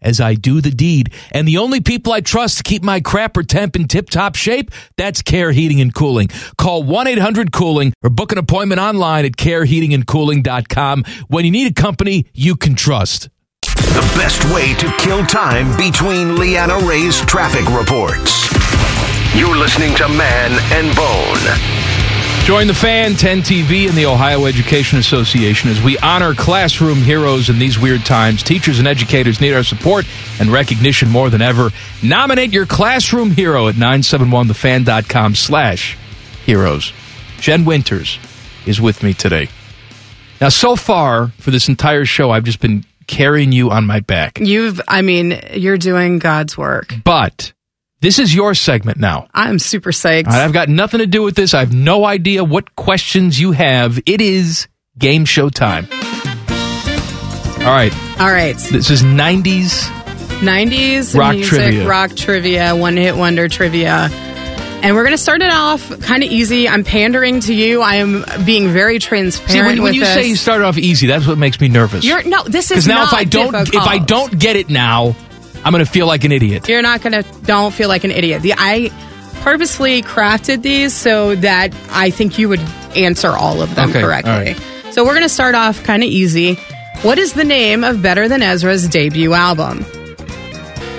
as I do the deed. And the only people I trust to keep my crapper temp in tip top shape, that's Care Heating and Cooling. Call 1 800 Cooling or book an appointment online at careheatingandcooling.com when you need a company you can trust. The best way to kill time between Leanna Ray's traffic reports. You're listening to Man and Bone. Join the fan, 10 TV, and the Ohio Education Association as we honor classroom heroes in these weird times. Teachers and educators need our support and recognition more than ever. Nominate your classroom hero at 971thefan.com slash heroes. Jen Winters is with me today. Now, so far for this entire show, I've just been carrying you on my back. You've, I mean, you're doing God's work. But this is your segment now. I'm super psyched. I've got nothing to do with this. I have no idea what questions you have. It is game show time. All right. All right. This is 90s. 90s Rock music, trivia. rock trivia, one hit wonder trivia. And we're going to start it off kind of easy. I'm pandering to you. I am being very transparent See, when, with when you this. say you started off easy, that's what makes me nervous. You're no, this is Because now if not I don't difficult. if I don't get it now, I'm going to feel like an idiot. You're not gonna don't feel like an idiot. The I purposely crafted these so that I think you would answer all of them Okay, correctly. all right. So we're gonna start off kind of easy. What is the name of Better Than Ezra's debut album?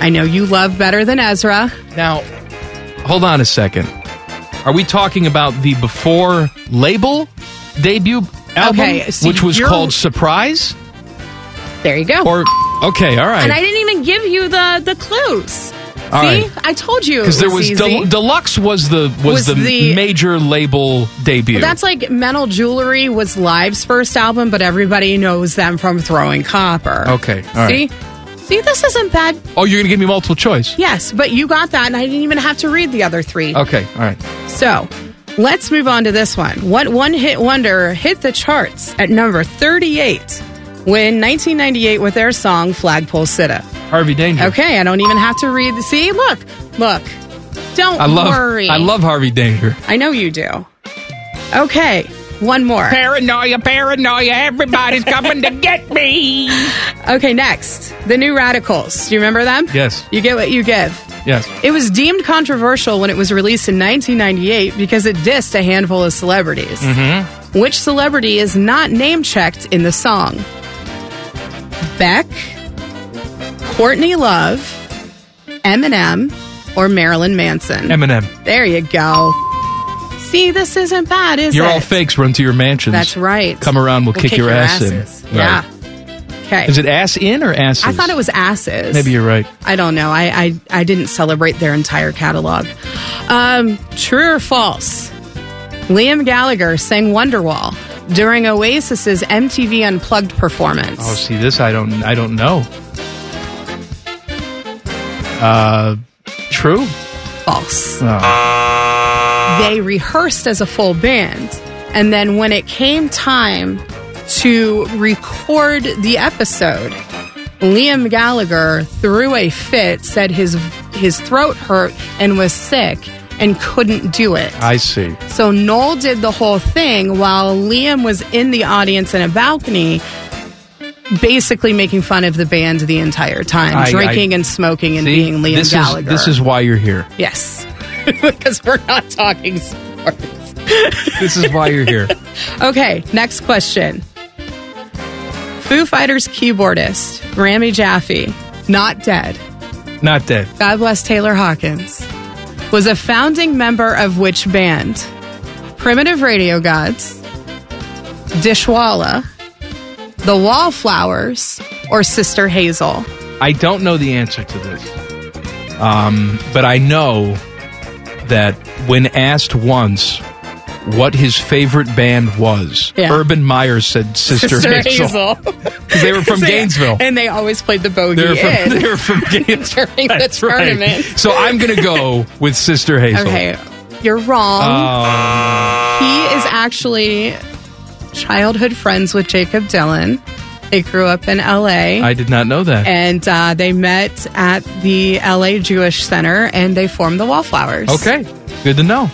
I know you love Better Than Ezra. Now, Hold on a second. Are we talking about the before label debut album, Okay, see, which was you're- called Surprise? There you go. Or okay, all and I right. didn't even give you the the clues. All See, right. I told you it Because there was easy. Del- Deluxe was the Was was, the, the- major label debut. Well, that's like Mental Jewelry was Live's first album, but everybody knows them from Throwing Copper. okay. All right. See? See, this isn't bad. Oh, you're gonna give me multiple choice. Yes, but you got that, and I didn't even have to read the other three. Okay. All right. So let's move on to this one. What one hit wonder hit the charts at number 38 when 1998 with their song Flagpole Sitta? Harvey Danger. Okay, I don't even have to read. See, look, look. Don't I love worry. I love Harvey Danger. I know you do. Okay, one more. Paranoia, paranoia, everybody's coming to get me. [LAUGHS] Okay, next. The New Radicals. Do you remember them? Yes. You get what you give. Yes. It was deemed controversial when it was released in 1998 because it dissed a handful of celebrities. Mm-hmm. Which celebrity is not name checked in the song? Beck, Courtney Love, Eminem, or Marilyn Manson? Eminem. There you go. See, this isn't bad, is You're it? all fakes. Run to your mansions. That's right. Come around, we'll, kick, your ass asses. in. Yeah. Right. Okay. Is it ass in or asses? I thought it was asses. Maybe you're right. I don't know. I, I, I didn't celebrate their entire catalog. Um, true or false? Liam Gallagher sang Wonderwall during Oasis's MTV Unplugged performance. Oh, see this I don't I don't know. Uh, true. False. Oh. They rehearsed as a full band, and then when it came time to record the episode, Liam Gallagher threw a fit, said his his throat hurt and was sick and couldn't do it. I see. So Noel did the whole thing while Liam was in the audience in a balcony, basically making fun of the band the entire time, I- I- drinking and smoking and See? being Liam this Gallagher. Is, this is why you're here. yes, [LAUGHS] because we're not talking sports. This is why you're here. Okay, next question. Foo Fighters keyboardist Rami Jaffe, not dead. Not dead. God bless Taylor Hawkins, was a founding member of which band? Primitive Radio Gods, Dishwalla, The Wallflowers, or Sister Hazel? I don't know the answer to this, um, but I know that when asked once what his favorite band was, Yeah. Urban Meyer said Sister, Hazel. [LAUGHS] 'Cause they were [LAUGHS] from So, yeah, Gainesville. And they always played the bogey They were from- in [LAUGHS] they were from Gainesville. [LAUGHS] during the tournament. So I'm going to go with Sister Hazel. Um, Okay, Um, you're wrong. Oh. He is actually childhood friends with Jacob Dylan. They grew up in LA. I did not know that. And uh, they met at the LA Jewish Center and they formed the Wallflowers. Okay, good to know.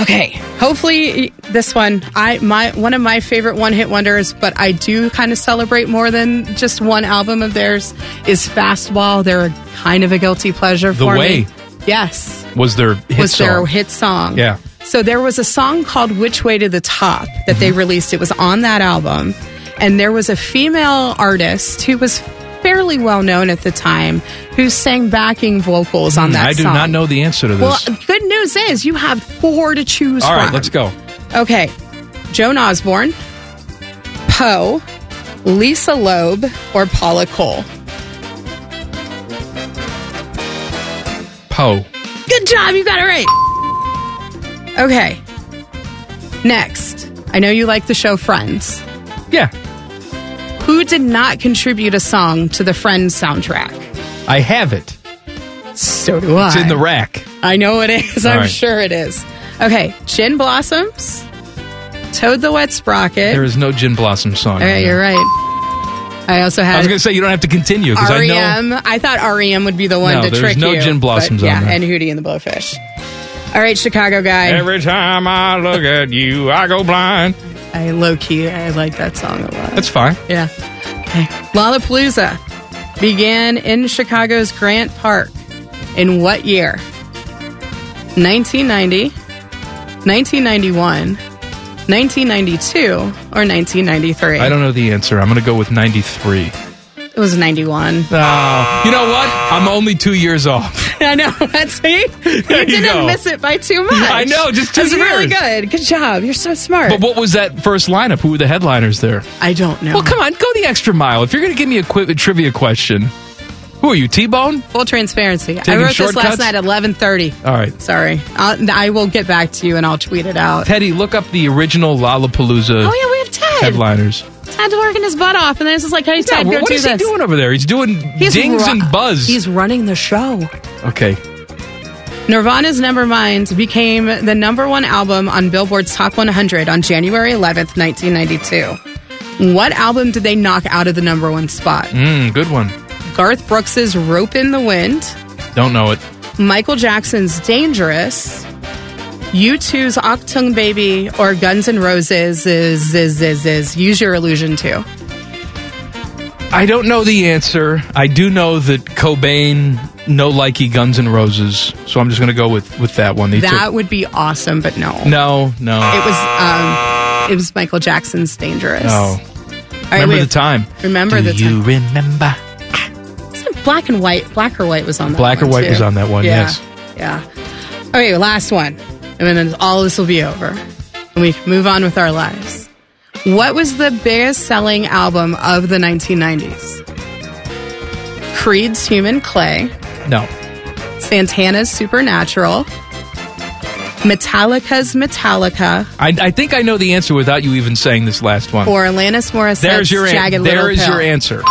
Okay. Hopefully this one I my one of my favorite one hit wonders, but I do kind of celebrate more than just one album of theirs is Fastball. They're kind of a guilty pleasure The for Way. me. Yes. Was their hit was their song. hit song. Yeah. So there was a song called Which Way to the Top that they Mm-hmm. released. It was on that album. And there was a female artist who was fairly well known at the time who sang backing vocals on that Mm, Hmm, I do song. not know the answer to this. Well, good news is you have four to choose All from. right, let's go. Okay. Joan Osborne, Poe, Lisa Loeb, or Paula Cole. Poe. Good job. You got it right. Okay. Next. I know you like the show Friends. Yeah. Who did not contribute a song to the Friends soundtrack? I have it. So do I. It's in the rack. I know it is. All I'm right. sure it is. Okay. Gin Blossoms, Toad the Wet Sprocket. There is no Gin Blossom song. All right, you're right. I also I had was going to say you don't have to continue because E I know. REM. I, thought REM would be the one No, to there's trick no you. Gin but Blossoms on yeah, there. and Hootie and the Blowfish. All right, Chicago guy. Every time I look at you, I go blind. I low key, I like that song a lot. That's fine. Yeah. Okay. Lollapalooza began in Chicago's Grant Park in what year? 1990, 1991, 1992, or 1993? I don't know the answer. I'm going to go with 93. It was 91. Oh, you know what? I'm only two years off. [LAUGHS] I know. [LAUGHS] That's me. You There you didn't go. miss it by too much. I know, just two That's really years. good. Good job. You're so smart. But what was that first lineup? Who were the headliners there? I don't know. Well, come on, go the extra mile. If you're going to give me a quick a trivia question, who are you, T-Bone? Full transparency. I Taking wrote this shortcuts? last night at 11:30. All right. Sorry. I'll, I will get back to you and I'll tweet it out. Uh, Teddy, look up the original Oh Lollapalooza yeah, we have Ted. headliners. Ted's working his butt off, and then it's just like, hey, Yeah, Ted, go what do is this. he doing over there? He's doing He's dings ru- and buzz. He's running the show. okay. Nirvana's Nevermind became the number one album on Billboard's Top 100 on January 11th, 1992. What album did they knock out of the number one spot? Mm, good one. Garth Brooks's Rope in the Wind, Don't know it. Michael Jackson's Dangerous, U2's Octung Baby, or Guns N' Roses' is, is, is, is Use Your Illusion 2. I don't know the answer. I do know that Cobain no likey Guns N' Roses, so I'm just going to go with with that one. They that took- would be awesome, but no. no, no, It was um, it was Michael Jackson's Dangerous. no. All right, Remember we the have- time. Remember Do the time. You remember? Wasn't Black and white. Black or white was on that. Black or one, White too. was on that one, Yeah. yes. Yeah. Okay, last one, and then all this will be over, and we can move on with our lives. What was the biggest selling album of the 1990s? Creed's Human Clay, No. Santana's Supernatural, Metallica's Metallica, I, I think I know the answer without you even saying this last one. or Alanis Morissette's There's your Jagged an- Little there is Pill. [LAUGHS] your answer.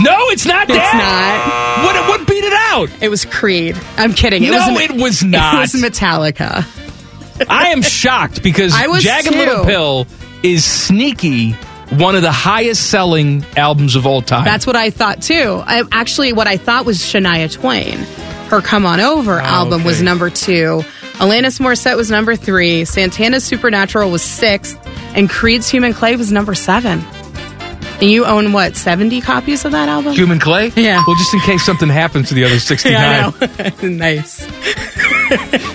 No, it's not It's that. It's not. What, what beat it out? It was Creed. I'm kidding. [LAUGHS] It No, was, it was not. It was Metallica. I am shocked because I was Jagged too. Little Pill is sneaky one of the highest selling albums of all time. That's what I thought too. I, actually, what I thought was Shania Twain. Her Come On Over album was Ah, okay. number two. Alanis Morissette was number three. Santana's Supernatural was sixth. And Creed's Human Clay was number seven. And you own what, 70 copies of that album? Human Clay? Yeah. Well, just in case something happens to the other 69, [LAUGHS] Yeah, I know. [LAUGHS] nice.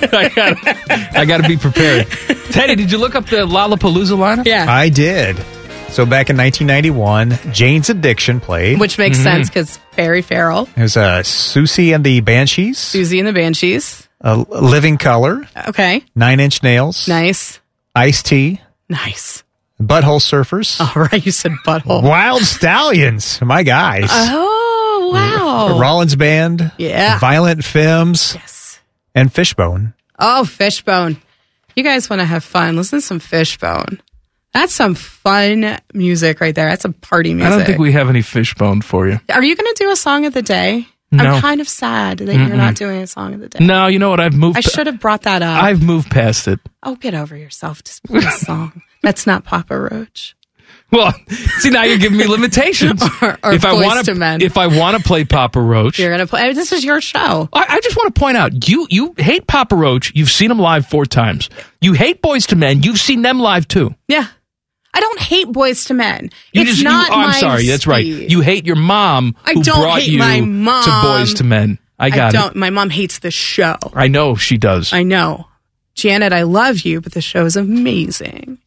I got to be prepared. [LAUGHS] Teddy, did you look up the Lollapalooza lineup? Yeah. I did. So back in 1991, Jane's Addiction played. Which makes Mm-hmm. sense 'cause sense because Barry Farrell, It was uh, Susie and the Banshees, Susie and the Banshees. uh, Living Color, Okay. Nine Inch Nails, Nice. Ice T. Nice. Butthole Surfers. [LAUGHS] All right, you said butthole. Wild Stallions. My guys. Oh wow. The Rollins Band. Yeah. Violent Femmes. Yes. And [LAUGHS] Fishbone. Oh, Fishbone. You guys want to have fun? Listen to some Fishbone. That's some fun music right there. That's some party I music. don't think we have any fishbone for you. Are you going to do a song of the day? No. I'm kind of sad that you're Mm-mm. not doing a song of the day. No, you know what? I've moved. I should have brought that up. I've moved past it. Oh, get over yourself. Just [LAUGHS] play a song. That's not Papa Roach. Well, [LAUGHS] see now you're giving me limitations. [LAUGHS] Or- or if I Boyz want II Men. if I want to play Papa [LAUGHS] Roach, You're gonna play. This is your show. I, I just want to point out you you hate Papa Roach. You've seen him live four times. You hate Boys to Men. You've seen them live too. Yeah. I don't hate boys to men. You it's just not you, oh, I'm my sorry. That's right. speed. You hate your mom. I who don't brought hate you my mom. to Boys to Men. I got don't. it. My mom hates this show. I know she does. [LAUGHS] I know. Janet, I love you, but the show is amazing.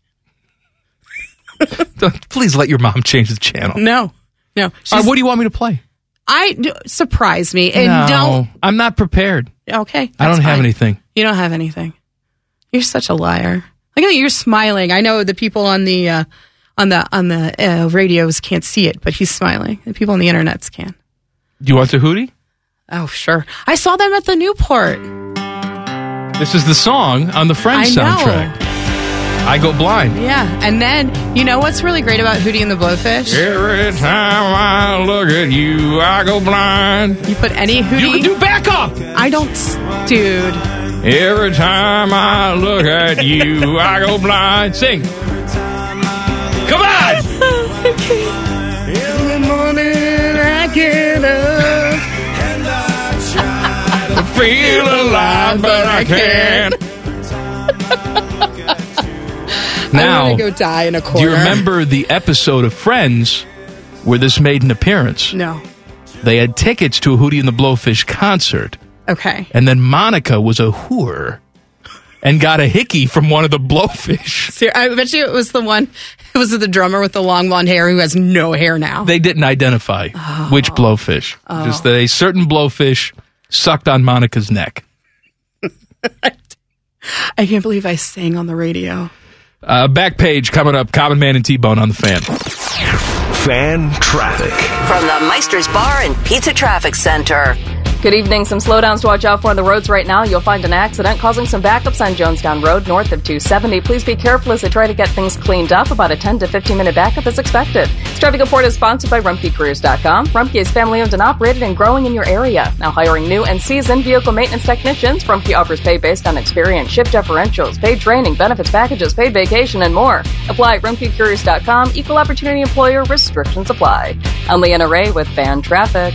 Please let your mom change the channel. No, no. All right, what do you want me to play? I d- surprise me and no, I'm not prepared. don't. Okay, I don't that's have fine. anything. You don't have anything. You're such a liar. Look at you, you're smiling. I know the people on the uh, on the on the uh, radios can't see it, but he's smiling. The people on the internets can. Do you want the hootie? Oh sure, I saw them at the Newport. This is the song on the Friends I know. soundtrack. I go blind. Yeah, and then you know what's really great about Hootie and the Blowfish? Every time I look at you, I go blind. You put any Hootie. You can do back up. I don't, s- dude. Every time I look at you, I go blind. Sing. Come on! In the morning, I get up. And I try to feel alive, but I can't. [LAUGHS] I'm Now, gonna go die in a corner. do you remember the episode of Friends where this made an appearance? No. They had tickets to a Hootie and the Blowfish concert, Okay. and then Monica was a whore and got a hickey from one of the Blowfish. Ser- I bet you it was the one. [LAUGHS] It was the drummer with the long blonde hair who has no hair now. They didn't identify which blowfish. Oh. Just that a certain blowfish sucked on Monica's neck. I can't believe I sang on the radio. Uh, back page coming up. Common Man and T Bone on the fan. Fan traffic. From the Meister's Bar and Pizza Traffic Center. Good evening. Some slowdowns to watch out for on the roads right now. You'll find an accident causing some backups on Jonestown Road north of 270. Please be careful as they try to get things cleaned up. About a 10 to 15 minute backup is expected. This traffic report is sponsored by RumpkeCareers.com. Rumpke is family owned and operated and growing in your area. Now hiring new and seasoned vehicle maintenance technicians. Rumpke offers pay based on experience, shift differentials, paid training, benefits packages, paid vacation, and more. Apply at RumpkeCareers.com. Equal opportunity employer restrictions apply. I'm Leanna Ray with Fan Traffic.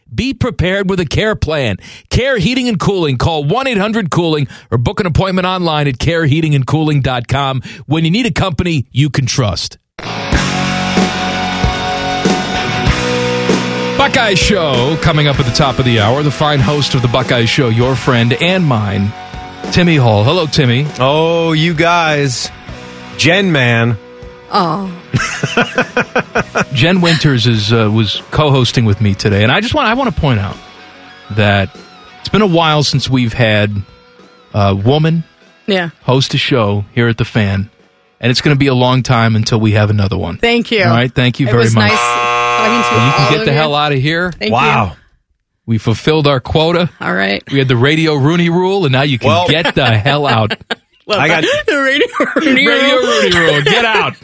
Be prepared with a care plan. Care Heating and Cooling. Call 1 800 Cooling or book an appointment online at careheatingandcooling.com when you need a company you can trust. Buckeye Show coming up at the top of the hour. The fine host of the Buckeye Show, your friend and mine, Timmy Hall. Hello, Timmy. Oh, you guys. Gen Man. Oh, Jen Winters is uh, was co-hosting with me today, and I just want I want to point out that it's been a while since we've had a woman yeah. host a show here at the Fan, and it's going to be a long time until we have another one. Thank you. All right, thank you It very was much. Nice talking to And you all can get of the you. hell out of here. Thank Wow. you. We fulfilled our quota. All right. We had the Radio Rooney Rule, and now you can Well- get the hell out. I [LAUGHS] got the radio, radio, Radio Rooney Rule. Get out.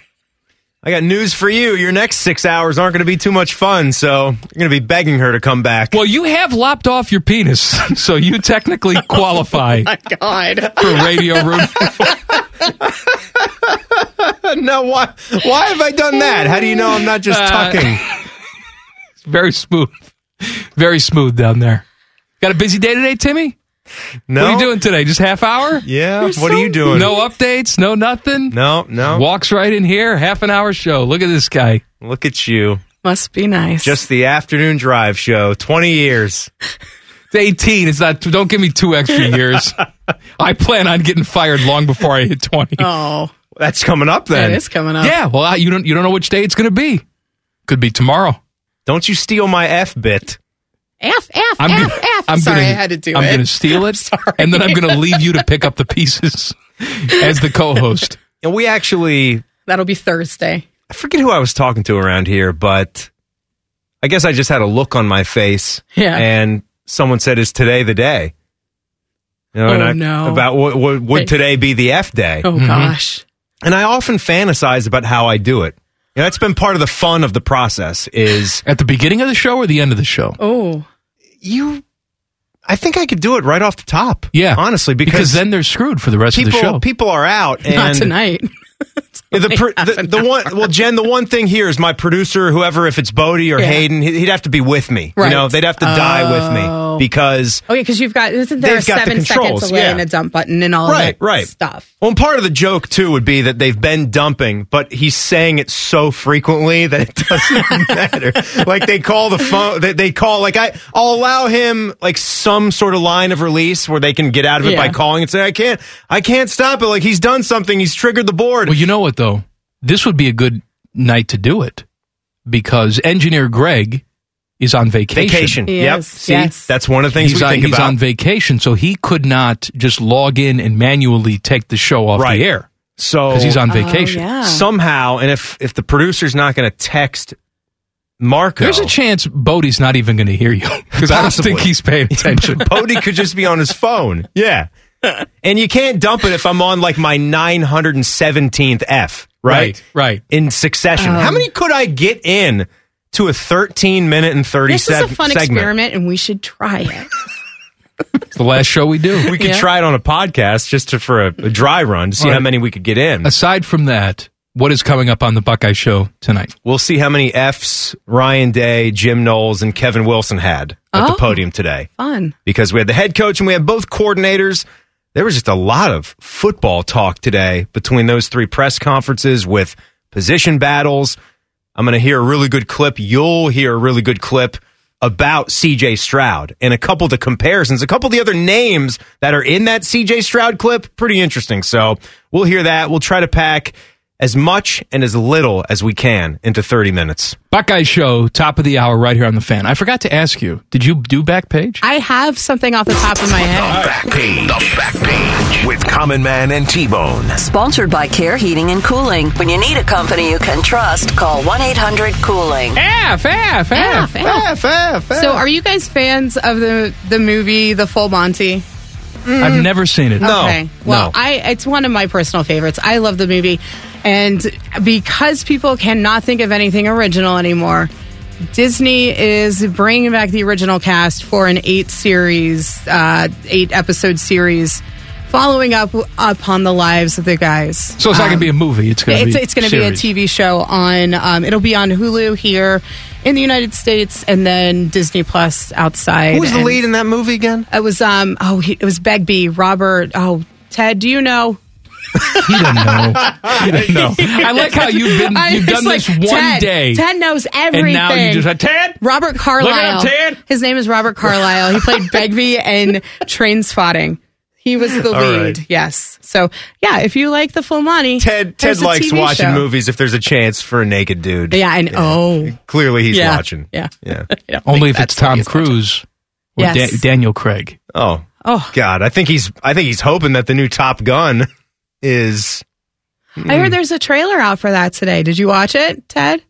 I got news for you. Your next six hours aren't going to be too much fun, so you're going to be begging her to come back. Well, you have lopped off your penis, [LAUGHS] so you technically [LAUGHS] qualify God. for Radio Rooney. no, why? Why have I done that? How do you know I'm not just Uh, talking? It's [LAUGHS] very smooth. Very smooth down there. Got a busy day today, Timmy? No. What are you doing today? Just half hour? Yeah, You're what are so- you doing? No updates, no nothing? No, no. Walks right in here, half an hour show. Look at this guy. Look at you. Must be nice. Just the afternoon drive show. Twenty years. It's 18. It's not. Don't give me two extra [LAUGHS] years. I [LAUGHS] plan on getting fired long before I hit 20. Oh, that's coming up then. That is coming up. Yeah. Well, I, you don't. You don't know which day it's going to be. Could be tomorrow. Don't you steal my F bit. F F I'm F gonna- F. I'm Sorry, gonna- I had to do I'm it. going [LAUGHS] to steal it, and then I'm going to leave you to pick up the pieces as the co-host. And we actually That'll be Thursday. I forget who I was talking to around here, but I guess I just had a look on my face. Yeah. And someone said, "Is today the day?" You Oh, and I- no. About what, what They- would today be the F day? Mm-hmm. Oh, gosh. And I often fantasize about how I do it. You know, that's been part of the fun of the process. Is [LAUGHS] at the beginning of the show or the end of the show? Oh, you. I think I could do it right off the top. Yeah, honestly, because, Because then they're screwed for the rest of the people, show. People are Oh, out. [LAUGHS] And Not tonight. Yeah, the, pr- the, the one well jen the one thing here is my producer whoever if it's bodie or Yeah. hayden he- he'd have to be with me Right. you know they'd have to die Oh. with me because Okay, because you've got isn't there a They've got the seven seconds controls, away yeah. and a dump button and all right of that right stuff. well and part of the joke too would be that they've been dumping but he's saying it so frequently that it doesn't [LAUGHS] matter like they call the phone they, they call like i i'll allow him like some sort of line of release where they can get out of it by Yeah. calling and say i can't i can't stop it like he's done something he's triggered the board Well, you know what though? This would be a good night to do it because engineer Greg is on vacation. Vacation. He Yep. is, See? yes. That's one of the things he's we on, think he's about. on vacation, so he could not just log in and manually take the show off the air. So 'Cause he's on Oh, vacation. yeah. somehow, and if if the producer's not going to text Marco, There's a chance Bodie's not even going to hear you because I don't Possibly. think he's [LAUGHS] paying attention. Bodie could just [LAUGHS] be on his phone. Yeah, [LAUGHS] and you can't dump it if I'm on like my 917th F, right? Right. right. In succession, how Um, many could I get in to a 13 minute and 30 This is seg- a fun segment? experiment, and we should try it. It's the last show we do. We could Yeah. try it on a podcast just to, for a, a dry run to see All how right. many we could get in. Aside from that, what is coming up on the Buckeye Show tonight? We'll see how many F's Ryan Day, Jim Knowles, and Kevin Wilson had at the Oh. podium today. Fun. because we had the head coach and we had both coordinators. There was just a lot of football talk today between those three press conferences with position battles. I'm going to hear a really good clip. You'll hear a really good clip about CJ Stroud and a couple of the comparisons, a couple of the other names that are in that CJ Stroud clip. Pretty interesting. So we'll hear that. We'll try to pack as much and as little as we can into 30 minutes. Buckeye Show, top of the hour, right here on the fan. I forgot to ask you, did you do back page? I have something off the top of my head. Back page. The back page with Common Man and T Bone. Sponsored by Care Heating and Cooling. When you need a company you can trust, call 1 800 Cooling. F, F, Oh. F, F, F, So, are you guys fans of the the movie The Full Monty? I've never seen it. Okay. Well, I it's one of my personal favorites. I love the movie, and because people cannot think of anything original anymore, Disney is bringing back the original cast for an eight series, uh, eight episode series, following up upon the lives of the guys. So it's not going to be a movie. It's going to Um, it's, be it's going to be a TV series. show on. Um, it'll be on Hulu here in the United States, and then Disney Plus outside. Who was the And lead in that movie again? It was um. Oh, he, it was Begbie Robert. Oh, Ted. Do you know? He doesn't [LAUGHS] know. He doesn't know. I like how you've been [LAUGHS] I- you've it's done like, this one Ted, day. Ted knows everything. And now you just like, Ted? Robert Carlyle. Look at him, Ted. His name is Robert Carlyle. He [LAUGHS] played Begbie and Train Spotting. He was the All lead. right. Yes. So yeah, if you like the full money, Ted Ted likes watching show. movies if there's a chance for a naked dude. Yeah, and oh, Clearly he's Yeah, watching. yeah. Yeah. Only if it's Tom Cruise or Yes. Da- Daniel Craig. Oh. Oh. God, I think he's I think he's hoping that the new Top Gun is Mm. hmm. I heard there's a trailer out for that today. Did you watch it, Ted?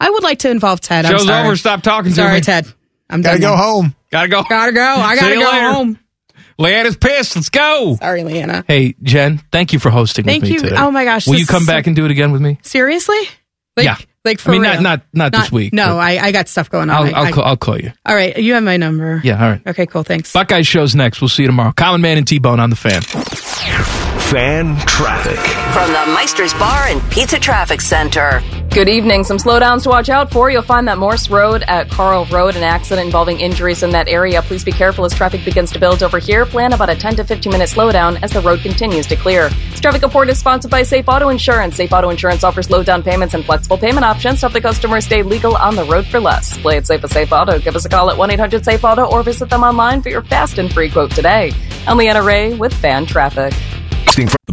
I would like to involve Ted. I'm Show's sorry. over. Stop talking to Sorry, me. Ted. I'm Gotta done go now. home. Gotta go. Gotta go. I See gotta you go later. home. Leanna's pissed. Let's go. Sorry, Leanna. Hey, Jen, thank you for hosting Thank with me you. today. Oh my gosh, Will this you come is so- back and do it again with me? Seriously? Like, Yeah. Like for I mean, real. not- not- not this week, No, but- I, I got stuff going on. I'll, I- I'll, I- call, I'll call you. all right, you have my number. Yeah, all right. Okay, cool. Thanks. Buckeye Show's next. We'll see you tomorrow. Common Man and T Bone on the fan. Fan traffic. From the Meister's Bar and Pizza Traffic Center. Good evening. Some slowdowns to watch out for. You'll find that Morse Road at Carl Road, an accident involving injuries in that area. Please be careful as traffic begins to build over here. Plan about a 10 to 15 minute slowdown as the road continues to clear. This traffic report is sponsored by Safe Auto Insurance. Safe Auto Insurance offers low down payments and flexible payment options to help the customer stay legal on the road for less. Play it safe with Safe Auto. Give us a call at 1 800 Safe Auto or visit them online for your fast and free quote today. I'm Leanna Ray with Fan Traffic. The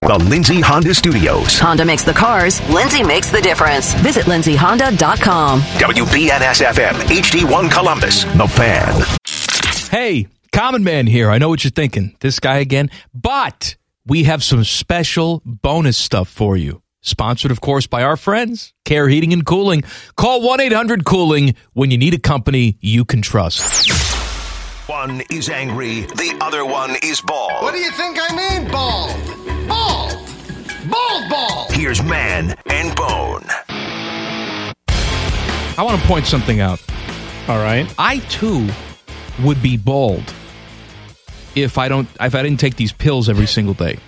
The Lindsay Honda Studios. Honda makes the cars, Lindsay makes the difference. Visit lindsayhonda.com. WBNS FM, HD1 Columbus. The Fan. Hey, Common Man here. I know what you're thinking. This guy again. But we have some special bonus stuff for you. Sponsored, of course, by our friends, Care Heating and Cooling. Call 1 800 Cooling when you need a company you can trust. One is angry, the other one is bald. What do you think I mean, bald? Bald! Bald, bald! Here's Man and Bone. I want to point something out. All right. I too would be bald if I don't if I didn't take these pills every single [LAUGHS] day.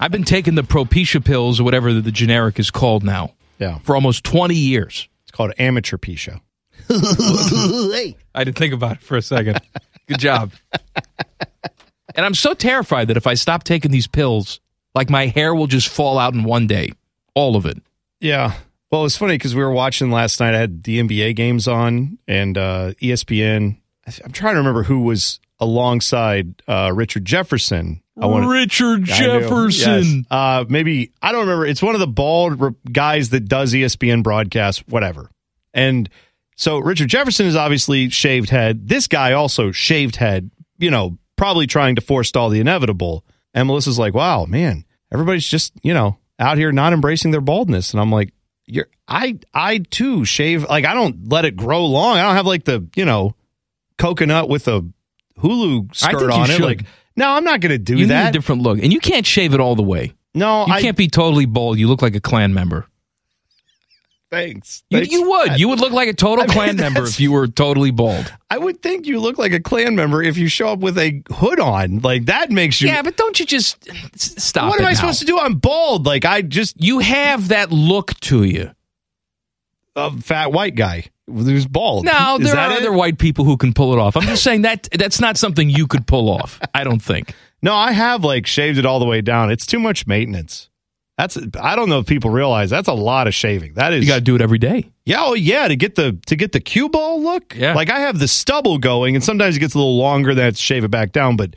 I've been taking the Propecia pills or whatever the generic is called now. Yeah. For almost 20 years. It's called amateur Pisha. [LAUGHS] I didn't think about it for a [LAUGHS] second. Good job. and I'm so terrified that if I stop taking these pills, like my hair will just fall out in one day. All of it. Yeah. Well, it's funny because we were watching last night. I had the NBA games on and uh, ESPN. I th- I'm trying to remember who was alongside uh, Richard Jefferson. I wanna- Richard I knew. Jefferson. Yes. Uh, maybe I don't remember. It's one of the bald re- guys that does E ESPN broadcast, whatever. And so Richard Jefferson is obviously shaved head. This guy also shaved head. You know, probably trying to forestall the inevitable. And Melissa's like, "Wow, man, everybody's just you know out here not embracing their baldness." And I'm like, "You're I I too shave like I don't let it grow long. I don't have like the you know coconut with a Hulu I skirt think you on it. should. Like, no, I'm not going to do you that. need a different look, and you can't shave it all the way. No, you I- can't be totally bald. You look like a Klan member. Thanks. You, Thanks you for would. that. You would look like a total I mean, Klan member that's- if you were totally bald. I would think you look like a Klan member if you show up with a hood on. Like that makes you. yeah, but don't you just s- stop? what am I supposed to do? I'm bald. Like I just. You have that look to you. A fat white guy who's bald. No, Is there that are it? other white people who can pull it off. I'm just saying that that's not something you could pull off. I don't think. No, I have like shaved it all the way down. It's too much maintenance. That's. I don't know if people realize that's a lot of shaving. That is. You got to do it every day. Yeah, oh yeah, to get the to get the cue ball look. Yeah. like I have the stubble going, and sometimes it gets a little longer. Then I have to shave it back down, but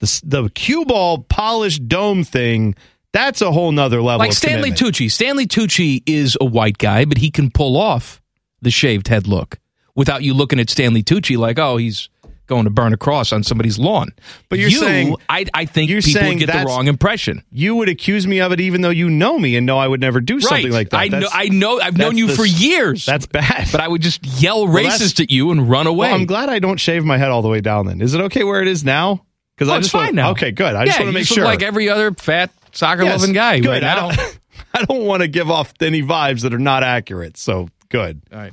the s- the cue ball polished dome thing. That's a whole nother level. Like of Stanley commitment. Tucci. Stanley Tucci is a white guy, but he can pull off the shaved head look without you looking at Stanley Tucci like, oh, he's going to burn a cross on somebody's lawn. But you're You, saying- I, I think you're people saying get the that's- wrong impression. You would accuse me of it, even though you know me and know I would never do Right. something like that. I know. That's- I know. I've that's known you the- for years. That's bad. But I would just yell Well, that's- racist at you and run away. Well, I'm glad I don't shave my head all the way down. Then is it okay where it is now? Because Oh, I it's just wanna- fine now. Okay, good. I yeah, just want you to make look sure. like every other fat soccer Yes, loving guy good. right I now. don't, [LAUGHS] I don't want to give off any vibes that are not accurate. So good. All right.